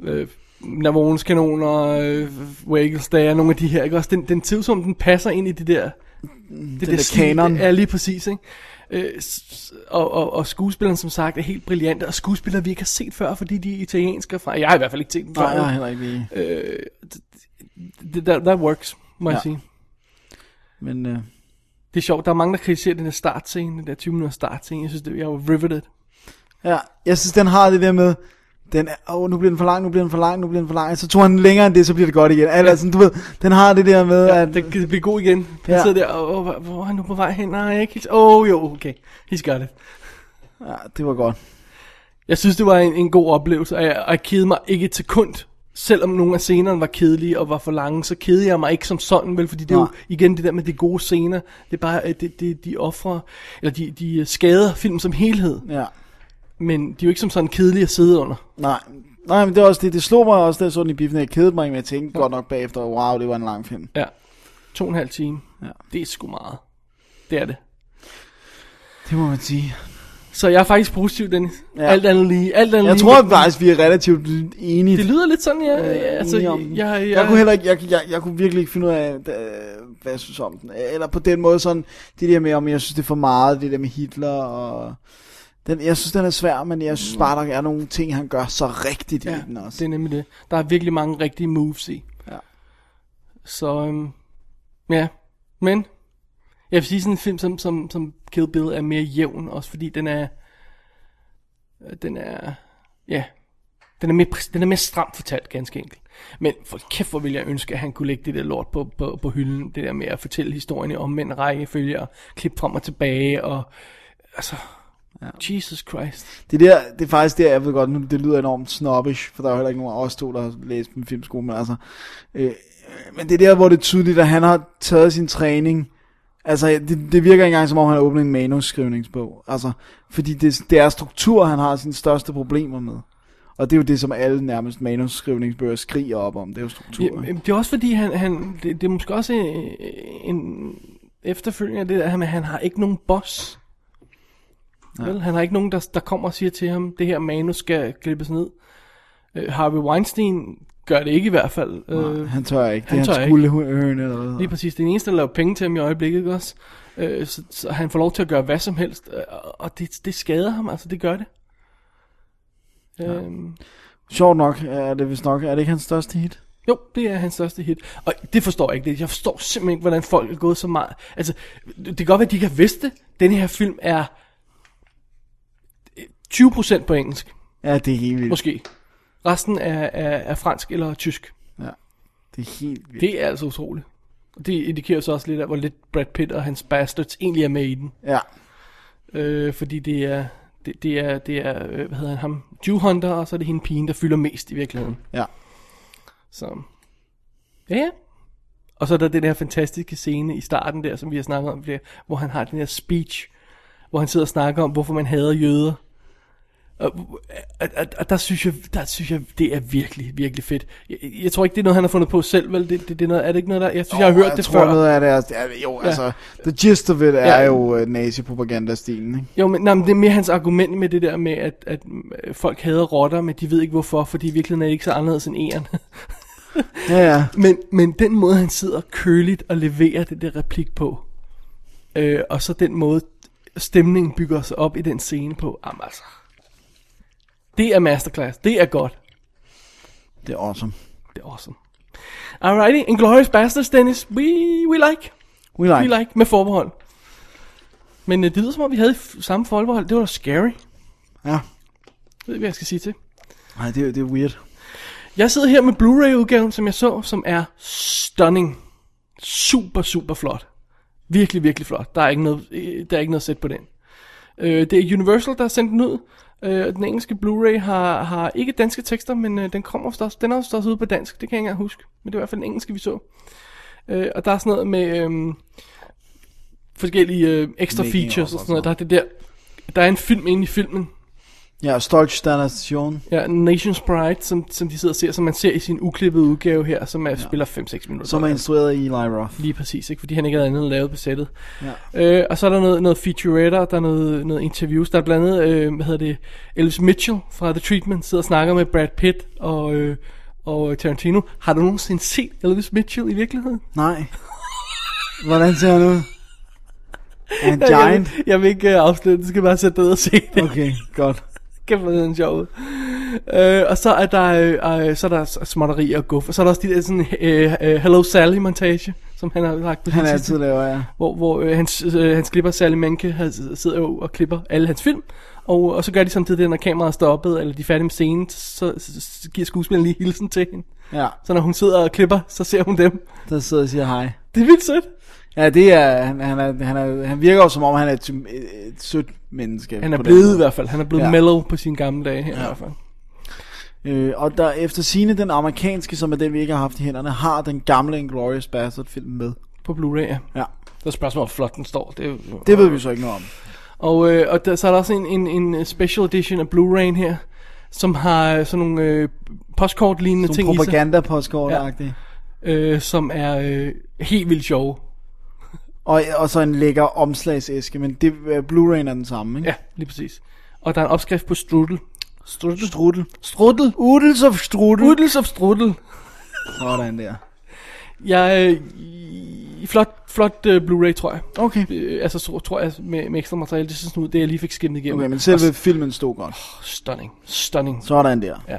Speaker 4: Øh, Navones kanoner, øh, Waggles Dare, nogle af de her, ikke også? Den, den tid, som den passer ind i det der... Det
Speaker 5: Mm, der kanon.
Speaker 4: Ja, lige præcis, ikke? Øh, s- s- og, og, og skuespilleren, som sagt, er helt brilliant, og skuespillere, vi ikke har set før, fordi de er italienske fra... Jeg har i hvert fald ikke set dem før.
Speaker 5: Nej, jeg har heller ikke lige.
Speaker 4: Det- that, that works, må ja.
Speaker 5: Ja.
Speaker 4: jeg sige.
Speaker 5: Men øh,
Speaker 4: Det er sjovt, der er mange, der kritiserer den der startscene, den der 20 minutter startscene. Jeg synes, det, jeg var riveted.
Speaker 5: ja, jeg synes, den har det der med, den er, åh, nu bliver den for lang, nu bliver den for lang, nu bliver den for lang. Så tog han den længere end det, så bliver det godt igen. Eller, sådan, du ved, den har det der med,
Speaker 4: Ja,
Speaker 5: at...
Speaker 4: det, det bliver god igen. Han
Speaker 5: Ja.
Speaker 4: ja. sidder der, og oh, hvor, hvor er han nu på vej hen? Nej, jeg er ikke helt... Åh, oh, jo, okay. He's got it.
Speaker 5: Ja, det var godt.
Speaker 4: Jeg synes, det var en, en god oplevelse, og jeg, og jeg kedede mig ikke til kund. Selvom nogle af scenerne var kedelige og var for lange, så kedede jeg mig ikke som sådan, vel? Fordi det er jo
Speaker 5: Nej.
Speaker 4: igen det der med de gode scener. Det er bare, at det, det, de offrer, eller de, de øh, skader film som helhed.
Speaker 5: Ja.
Speaker 4: Men de er jo ikke som sådan kedelige at sidde under.
Speaker 5: Nej. Nej, men det, er også det, det slog mig også, da jeg så den i biffen, at jeg kedede mig, men jeg tænkte godt nok bagefter, wow, det var en lang film.
Speaker 4: Ja. To og en halv time.
Speaker 5: Ja.
Speaker 4: Ja. Det er sgu meget. Det er det.
Speaker 5: Det må man sige.
Speaker 4: Så jeg er faktisk positiv, Dennis.
Speaker 5: Ja.
Speaker 4: Ja. Alt andet lige. Alt andet
Speaker 5: Jeg
Speaker 4: lige.
Speaker 5: tror at faktisk, vi er relativt enige.
Speaker 4: Det lyder lidt sådan, ja. Øh,
Speaker 5: øh,
Speaker 4: altså,
Speaker 5: enige om
Speaker 4: jeg, jeg, jeg,
Speaker 5: den. jeg kunne heller ikke, jeg, jeg, jeg kunne virkelig ikke finde ud af, øh, hvad jeg synes om den. Øh, Eller på den måde sådan, det der med, om jeg synes det er for meget, det der med Hitler og... Den, jeg synes, den er svær, men jeg synes bare, der er nogle ting, han gør så rigtigt ja, i den
Speaker 4: Mm. ja,
Speaker 5: også.
Speaker 4: det er nemlig det. Der er virkelig mange rigtige moves i.
Speaker 5: Ja.
Speaker 4: Så, øhm, ja. Men, jeg vil sige sådan en film som, som, som Kill Bill er mere jævn, også fordi den er, øh, den er, ja, den er, mere, præ- den er mere stramt fortalt, ganske enkelt. Men for kæft, hvor ville jeg ønske, at han kunne lægge det der lort på, på, på hylden, det der med at fortælle historien i omvendt rækkefølge, og klippe frem og tilbage, og altså, ja. Jesus Christ.
Speaker 5: Det, der, det er faktisk der, jeg ved godt, nu det lyder enormt snobbish, for der er jo heller ikke nogen af os to, der har læst på en filmskole, men altså... Øh, men det er der, hvor det er tydeligt, at han har taget sin træning. Altså, det, det virker ikke engang, som om han har åbnet en manusskrivningsbog. Altså, fordi det, det er struktur, han har sine største problemer med. Og det er jo det, som alle nærmest manusskrivningsbøger skriger op om. Det er jo struktur.
Speaker 4: Ja,
Speaker 5: ikke?
Speaker 4: men det er også fordi, han, han det, det er måske også øh, en efterfølgende af det der, at han har ikke nogen boss. Vel? Han har ikke nogen, der, der kommer og siger til ham, det her manus skal klippes ned. Øh, Harvey Weinstein gør det ikke i hvert fald.
Speaker 5: Nej, han tør ikke. Det
Speaker 4: øh, han
Speaker 5: er
Speaker 4: tør
Speaker 5: hans
Speaker 4: ikke.
Speaker 5: guldhøne eller hvad. det hedder.
Speaker 4: Lige præcis, det er den eneste, der laver penge til ham i øjeblikket, ikke også? Øh, så, så han får lov til at gøre hvad som helst, øh, og det, det skader ham, altså det gør det. Ja. Øhm,
Speaker 5: Sjovt nok er det vist nok. Er det ikke hans største hit?
Speaker 4: Jo, det er hans største hit. Og det forstår jeg ikke. Det. Jeg forstår simpelthen ikke, hvordan folk er gået så meget. Altså, det kan godt være, at de ikke har vidst det. Den her film er 20% på engelsk,
Speaker 5: Ja, det er helt vildt.
Speaker 4: måske. Resten er, er, er fransk eller tysk.
Speaker 5: Det er helt vildt.
Speaker 4: Det er altså utroligt. Og det indikerer så også lidt af, hvor lidt Brad Pitt og hans bastards egentlig er med i den.
Speaker 5: Ja.
Speaker 4: Øh, fordi det er, det, det er, det er øh, hvad hedder han, ham, Jew Hunter, og så er det hende pigen, der fylder mest i virkeligheden.
Speaker 5: Ja.
Speaker 4: Så, ja, ja. Og så er der den her fantastiske scene i starten der, som vi har snakket om flere, hvor han har den her speech, hvor han sidder og snakker om, hvorfor man hader jøder. Og, og, og, og der, synes jeg, der synes jeg, det er virkelig, virkelig fedt. Jeg, jeg tror ikke, det er noget, han har fundet på selv, vel? Det, det, det er, noget, er det ikke noget, der... Jeg synes, jeg har hørt
Speaker 5: jeg
Speaker 4: det
Speaker 5: tror,
Speaker 4: før.
Speaker 5: Noget af det er, ja, jo, ja. altså, the gist of it er
Speaker 4: Ja.
Speaker 5: jo uh, nazi-propagandastilen, ikke?
Speaker 4: Jo, men, nej, men det er mere hans argument med det der med, at, at øh, folk hader rotter, men de ved ikke hvorfor, fordi i virkeligheden er det ikke så anderledes end æren.
Speaker 5: Ja, ja.
Speaker 4: men, men den måde, han sidder køligt og leverer det der replik på, øh, og så den måde, stemningen bygger sig op i den scene på, jamen altså, det er masterclass, det er godt,
Speaker 5: Det er awesome.
Speaker 4: det er awesome. Alrighty, Inglourious Basterds, Dennis, we, we like,
Speaker 5: We like.
Speaker 4: we like, med forbehold. Men øh, det lyder som om, vi havde f- samme forbehold, det var da scary, det ved
Speaker 5: Ja.
Speaker 4: jeg, hvad jeg skal sige til.
Speaker 5: Nej, det, er- det er weird.
Speaker 4: Jeg sidder her med Blu-ray-udgaven, som jeg så, som er stunning. Super, super flot. Virkelig, virkelig flot. Der er ikke noget, øh, der er ikke noget sæt på den. Øh, det er Universal, der har sendt den ud. Øh, den engelske Blu-ray har, har ikke danske tekster, men øh, den kommer også, den er også ude på dansk. Det kan jeg ikke engang huske. Men det er i hvert fald den engelske, vi så. Øh, og der er sådan noget med... Øh, forskellige øh, ekstra
Speaker 11: Making
Speaker 4: features
Speaker 11: of
Speaker 4: og sådan noget. Der er det der, der er en film inde i filmen,
Speaker 5: Ja, Stolzstation.
Speaker 4: ja, Nation's Pride, som, som de sidder og ser, som man ser i sin uklippede udgave her, som er, ja. spiller 5-6 minutter.
Speaker 5: Som er instrueret af Eli Roth.
Speaker 4: Lige præcis, ikke? fordi han ikke havde andet lavet på sættet. Ja. Øh, og så er der noget, noget featuretter, der er noget, noget interviews. Der er blandt andet, øh, hvad hedder det, Elvis Mitchell fra The Treatment sidder og snakker med Brad Pitt og, øh, og Tarantino. Har du nogensinde set Elvis Mitchell i virkeligheden?
Speaker 5: Nej. Hvordan ser han ud? Er han
Speaker 4: Jeg,
Speaker 5: giant?
Speaker 4: vil- jeg vil ikke øh, afsløre det, du skal bare sætte dig ned og se det.
Speaker 5: Okay, godt.
Speaker 4: Kæft, hvor er den sjov ud. Øh, og så er der, øh, øh, så er der s- småtterier og guf. Og så er der også de der sådan, øh, øh, Hello Sally montage, som han har lagt på
Speaker 5: Han
Speaker 4: sin
Speaker 5: er
Speaker 4: sidste-
Speaker 5: altid laver, ja.
Speaker 4: hvor, hvor øh, hans, øh, hans klipper Sally Menke han sidder jo og klipper alle hans film, og, og så gør de samtidig det, når kameraet er stoppet, eller de er færdige med scenen, så, så, så giver skuespilleren lige hilsen til hende.
Speaker 5: Ja,
Speaker 4: Så når hun sidder og klipper, så ser hun dem.
Speaker 5: der sidder og siger hej.
Speaker 4: Det er vildt sødt.
Speaker 5: Ja, det er, han, han, er, han, er, han virker jo som om, han er et, sym- et, et sødt menneske.
Speaker 4: Han er
Speaker 5: på den
Speaker 4: blevet i
Speaker 5: måde.
Speaker 4: hvert fald, han er blevet
Speaker 5: Ja.
Speaker 4: ja. mellow på sine gamle dage her ja. i hvert fald.
Speaker 5: Øh, og der efter sine den amerikanske, som er den, vi ikke har haft i hænderne, har den gamle Inglourious Bastard-film med.
Speaker 4: På Blu-ray, ja.
Speaker 5: Ja,
Speaker 4: Så er spørgsmålet, hvor flot den står. Det, er jo-
Speaker 5: det ved vi så ikke noget om.
Speaker 4: Og, øh, og der, så er der også en, en, en special edition af Blu-ray'en her, som har øh, sådan nogle øh, postkort-lignende
Speaker 5: Som
Speaker 4: ting i sig,
Speaker 5: propaganda på ja.
Speaker 4: øh, som er øh, helt vildt sjove.
Speaker 5: og, og så en lækker omslagsæske, men det, øh, Blu-ray'en er den samme, ikke?
Speaker 4: Ja, lige præcis. Og der er en opskrift på strudel. Strudel?
Speaker 5: Strudel.
Speaker 4: Strudel.
Speaker 5: Udels of strudel.
Speaker 4: Strudels of strudel.
Speaker 5: Sådan der.
Speaker 4: Jeg, øh, i- flot, flot uh, Blu-ray, tror jeg.
Speaker 5: Okay.
Speaker 4: Øh, altså, så, tror jeg, med, med ekstra materiale, det ser sådan ud, det jeg lige fik skimmet igennem.
Speaker 5: Okay, men
Speaker 4: Og
Speaker 5: selve
Speaker 4: s-
Speaker 5: filmen stod godt.
Speaker 4: Stunning. Stunning.
Speaker 5: Sådan der.
Speaker 4: Ja.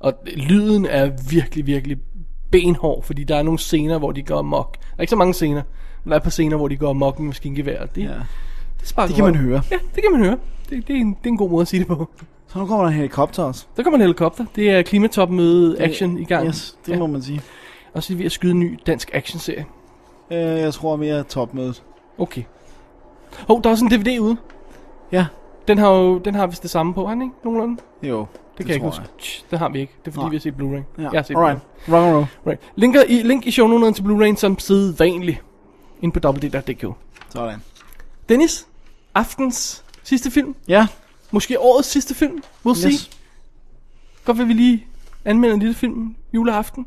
Speaker 4: Og lyden er virkelig, virkelig benhård, fordi der er nogle scener, hvor de går mok. Der er ikke så mange scener, men der er et par scener, hvor de går mok med maskingevær. og Det,
Speaker 5: Ja.
Speaker 4: ja. det, sparker
Speaker 5: Det kan man
Speaker 4: røv.
Speaker 5: høre.
Speaker 4: Ja, det kan man høre. Det, det, er en, det er en god måde at sige det på.
Speaker 5: Så nu kommer der en helikopter også.
Speaker 4: Der kommer en helikopter. Det er klimatopmøde action i gang.
Speaker 5: Yes, det ja. må man sige.
Speaker 4: Og så er vi ved at skyde en ny dansk actionserie.
Speaker 5: Øh, jeg tror mere topmødet.
Speaker 4: Okay. Hov, der er også en DVD ude.
Speaker 5: Ja.
Speaker 4: Den har jo, den har vist det samme på, har den ikke? Nogenlunde? Det,
Speaker 5: Jo,
Speaker 4: det kan jeg ikke
Speaker 5: tror
Speaker 4: huske. Tch, Det har vi ikke. Det er fordi,
Speaker 5: Nej.
Speaker 4: vi har set Blu-ray.
Speaker 5: Ja.
Speaker 4: Jeg har set
Speaker 5: Alright. Rock and roll.
Speaker 4: Blu-ray. Right. Linker i, link i shownoteren til Blu-ray som side vanlig. Ind på www.dk.
Speaker 5: Sådan.
Speaker 4: Dennis, aftens sidste film.
Speaker 5: Ja,
Speaker 4: Måske årets sidste film. We'll yes. see.
Speaker 5: yes.
Speaker 4: Godt vil vi lige anmelde en lille film juleaften.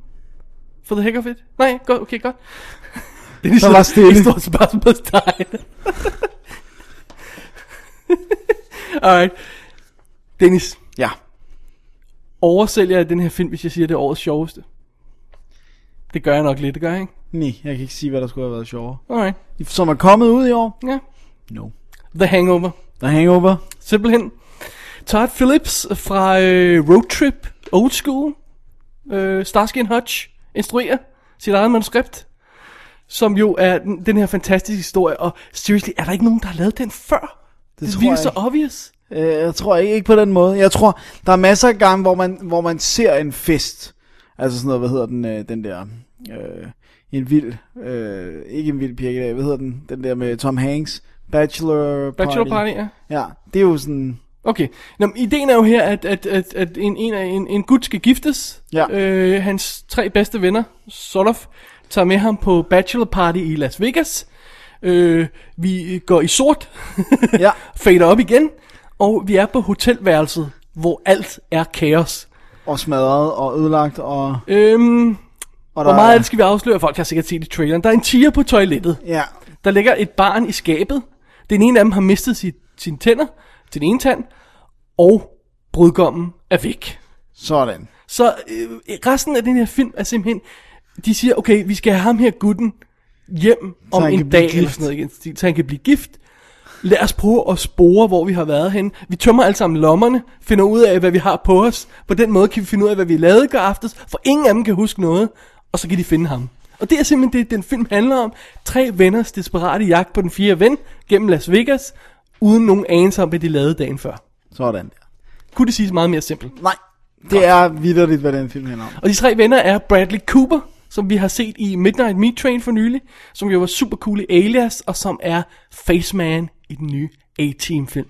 Speaker 4: For the heck of it. Nej, godt, okay, godt. Det er
Speaker 5: Der var stille.
Speaker 4: Et stort spørgsmålstegn. Alright. Dennis,
Speaker 5: Ja.
Speaker 4: oversælger jeg den her film, hvis jeg siger, det er årets sjoveste? Det gør jeg nok lidt, det gør jeg ikke?
Speaker 5: Nej, jeg kan ikke sige, hvad der skulle have været sjovere.
Speaker 4: Alright,
Speaker 5: Som er kommet ud i år.
Speaker 4: ja.
Speaker 5: No.
Speaker 4: The Hangover.
Speaker 5: Der er hangover.
Speaker 4: Simpelthen. Todd Phillips fra øh, Road Trip, Old School, øh, Starsky and Hutch, instruerer sit eget manuskript, som jo er den, den her fantastiske historie, og seriously, er der ikke nogen, der har lavet den før? Det,
Speaker 5: tror
Speaker 4: det
Speaker 5: jeg
Speaker 4: virker så
Speaker 5: ikke.
Speaker 4: obvious.
Speaker 5: Øh, jeg tror ikke, ikke på den måde. Jeg tror, der er masser af gange, hvor man, hvor man ser en fest. Altså sådan noget, hvad hedder den, øh, den der... Øh, en vild... Øh, ikke en vild pirkedag, hvad hedder den? Den der med Tom Hanks. Bachelor Party.
Speaker 4: Bachelor Party, ja.
Speaker 5: Ja, det er jo sådan...
Speaker 4: Okay, Nå, men ideen er jo her, at, at, at, at en, en, af- en, en gut skal giftes.
Speaker 5: Ja.
Speaker 4: Øh, hans tre bedste venner, sort of, tager med ham på bachelor party i Las Vegas. Øh, vi går i sort,
Speaker 5: Ja.
Speaker 4: fader op igen, og vi er på hotelværelset, hvor alt er kaos.
Speaker 5: Og smadret og ødelagt og...
Speaker 4: Øhm,
Speaker 5: og
Speaker 4: hvor meget af det skal vi afsløre? Folk har sikkert set i traileren. Der er en tiger på toilettet.
Speaker 5: Ja,
Speaker 4: Der ligger et barn i skabet. Den ene af dem har mistet sit, sine tænder, sin ene tand, og brudgommen er væk.
Speaker 5: sådan.
Speaker 4: Så øh, resten af den her film er simpelthen, de siger, okay, vi skal have ham her gutten hjem om
Speaker 5: han kan
Speaker 4: en
Speaker 5: blive
Speaker 4: dag, eller
Speaker 5: gift.
Speaker 4: sådan noget, i den stil, så han kan blive gift. Lad os prøve at spore, hvor vi har været hen. Vi tømmer alle sammen lommerne, finder ud af, hvad vi har på os. På den måde kan vi finde ud af, hvad vi lavede i går aftes, for ingen af dem kan huske noget, og så kan de finde ham. Og det er simpelthen det, den film handler om. Tre venners desperate jagt på den fjerde ven gennem Las Vegas, uden nogen anelse om, hvad de lavede dagen før.
Speaker 5: Sådan der.
Speaker 4: Kunne det siges meget mere simpelt?
Speaker 5: Nej, det er vidderligt, hvad den film handler om.
Speaker 4: Og de tre venner er Bradley Cooper, som vi har set i Midnight Meat Train for nylig, som jo var super cool i Alias, og som er Faceman i den nye A-Team film.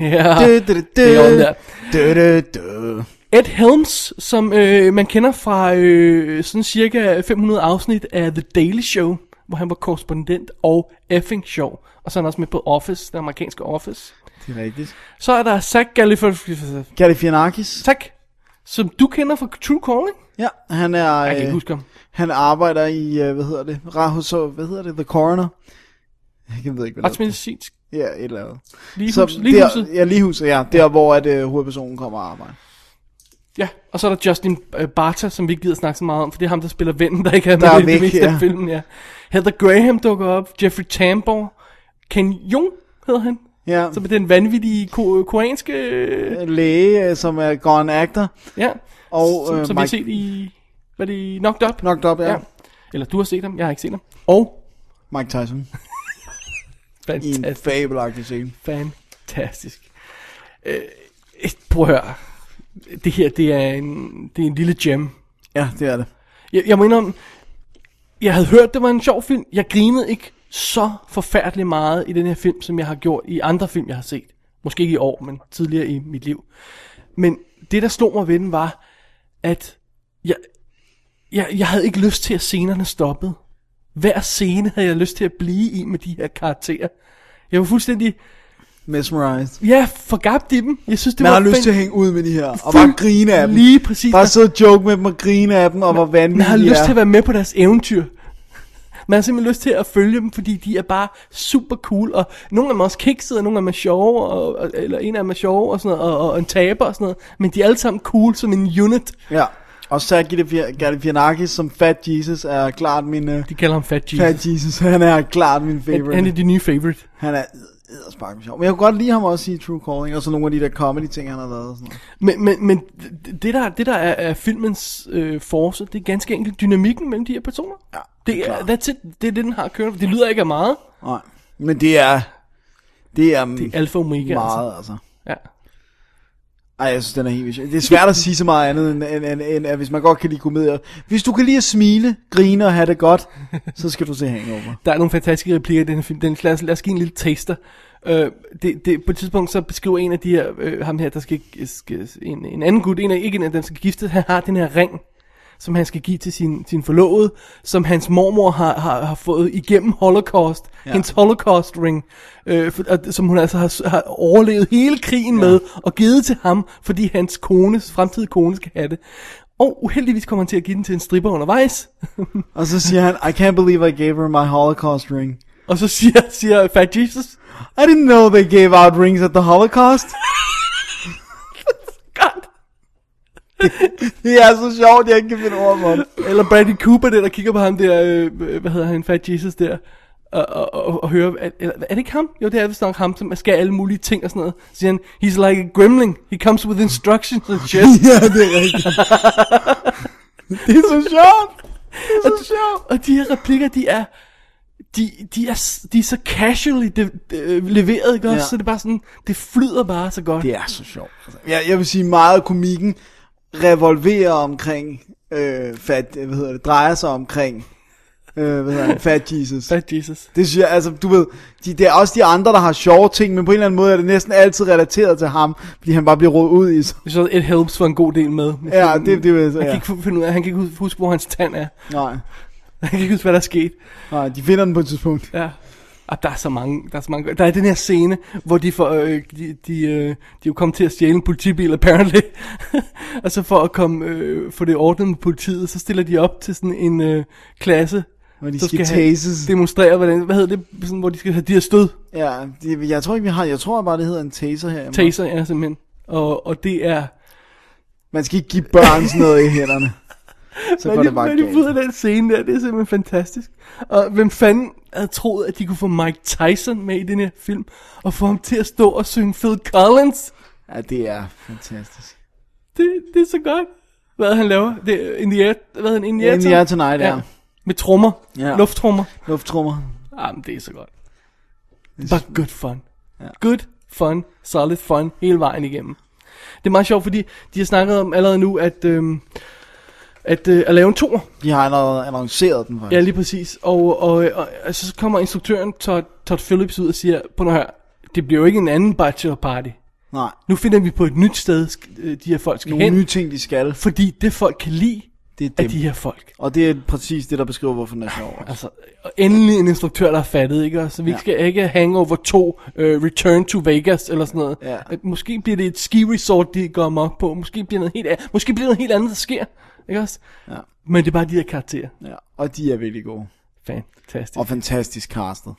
Speaker 4: Ja,
Speaker 5: Dø, dø, dø,
Speaker 4: Ah, det er jo der.
Speaker 5: dø, dø, dø.
Speaker 4: Ed Helms, som øh, man kender fra øh, sådan cirka 500 afsnit af The Daily Show, hvor han var korrespondent og effing sjov. Og så er han også med på Office, den amerikanske Office.
Speaker 5: Det er rigtigt.
Speaker 4: Så er der Zach Galifianakis,
Speaker 5: Galifianakis.
Speaker 4: Zach, som du kender fra True Calling.
Speaker 5: Ja, han er...
Speaker 4: Jeg kan ikke
Speaker 5: øh,
Speaker 4: huske ham.
Speaker 5: Han arbejder i, øh, hvad hedder det, Rahus, hvad hedder det, The Coroner. Jeg ved ikke, hvad det
Speaker 4: Retsmedicinsk
Speaker 5: er. Ja, et eller andet.
Speaker 4: ligehus,
Speaker 5: Så
Speaker 4: ligehuset.
Speaker 5: Der, ja, ligehuset, ja. Der, hvor at, øh, hovedpersonen kommer og arbejder.
Speaker 4: Ja, og så er der Justin øh, Barta, som vi ikke gider snakke så meget om, for det er ham, der spiller vennen, der ikke er
Speaker 5: Der er
Speaker 4: med i det
Speaker 5: væk,
Speaker 4: meste af
Speaker 5: ja.
Speaker 4: filmen, ja. Heather Graham dukker op, Jeffrey Tambor, Ken Jong hedder han,
Speaker 5: Ja,
Speaker 4: som er den vanvittige ko- koreanske, øh,
Speaker 5: læge, øh, som er gone actor.
Speaker 4: ja,
Speaker 5: Og,
Speaker 4: som,
Speaker 5: øh,
Speaker 4: som vi har
Speaker 5: Mike-
Speaker 4: set i, hvad er det, i Knocked Up?
Speaker 5: Knocked Up, ja. ja.
Speaker 4: Eller du har set ham, jeg har ikke set ham. Og,
Speaker 5: Mike Tyson. I en
Speaker 4: fantastisk,
Speaker 5: fabelagtig scene.
Speaker 4: fantastisk. Øh, prøv at høre, det her, det er en, det er en lille gem,
Speaker 5: Ja, det er det.
Speaker 4: Jeg, jeg må indrømme, jeg havde hørt, det var en sjov film. Jeg grinede ikke så forfærdelig meget i den her film, som jeg har gjort i andre film, jeg har set. Måske ikke i år, men tidligere i mit liv. Men det, der slog mig ved den, var, at jeg, jeg, jeg havde ikke lyst til, at scenerne stoppede. Hver scene havde jeg lyst til at blive i med de her karakterer. Jeg var fuldstændig,
Speaker 5: Mesmerized.
Speaker 4: ja, forgabt i dem. Jeg synes, det
Speaker 5: Man
Speaker 4: var
Speaker 5: har lyst
Speaker 4: fan-
Speaker 5: til at hænge ud med de her, og bare grine af dem.
Speaker 4: Lige præcis.
Speaker 5: Bare
Speaker 4: Der-
Speaker 5: sidde og joke med dem og grine af dem, og hvor vanvittige
Speaker 4: Man har
Speaker 5: de
Speaker 4: lyst
Speaker 5: er.
Speaker 4: til at være med på deres eventyr. Man har simpelthen lyst til at følge dem, fordi de er bare super cool, og nogle af dem er også kiksede, og nogle af dem er sjove, og, og, eller en af dem er sjove, og, sådan noget, og, og en taber og sådan noget, men de er alle sammen cool som en unit.
Speaker 5: Ja. Og så Galifianakis som Fat Jesus er klart min... øh,
Speaker 4: De kalder ham Fat Jesus.
Speaker 5: Fat Jesus, han er klart min
Speaker 4: Han-
Speaker 5: favorite.
Speaker 4: Han er de nye favorite.
Speaker 5: Han er eddersparket sjov. Men jeg kunne godt lide ham også i True Calling, og så nogle af de der comedy ting, han har lavet. Og sådan noget.
Speaker 4: Men, men, men det, der, det der er, er filmens øh, force, det er ganske enkelt dynamikken mellem de her personer. Ja, det, er, that's it. det er det, den har kørt. Det lyder ikke af meget.
Speaker 5: Nej. Men det er... Det er, det
Speaker 4: Det er alfa og omega. Altså.
Speaker 5: meget, altså.
Speaker 4: Ja.
Speaker 5: Ej, jeg synes, den er helt vildt. sjov. Det er svært at sige så meget andet, end, end, end, end at hvis man godt kan lide komedier. Hvis du kan lide at smile, grine og have det godt, så skal du se Hangover.
Speaker 4: Der er nogle fantastiske replikker i den her film. Den, lad, os, lad os give en lille taster. Øh, det, det, på et tidspunkt så beskriver en af de her, øh, ham her, der skal, skal en, en anden gut, en af, ikke en af dem, skal giftes, han har den her ring, som han skal give til sin, sin forlovede, som hans mormor har, har, har fået igennem holocaust, ja. hendes holocaust ring, øh, for, og, som hun altså har, har overlevet hele krigen ja. med, og givet til ham, fordi hans kones, fremtidige kone skal have det. Og uheldigvis kommer han til at give den til en stripper undervejs,
Speaker 5: Og så siger han, I can't believe I gave her my Holocaust ring.
Speaker 4: og så siger, siger Fat Jesus,
Speaker 5: I didn't know they gave out rings at the Holocaust.
Speaker 4: God.
Speaker 5: Det er så sjovt, jeg ikke kan finde ord for det.
Speaker 4: Eller Bradley Cooper der, der kigger på ham der, øh, hvad hedder han, Fat Jesus der, og, og, og, og hører, er, eller, er det ikke ham? Jo, det er vist nok ham, som skal alle mulige ting og sådan noget. Så siger han, he's like a gremlin, he comes with instructions and shit.
Speaker 5: Ja, det er rigtigt. det er så sjovt. Det er så sjovt.
Speaker 4: og de her replikker, de er, de, de er, s- de er så casually de, de, leveret, ikke også?
Speaker 5: Ja.
Speaker 4: Så det er bare sådan, det flyder bare så godt.
Speaker 5: Det er så sjovt. Altså, Jeg, jeg vil sige, meget af komikken revolverer omkring, øh, fat, hvad hedder det, drejer sig omkring, øh, hvad hedder han, Fat Jesus.
Speaker 4: Fat Jesus.
Speaker 5: Det synes jeg, altså, du ved, de, det er også de andre, der har sjove ting, men på en eller anden måde er det næsten altid relateret til ham, fordi han bare bliver rodet ud i sig.
Speaker 4: Så et helps for en god del med.
Speaker 5: Ja, det, det vil jeg
Speaker 4: Han kan
Speaker 5: ja.
Speaker 4: ikke fu- finde ud af, han kan ikke huske, hvor hans tand er.
Speaker 5: Nej,
Speaker 4: Han kan ikke huske, hvad der er sket.
Speaker 5: nej, de finder den på et tidspunkt.
Speaker 4: Ja. Og der er så mange, der er så mange. Der er den her scene, hvor de får, øh, de, de, øh, de er jo kommet til at stjæle en politibil, apparently. og så for at komme, øh, få det ordnet med politiet, så stiller de op til sådan en øh, klasse.
Speaker 5: Hvor de
Speaker 4: der
Speaker 5: skal
Speaker 4: have-
Speaker 5: tases.
Speaker 4: Demonstrere, hvordan, hvad hedder det, sådan, hvor de skal have de her stød.
Speaker 5: Ja, det, jeg tror ikke, vi har, jeg tror bare, det hedder en taser her.
Speaker 4: Taser, ja, simpelthen. Og, og det er...
Speaker 5: Man skal ikke give børn sådan noget i hænderne. Så går
Speaker 4: Når de,
Speaker 5: det bare
Speaker 4: når de
Speaker 5: galt.
Speaker 4: bryder den scene der, det er simpelthen fantastisk. Og hvem fanden havde troet, at de kunne få Mike Tyson med i den her film, og få ham til at stå og synge Phil Collins?
Speaker 5: Ja, det er fantastisk.
Speaker 4: det, det er så godt. Hvad han laver? Det, er in the air, hvad han, in the air,
Speaker 5: In the air tonight, ja.
Speaker 4: Med trommer.
Speaker 5: Ja.
Speaker 4: Ja. Lufttrommer.
Speaker 5: Lufttrummer.
Speaker 4: Jamen, det er så godt. Det er bare good fun. Ja. Good fun. Solid fun. Hele vejen igennem. Det er meget sjovt, fordi de har snakket om allerede nu, at, øhm, at, øh, at lave en tour.
Speaker 5: De har allerede annonceret den, faktisk.
Speaker 4: Ja, lige præcis. Og, og, og, og så kommer instruktøren Todd, Todd Phillips ud og siger, på noget her, det bliver jo ikke en anden bachelor party.
Speaker 5: Nej.
Speaker 4: Nu finder vi på et nyt sted, sk- øh, de her folk skal
Speaker 5: Nogle
Speaker 4: hen.
Speaker 5: nye ting, de skal.
Speaker 4: Fordi det folk kan lide,
Speaker 5: Det er
Speaker 4: af
Speaker 5: dem.
Speaker 4: de her folk.
Speaker 5: Og det er præcis det, der beskriver, hvorfor National Awards.
Speaker 4: Altså, og endelig en instruktør, der har fattet, ikke? Og Så vi ja. skal ikke Hangover 2, uh, Return to Vegas, eller sådan noget.
Speaker 5: Ja.
Speaker 4: Øh, Måske bliver det et ski resort, de går mok på. Måske bliver, noget helt, a- måske bliver noget helt andet, der sker. Ikke også?
Speaker 5: Ja.
Speaker 4: Men det er bare de her karakterer.
Speaker 5: Ja, og de er virkelig gode.
Speaker 4: Fantastisk.
Speaker 5: Og fantastisk castet.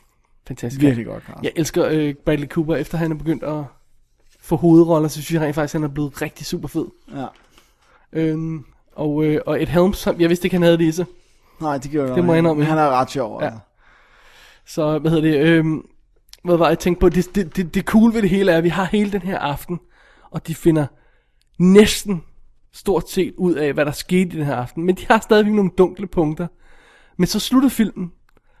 Speaker 4: Fantastisk.
Speaker 5: Virkelig godt castet.
Speaker 4: Jeg elsker øh, Bradley Cooper, efter han er begyndt at få hovedroller, så synes jeg rent faktisk, han er blevet rigtig super fed.
Speaker 5: Ja.
Speaker 4: Øhm, og, øh, og Ed Helms, som jeg vidste ikke, han havde det i sig.
Speaker 5: Nej, det gjorde jeg
Speaker 4: Det må
Speaker 5: godt.
Speaker 4: jeg indrømme.
Speaker 5: Han er ret sjov.
Speaker 4: Ja.
Speaker 5: altså.
Speaker 4: Så, hvad hedder det, øhm, hvad var jeg tænkte på, det, det, det, det cool ved det hele er, at vi har hele den her aften, og de finder næsten stort set ud af, hvad der skete i den her aften, men de har stadigvæk nogle dunkle punkter. Men så slutter filmen,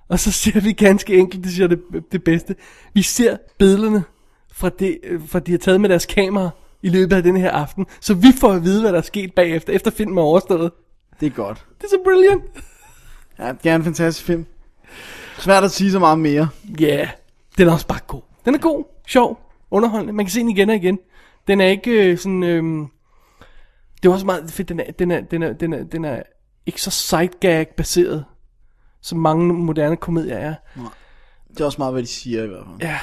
Speaker 4: og så ser vi ganske enkelt, det siger det, det bedste, vi ser billederne fra det, øh, fra de har taget med deres kamera i løbet af den her aften, så vi får at vide, hvad der er sket bagefter, efter filmen er overstået.
Speaker 5: Det er godt.
Speaker 4: Det er så brilliant.
Speaker 5: Ja, det er en fantastisk film. Svært at sige så meget mere.
Speaker 4: Ja, yeah. den er også bare god. Den er god, sjov, underholdende. Man kan se den igen og igen. Den er ikke øh, sådan... Øh, det er også meget fedt, den er, den er, den er, den er, den er ikke så sidegag-baseret, som mange moderne komedier er.
Speaker 5: Det er også meget, hvad de siger i hvert fald.
Speaker 4: Ja.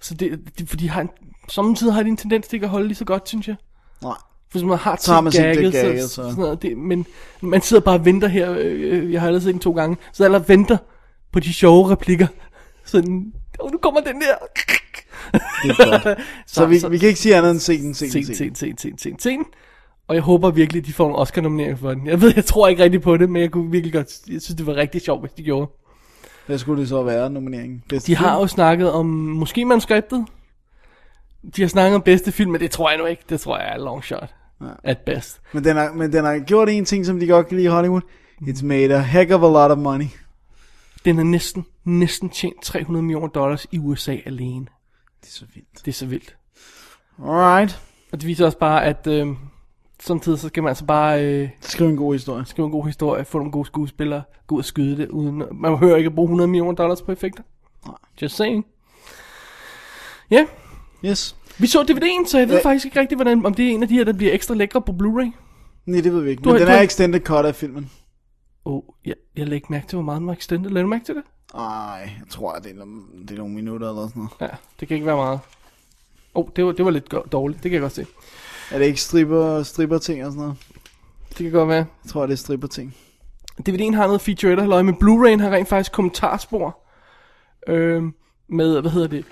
Speaker 4: Så det, de, for de har en, samtidig har de en tendens til ikke at holde lige så godt, synes jeg.
Speaker 5: Nej.
Speaker 4: For hvis man har
Speaker 5: Så har man
Speaker 4: set
Speaker 5: set det
Speaker 4: gagget, så,
Speaker 5: gagget,
Speaker 4: så.
Speaker 5: så-
Speaker 4: Sådan noget, det, men man sidder bare og venter her, øh, øh, jeg har allerede set den to gange, så jeg allerede venter på de sjove replikker. Sådan, oh, nu kommer den der.
Speaker 5: Det er godt. så, vi, vi kan ikke sige andet end se den, se den,
Speaker 4: Sen,
Speaker 5: se den.
Speaker 4: sen, sen, sen, sen, sen. Og jeg håber virkelig, at de får en Oscar-nominering for den. Jeg ved, jeg tror ikke rigtig på det, men jeg kunne virkelig godt... Jeg synes, det var rigtig sjovt, hvis de gjorde.
Speaker 5: Hvad skulle det så være, nomineringen? Bedste
Speaker 4: De har
Speaker 5: film?
Speaker 4: jo snakket om måske manuskriptet. De har snakket om bedste film, men det tror jeg nu ikke. Det tror jeg er long shot. At best.
Speaker 5: Men den, har, men den har gjort en ting, som de godt kan lide i Hollywood. It's made a heck of a lot of money.
Speaker 4: Den har næsten, næsten tjent 300 millioner dollars i USA alene.
Speaker 5: Det er så vildt.
Speaker 4: Det er så vildt.
Speaker 5: Alright.
Speaker 4: Og det viser også bare, at øh, samtidig så skal man altså bare øh,
Speaker 5: Skriv en god historie.
Speaker 4: skrive en god historie, få nogle gode skuespillere, gå ud og skyde det, uden, man hører ikke at bruge 100 millioner dollars på effekter.
Speaker 5: Nej.
Speaker 4: Just saying. Ja, yeah.
Speaker 5: Yes.
Speaker 4: vi så DVD'en, så jeg ved
Speaker 5: Ja.
Speaker 4: faktisk ikke rigtigt, hvordan, om det er en af de her, der bliver ekstra lækre på Blu-ray.
Speaker 5: Nej, det ved vi ikke.
Speaker 4: Du
Speaker 5: Men
Speaker 4: har-
Speaker 5: den
Speaker 4: du
Speaker 5: er
Speaker 4: har-
Speaker 5: extended cut af filmen.
Speaker 4: Åh, oh, jeg, jeg lægger ikke mærke til, hvor meget den var extended. Lagde du mærke til det?
Speaker 5: Ej, jeg tror, det er, nogle- det er nogle minutter eller sådan noget.
Speaker 4: Ja, det kan ikke være meget. Åh, oh, det, var, det var lidt go- dårligt, det kan jeg godt se.
Speaker 5: Er det ikke stripper, stripper ting og sådan noget?
Speaker 4: Det kan godt være.
Speaker 5: Jeg tror, det er stripper ting.
Speaker 4: DVD'en har noget featurette halløj, men Blu-ray'en har rent faktisk kommentarspor. Øh, med, hvad hedder det?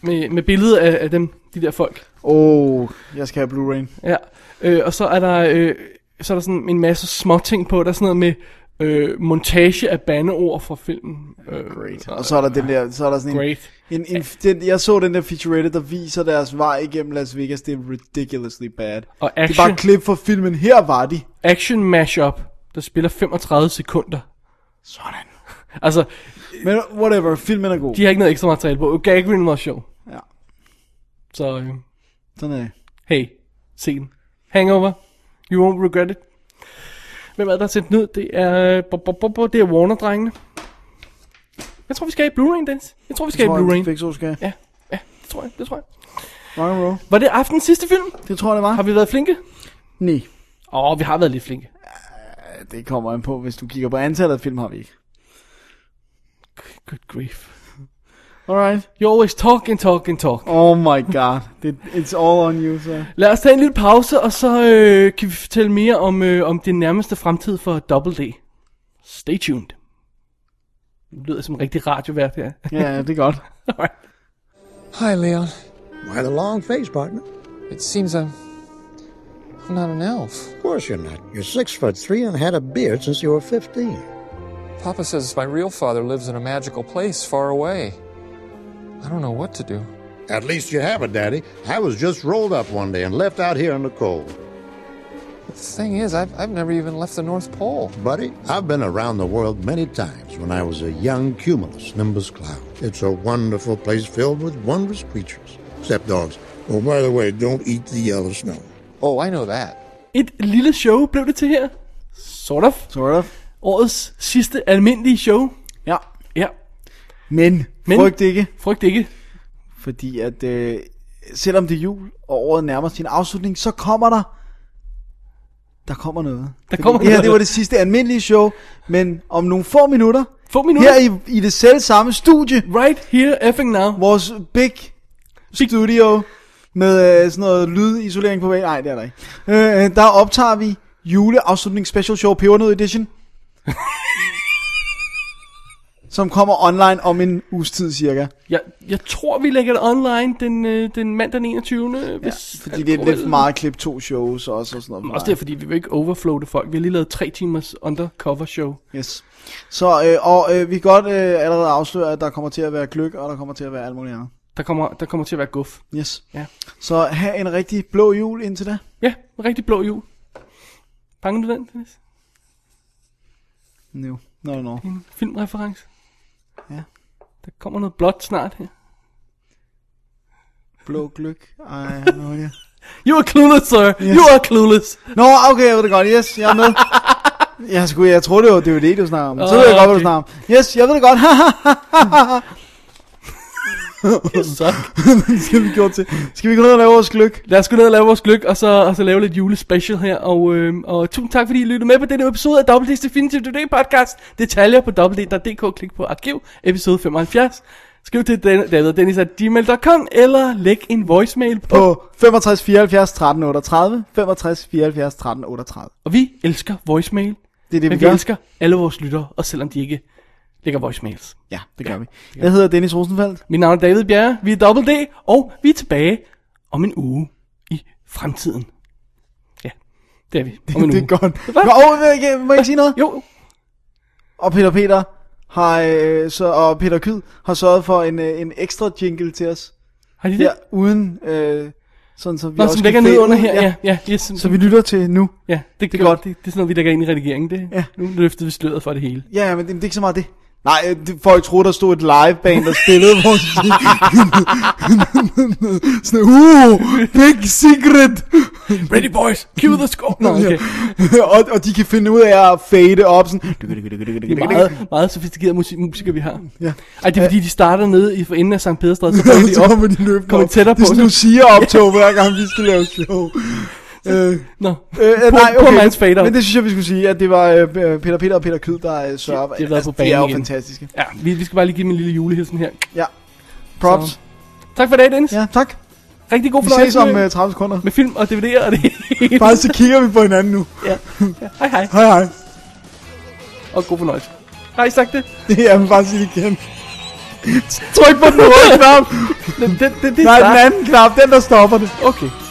Speaker 4: Med, med billedet af, af dem, de der folk.
Speaker 5: Åh, oh, jeg skal have Blu-ray.
Speaker 4: Ja, øh, og så er der øh, så er der sådan en masse små ting på. Der er sådan noget med øh, montage af bandeord fra filmen. Øh,
Speaker 5: Great. Og så er der den der, så er der sådan en,
Speaker 4: Great.
Speaker 5: en, en den, jeg så den der featurette, der viser deres vej igennem Las Vegas, det er ridiculously bad.
Speaker 4: Og
Speaker 5: Det er bare
Speaker 4: action,
Speaker 5: et klip fra filmen, her var de.
Speaker 4: action mashup, der spiller 35 sekunder.
Speaker 5: Sådan.
Speaker 4: Altså,
Speaker 5: Men whatever, filmen er god.
Speaker 4: de har ikke noget ekstra materiale på. Gagrin var sjov.
Speaker 5: Ja.
Speaker 4: Så, øh,
Speaker 5: Sådan er det.
Speaker 4: hey, se den. Hangover. You won't regret it. Hvem er det, der har sendt den ud? Det er, øh, bo- bo- bo- bo- det er Warner-drengene. Jeg tror, vi skal have Blu-ray, Dennis. Jeg tror, vi skal
Speaker 5: Jeg
Speaker 4: have
Speaker 5: tror,
Speaker 4: Blu-ray.
Speaker 5: jeg fik så skal.
Speaker 4: Ja, ja, det tror jeg, det tror jeg.
Speaker 5: Rock and roll.
Speaker 4: Var det aftens sidste film?
Speaker 5: Det tror jeg, det var.
Speaker 4: Har vi været flinke?
Speaker 5: Nej.
Speaker 4: Åh, oh, vi har været lidt flinke.
Speaker 5: Ja, Det kommer an på, hvis du kigger på antallet af film, har vi ikke.
Speaker 4: Good grief.
Speaker 5: Alright.
Speaker 4: You always talk and talk and talk.
Speaker 5: Oh my god. Det, it's all on you, så.
Speaker 4: Lad os tage en lille pause, og så øh, kan vi fortælle mere om, øh, om den nærmeste fremtid for Double D. Stay tuned. Det lyder som en rigtig radiovært her.
Speaker 5: Ja, ja, det er godt.
Speaker 4: Alright.
Speaker 10: Hi, Leon.
Speaker 1: Why the long face, partner?
Speaker 10: It seems I'm. I'm not an elf.
Speaker 1: Of course you're not. You're six foot three and had a beard since you were 15.
Speaker 10: Papa says my real father lives in a magical place far away. I don't know what to do.
Speaker 1: At least you have it, Daddy. I was just rolled up one day and left out here in the cold.
Speaker 10: But the thing is, I've, I've never even left the North Pole.
Speaker 1: Buddy, I've been around the world many times when I was a young cumulus nimbus cloud. It's a wonderful place filled with wondrous creatures, except dogs. Oh, by the way, don't eat the yellow snow.
Speaker 10: Oh, I know that.
Speaker 4: Et lille show blev det til her. Sort of.
Speaker 5: Sort of.
Speaker 4: Årets sidste almindelige show.
Speaker 5: Ja.
Speaker 4: Ja,
Speaker 5: Men,
Speaker 4: Men-
Speaker 5: Men. frygt ikke.
Speaker 4: frygt ikke.
Speaker 5: Fordi at øh, selvom det er jul, og året nærmer sin afslutning, så kommer der der kommer noget.
Speaker 4: Der kommer
Speaker 5: det her,
Speaker 4: noget.
Speaker 5: det var det sidste almindelige show, men om nogle få minutter,
Speaker 4: Få minutter.
Speaker 5: her i, i det selv samme studie,
Speaker 4: Right here effing now.
Speaker 5: vores big studio med øh, sådan noget lydisolering på væggen. Nej, det er der ikke. Øh, der optager vi juleafslutning special show Pebernød Edition. som kommer online om en uges tid cirka.
Speaker 4: Jeg, jeg tror, vi lægger det online den, øh, den mandag den 21. Hvis
Speaker 5: Fordi det er lidt for meget at klippe to shows også og sådan noget.
Speaker 4: Også det er, fordi vi vil ikke overflow det folk. Vi har lige lavet tre timers undercover show.
Speaker 5: Yes. Så, øh, og øh, vi kan godt øh, allerede afsløre, at der kommer til at være gløk, og der kommer til at være alt muligt andet.
Speaker 4: Der kommer, der kommer til at være guf.
Speaker 5: Yes.
Speaker 4: Ja.
Speaker 5: Så have en rigtig blå jul indtil da.
Speaker 4: Ja, en rigtig blå jul. Fanger du den, Dennis?
Speaker 5: No, no, no.
Speaker 4: En filmreference?
Speaker 5: Ja.
Speaker 4: Der kommer noget blåt snart her.
Speaker 5: Blå gløk. Ej, no, yeah.
Speaker 4: You are clueless, sir. Yes. You are clueless.
Speaker 5: Nå, okay, jeg ved det godt. Yes, jeg er med. Jeg, skulle, jeg troede, det var DVD, du snakker om. Så ved jeg
Speaker 4: Åh,
Speaker 5: godt, hvad du
Speaker 4: okay.
Speaker 5: snakker om. Yes, jeg ved det godt.
Speaker 4: You suck.
Speaker 5: skal vi gå til. Skal vi gå ned og lave vores gløk?
Speaker 4: Lad os gå ned og lave vores gløk, og så, og så lave lidt julespecial her. Og, øh, og tusind tak, fordi I lyttede med på denne episode af WD's Definitive Today podcast. Detaljer på www.dk. Klik på arkiv, episode 75. Skriv til Dan- David og Dennis at gmail.com, eller læg en voicemail på.
Speaker 5: På 65 74 13 38. 65 74 13 38.
Speaker 4: Og vi elsker voicemail.
Speaker 5: Det er det, vi
Speaker 4: Men vi
Speaker 5: gør.
Speaker 4: elsker alle vores lyttere, og selvom de ikke lægger voicemails.
Speaker 5: Ja, det gør vi. Jeg hedder Dennis Rosenfeldt.
Speaker 4: Mit navn er David Bjerre, vi er Double D, og vi er tilbage om en uge i fremtiden. Ja, det er vi. Om en
Speaker 5: det
Speaker 4: uge.
Speaker 5: er godt.
Speaker 4: Hvad?
Speaker 5: Nå, oh, må jeg ikke, må jeg ikke sige noget?
Speaker 4: Jo,
Speaker 5: Og Peter Peter har, øh, så, og Peter Kyd har sørget for en, øh, en ekstra jingle til os.
Speaker 4: har de det?
Speaker 5: Ja, uden... Øh, sådan, så vi
Speaker 4: Nå,
Speaker 5: også
Speaker 4: som
Speaker 5: kan
Speaker 4: lægger ned
Speaker 5: fade
Speaker 4: under
Speaker 5: ud.
Speaker 4: her. Ja, ja, yes,
Speaker 5: Så vi lytter til nu.
Speaker 4: ja det,
Speaker 5: er
Speaker 4: gør-
Speaker 5: godt.
Speaker 4: Det, det, er sådan noget, vi lægger ind i redigeringen. Det,
Speaker 5: Ja.
Speaker 4: Nu løftede vi sløret for det hele.
Speaker 5: Ja, ja, men det, det er ikke så meget det. Nej, øh, det, folk troede, der stod et liveband, der spillede vores Sådan, uh, big secret.
Speaker 4: Ready boys, cue the score. Nå, okay.
Speaker 5: og, og de kan finde ud af at fade op sådan.
Speaker 4: Det er meget, meget sofistikerede musik, musikere, vi har.
Speaker 5: Ja.
Speaker 4: Ej, det er fordi, de starter nede i for enden af Sankt Pederstræde, så
Speaker 5: Så
Speaker 4: kommer de op.
Speaker 5: kommer de løbende
Speaker 4: Kommer
Speaker 5: op.
Speaker 4: tættere
Speaker 5: Det er
Speaker 4: på,
Speaker 5: sådan, nu
Speaker 4: så-
Speaker 5: siger optog, hver gang vi skal lave show. Øh,
Speaker 4: Nå,
Speaker 5: øh, nej,
Speaker 4: poor
Speaker 5: okay.
Speaker 4: man's fader.
Speaker 5: Men det synes jeg, vi skulle sige, at det var øh, Peter Peter og Peter Kød, der øh, sørger.
Speaker 4: De- de har været på
Speaker 5: De er
Speaker 4: banen
Speaker 5: jo
Speaker 4: igen.
Speaker 5: fantastiske.
Speaker 4: Ja, vi, vi skal bare lige give dem en lille julehilsen her.
Speaker 5: Ja. Props.
Speaker 4: Så- Tak for i dag, Dennis. Ja.
Speaker 5: Ja, tak.
Speaker 4: Rigtig god
Speaker 5: Vi
Speaker 4: fornøjelse
Speaker 5: ses om
Speaker 4: med,
Speaker 5: øh, 30 sekunder.
Speaker 4: med film og DVD'er og det hele.
Speaker 5: Bare så kigger vi på hinanden nu.
Speaker 4: Hej hej,
Speaker 5: Hej hej.
Speaker 4: og god fornøjelse. Har I sagt det?
Speaker 5: Jamen bare sig det igen.
Speaker 4: Tryk på den røde knap! Den, den, den, den
Speaker 5: Nej,
Speaker 4: starter.
Speaker 5: den anden knap, den der stopper det.
Speaker 4: Okay.